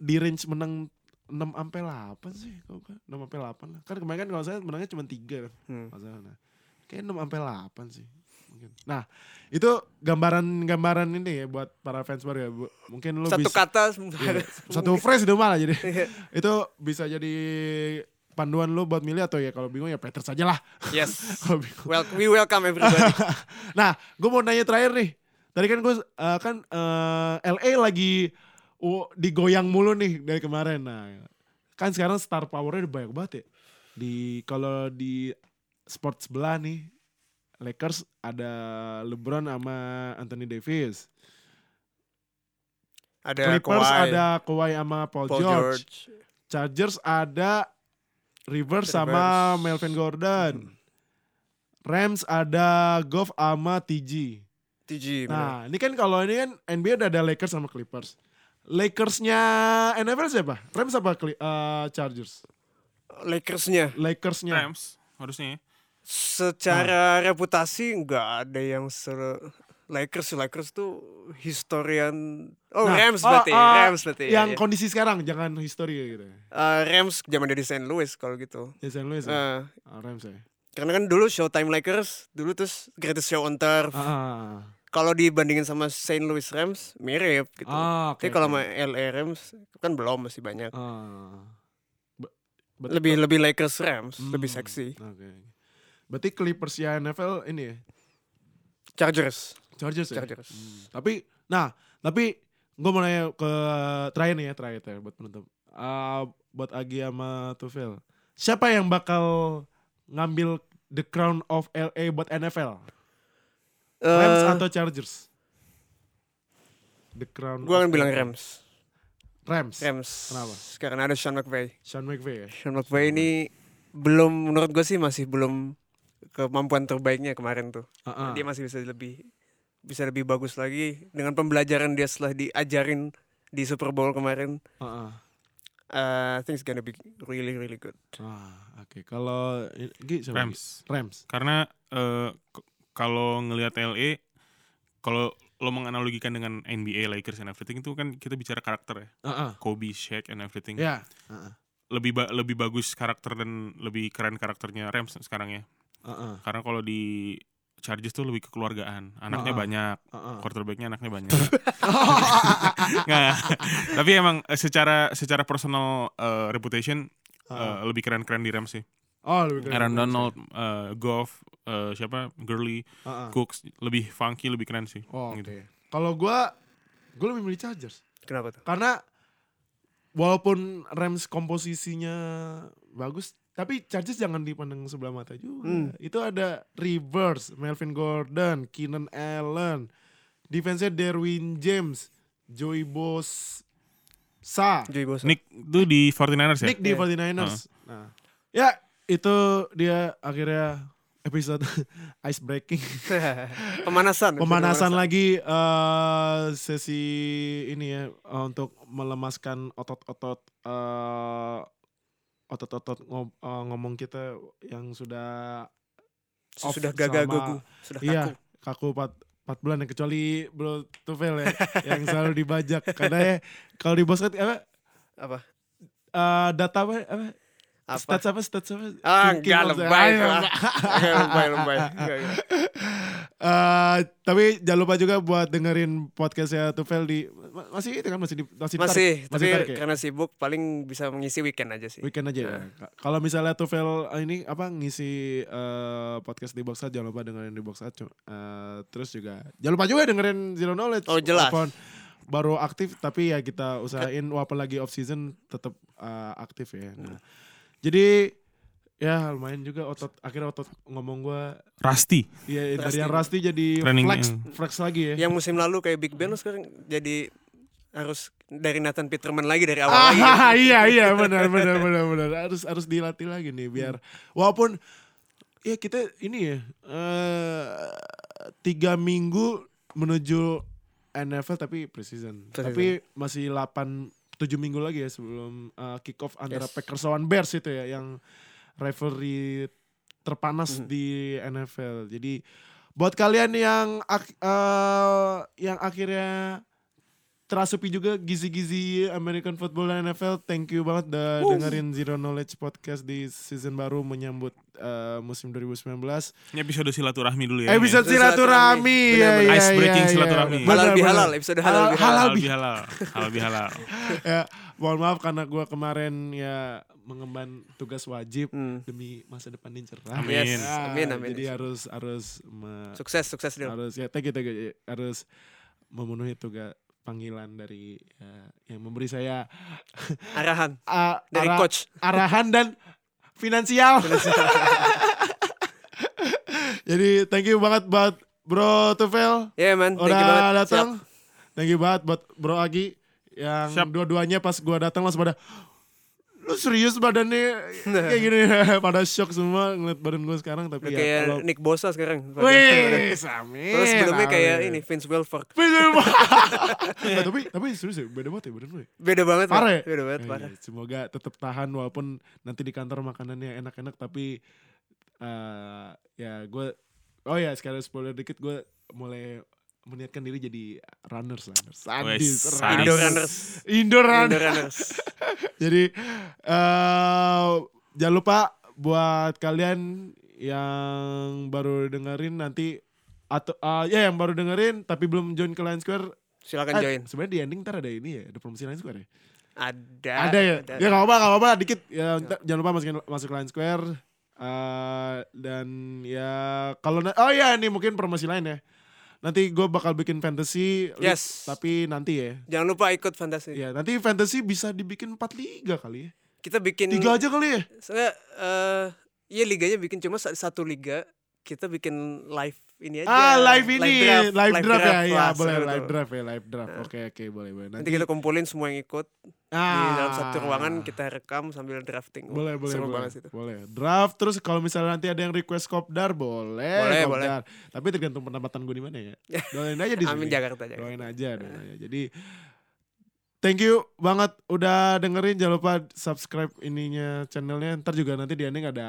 Speaker 2: di range menang 6 sampai 8 sih kalau gua. 6 sampai 8 lah. Kan kemarin kan kalau saya menangnya cuma 3 kan.
Speaker 3: Hmm.
Speaker 2: Kalau saya, Nah. Kayak 6 sampai 8 sih mungkin. Nah, itu gambaran-gambaran ini ya buat para fans baru ya. Bu- Mungkin lu
Speaker 3: Satu
Speaker 2: bisa
Speaker 3: kata.
Speaker 2: Iya, satu fresh itu malah jadi itu bisa jadi panduan lu buat milih atau ya kalau bingung ya Peter saja lah
Speaker 3: Yes.
Speaker 2: kalau bingung.
Speaker 3: Well, we welcome everybody.
Speaker 2: nah gue mau nanya terakhir nih tadi kan gue kan eh, LA lagi wo- digoyang mulu nih dari kemarin nah kan sekarang star powernya udah banyak banget ya di kalau di sport sebelah nih Lakers ada LeBron sama Anthony Davis.
Speaker 3: Ada
Speaker 2: Clippers
Speaker 3: Kawhi,
Speaker 2: ada Ya, Kawhi sama Paul,
Speaker 3: Paul
Speaker 2: George.
Speaker 3: George.
Speaker 2: Chargers ada Rivers
Speaker 3: Rivers. Mm-hmm.
Speaker 2: sama Melvin Gordon. Rams ada Goff sama TG.
Speaker 3: TG. bener.
Speaker 2: Nah, ini kan kalau ini kan NBA udah ada Lakers sama Clippers. Lakersnya NFL siapa? Rams apa Cli- eh, Chargers?
Speaker 3: Lakersnya.
Speaker 2: Lakersnya Nah,
Speaker 4: Rams harusnya ya.
Speaker 3: secara reputasi nggak ada yang se Lakers Lakers tuh historian oh
Speaker 2: Nah,
Speaker 3: Rams
Speaker 2: oh,
Speaker 3: berarti
Speaker 2: oh,
Speaker 3: Rams berarti ya,
Speaker 2: yang
Speaker 3: ya.
Speaker 2: kondisi sekarang jangan histori gitu.
Speaker 3: Eh, Rams zaman dari St. Louis kalau gitu
Speaker 2: Ya St. Louis. ya?
Speaker 3: Eh,
Speaker 2: Ah, Rams ya.
Speaker 3: karena kan dulu Showtime Lakers dulu terus Greatest Show on Turf
Speaker 2: Ah, ah,
Speaker 3: kalau dibandingin sama St. Louis Rams mirip gitu
Speaker 2: Ah, oke,
Speaker 3: tapi kalau
Speaker 2: oke.
Speaker 3: sama LA Rams kan belum masih banyak
Speaker 2: ah, ah. Be- berarti-
Speaker 3: lebih lebih Lakers Rams
Speaker 2: Hmm,
Speaker 3: lebih seksi
Speaker 2: Oke. Berarti Clippers ya NFL ini ya?
Speaker 3: Chargers
Speaker 2: Chargers ya?
Speaker 3: Chargers
Speaker 2: Hmm, Tapi, nah, tapi gue mau nanya ke terakhir nih ya, terakhir, terakhir buat penutup. Eh, buat Agi sama Tufel. Siapa yang bakal ngambil the crown of LA buat NFL? Rams
Speaker 3: Eh,
Speaker 2: atau Chargers? The crown.
Speaker 3: Gue akan
Speaker 2: of
Speaker 3: bilang
Speaker 2: LA.
Speaker 3: Rams.
Speaker 2: Rams.
Speaker 3: Rams. Iya.
Speaker 2: Kenapa?
Speaker 3: Karena ada Sean McVay.
Speaker 2: Sean McVay ya.
Speaker 3: Sean McVay ini belum menurut gue sih masih belum kemampuan terbaiknya kemarin tuh.
Speaker 2: Ah, ah.
Speaker 3: Dia masih bisa lebih bisa lebih bagus lagi dengan pembelajaran dia setelah diajarin di Super Bowl kemarin.
Speaker 2: Ah, ah.
Speaker 3: Uh, I think it's gonna be really really good.
Speaker 2: Ah, Oke, kalau Gi, siapa, Gi?
Speaker 4: Rams.
Speaker 2: Rams.
Speaker 4: Karena eh, k- kalau ngelihat LA, kalau lo menganalogikan dengan NBA, Lakers and everything itu kan kita bicara karakter ya.
Speaker 2: Ah, ah.
Speaker 4: Kobe, Shaq and everything.
Speaker 2: Ya. Ah, ah.
Speaker 4: Lebih ba- lebih bagus karakter dan lebih keren karakternya Rams sekarang ya.
Speaker 2: Ah, ah.
Speaker 4: Karena kalau di Chargers tuh lebih kekeluargaan, anaknya
Speaker 2: Ah, ah.
Speaker 4: banyak,
Speaker 2: Ah, ah.
Speaker 4: quarterbacknya anaknya banyak. Nggak. Tapi emang eh, secara secara personal eh, reputation eh,
Speaker 2: Ah.
Speaker 4: lebih keren-keren di Rams sih.
Speaker 2: Oh, lebih keren.
Speaker 4: Aaron Donald, eh, Goff, eh, siapa, Gurley,
Speaker 2: Ah, ah.
Speaker 4: Cooks lebih funky, lebih keren sih.
Speaker 2: Oh, Oke.
Speaker 4: Gitu.
Speaker 2: Kalau gua gua lebih milih Chargers
Speaker 3: Kenapa tuh?
Speaker 2: karena walaupun Rams komposisinya bagus, tapi Chargers jangan dipandang sebelah mata juga.
Speaker 3: Hmm.
Speaker 2: Itu ada Rivers, Melvin Gordon, Keenan Allen, defense-nya Derwin James, Joey Bosa,
Speaker 3: Joey Bosa.
Speaker 4: Nick tuh di 49ers ya?
Speaker 2: Nick di
Speaker 3: Iya.
Speaker 2: 49ers. Nah. Ya, itu dia akhirnya episode ice breaking
Speaker 3: pemanasan.
Speaker 2: pemanasan lagi eh, sesi ini ya eh, untuk melemaskan otot-otot eh, otot-otot ngob- eh, ngomong kita yang sudah off
Speaker 3: Sudah gagal
Speaker 2: selama-
Speaker 3: gogu, sudah kaku.
Speaker 2: iya kaku 4 4 bulan ya kecuali bro Tufel ya yang selalu dibajak karena ya kalau di basket apa
Speaker 3: Apa?
Speaker 2: eh, data apa, apa?
Speaker 3: Apa?
Speaker 2: stats apa stats apa
Speaker 3: Ah,
Speaker 2: King- King of
Speaker 3: enggak
Speaker 2: the-
Speaker 3: lebay.
Speaker 2: Ayo,
Speaker 3: ah. Enggak lebay, lebay. Enggak, enggak.
Speaker 2: Eh, tapi jangan lupa juga buat dengerin podcastnya Tufel di ma- masih itu kan masih di, masih ditarik?
Speaker 3: Masih,
Speaker 2: masih
Speaker 3: tapi
Speaker 2: ditarik ya?
Speaker 3: karena sibuk paling bisa mengisi weekend aja sih.
Speaker 2: weekend aja ya. Ka- Kalau misalnya Tufel eh, ini apa ngisi eh, podcast di Box Out jangan lupa dengerin di Box Out. cu- eh, terus juga jangan lupa juga dengerin Zero Knowledge.
Speaker 3: Oh, jelas.
Speaker 2: walaupun baru aktif tapi ya kita usahain walaupun lagi off season tetap eh, aktif ya.
Speaker 3: Hmm.
Speaker 2: Nah, Jadi ya lumayan juga otot akhirnya otot ngomong gua
Speaker 4: Rusty.
Speaker 2: ya dari
Speaker 3: Rusty.
Speaker 2: yang Rusty jadi
Speaker 4: Training,
Speaker 2: flex
Speaker 4: eh.
Speaker 2: flex lagi ya.
Speaker 3: Yang musim lalu kayak Big Ben lo sekarang jadi harus dari Nathan Peterman lagi dari awal lagi.
Speaker 2: Ah, iya iya benar benar benar benar harus harus dilatih lagi nih biar walaupun ya kita ini ya eh tiga minggu menuju NFL tapi preseason
Speaker 3: Preseason.
Speaker 2: tapi masih 8 7 minggu lagi ya sebelum eh, kick off antara
Speaker 3: Yes.
Speaker 2: Packers lawan Bears itu ya yang rivalry terpanas di NFL jadi buat kalian yang ak- eh, yang akhirnya terasupi juga gizi-gizi American football dan NFL. Thank you banget udah dengerin Zero Knowledge podcast di season baru menyambut eh, musim 2019.
Speaker 4: Ini episode silaturahmi dulu ya.
Speaker 2: Episode
Speaker 3: Silaturahmi.
Speaker 2: silaturahmi. ya,
Speaker 3: Benar-benar.
Speaker 2: ya,
Speaker 4: Ice breaking
Speaker 2: ya, ya.
Speaker 4: silaturahmi.
Speaker 2: Benar,
Speaker 3: Halal
Speaker 2: benar. Ah,
Speaker 3: bihalal, episode halal
Speaker 2: Halal-
Speaker 3: bihalal.
Speaker 4: ini. halal
Speaker 2: bi-
Speaker 4: bihalal. Halal bihalal.
Speaker 2: ya, mohon maaf karena gua kemarin ya mengemban tugas wajib
Speaker 3: Hmm.
Speaker 2: demi masa depan yang cerah.
Speaker 4: Amin. Yes,
Speaker 2: Ya,
Speaker 3: amin, amin.
Speaker 2: Jadi harus harus me-
Speaker 3: Sukses, sukses Dil.
Speaker 2: harus ya thank you, thank you. harus memenuhi tugas panggilan dari eh, yang memberi saya
Speaker 3: Arahan
Speaker 2: ah,
Speaker 3: dari
Speaker 2: arah-
Speaker 3: coach.
Speaker 2: arahan dan finansial. Jadi thank you banget buat Bro Tufel
Speaker 3: Ya man, thank you
Speaker 2: udah
Speaker 3: banget. Siap.
Speaker 2: datang. Thank you banget buat Bro Agi yang
Speaker 4: Siap.
Speaker 2: dua-duanya pas gua datang langsung pada lu serius badannya kayak gini pada shock semua ngeliat badan gua sekarang
Speaker 3: Udah
Speaker 2: tapi
Speaker 3: kayak
Speaker 2: ya kalau
Speaker 3: Nick Bosa sekarang.
Speaker 2: Wih, iya, nah,
Speaker 3: Terus
Speaker 2: amin.
Speaker 3: sebelumnya kayak
Speaker 2: amin.
Speaker 3: ini Vince Wilfork.
Speaker 2: Wih, amin. Eh, tapi tapi serius ya beda banget ya badan lu ya.
Speaker 3: Beda banget,
Speaker 2: Parah
Speaker 3: Pak.
Speaker 2: ya?
Speaker 3: Beda banget,
Speaker 2: Eh,
Speaker 3: parah.
Speaker 2: Semoga tetap tahan walaupun nanti di kantor makanannya enak-enak tapi eh, ya gue oh ya sekarang spoiler dikit gue mulai meniatkan diri jadi runners runners sadis
Speaker 4: sadis.
Speaker 2: runners.
Speaker 3: Indo Runners.
Speaker 2: Indo
Speaker 3: Indo
Speaker 2: runner.
Speaker 3: Runners.
Speaker 2: jadi eh jangan lupa buat kalian yang baru dengerin nanti atau eh, ya yang baru dengerin tapi belum join ke Lion Square
Speaker 3: Silakan
Speaker 2: eh,
Speaker 3: join.
Speaker 2: sebenarnya di ending ntar ada ini ya ada promosi Lion Square ya
Speaker 3: Eh, Ada.
Speaker 2: ada ya ya nggak apa nggak apa dikit ya, ntar jangan lupa masukin masuk Lion Square Eh, dan ya kalau na- oh ya ini mungkin promosi lain ya nanti gue bakal bikin fantasy
Speaker 3: Yes.
Speaker 2: tapi nanti ya
Speaker 3: Jangan lupa ikut fantasi.
Speaker 2: ya nanti fantasy bisa dibikin 4 liga kali ya
Speaker 3: Kita bikin
Speaker 2: tiga aja kali ya
Speaker 3: Soalnya eh iya liganya bikin cuma sa- satu liga kita bikin live ini aja.
Speaker 2: Ah live ini live draft, ya, ya
Speaker 3: lah,
Speaker 2: boleh
Speaker 3: seru
Speaker 2: live
Speaker 3: tuh. Nah.
Speaker 2: draft ya live draft. Oke oke boleh boleh.
Speaker 3: Nanti kita kumpulin semua yang ikut di dalam satu ruangan kita rekam sambil drafting.
Speaker 2: Ah. boleh boleh
Speaker 3: Seru
Speaker 2: boleh.
Speaker 3: banget itu.
Speaker 2: boleh draft terus kalau misalnya nanti ada yang request kopdar boleh
Speaker 3: Boleh,
Speaker 2: kopdar. tapi tergantung pendapatan gue di mana ya doain aja di sini
Speaker 3: Amin Jakarta Jakarta.
Speaker 2: doain aja doain aja jadi thank you banget udah dengerin jangan lupa subscribe ininya channelnya ntar juga nanti di ending ada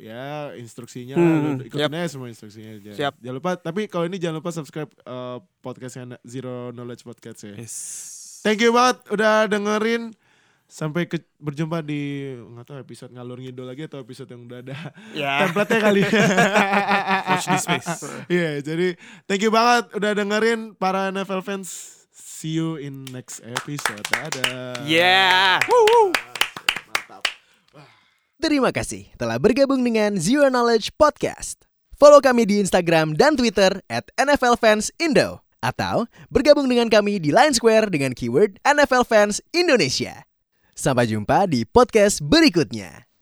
Speaker 2: ya instruksinya
Speaker 3: Hmm,
Speaker 2: Lu ikutin aja semua instruksinya aja.
Speaker 3: Siap.
Speaker 2: jangan lupa tapi kalau ini jangan lupa subscribe eh, podcastnya Zero Knowledge Podcast
Speaker 3: Iya.
Speaker 2: ya
Speaker 4: Yes.
Speaker 2: Thank you banget udah dengerin. Sampai ke- berjumpa di nggak tahu episode ngalur ngidol lagi atau episode yang udah ada
Speaker 3: Ya.
Speaker 2: template-nya kali.
Speaker 4: Watch this space.
Speaker 2: Iya, jadi thank you banget udah dengerin para NFL fans. See you in next episode. Dadah.
Speaker 3: Yeah.
Speaker 1: Terima kasih telah bergabung dengan Zero Knowledge Podcast. Follow kami di Instagram dan Twitter at NFL Fans Indo. Atau bergabung dengan kami di Line Square dengan keyword NFL Fans Indonesia. Sampai jumpa di podcast berikutnya.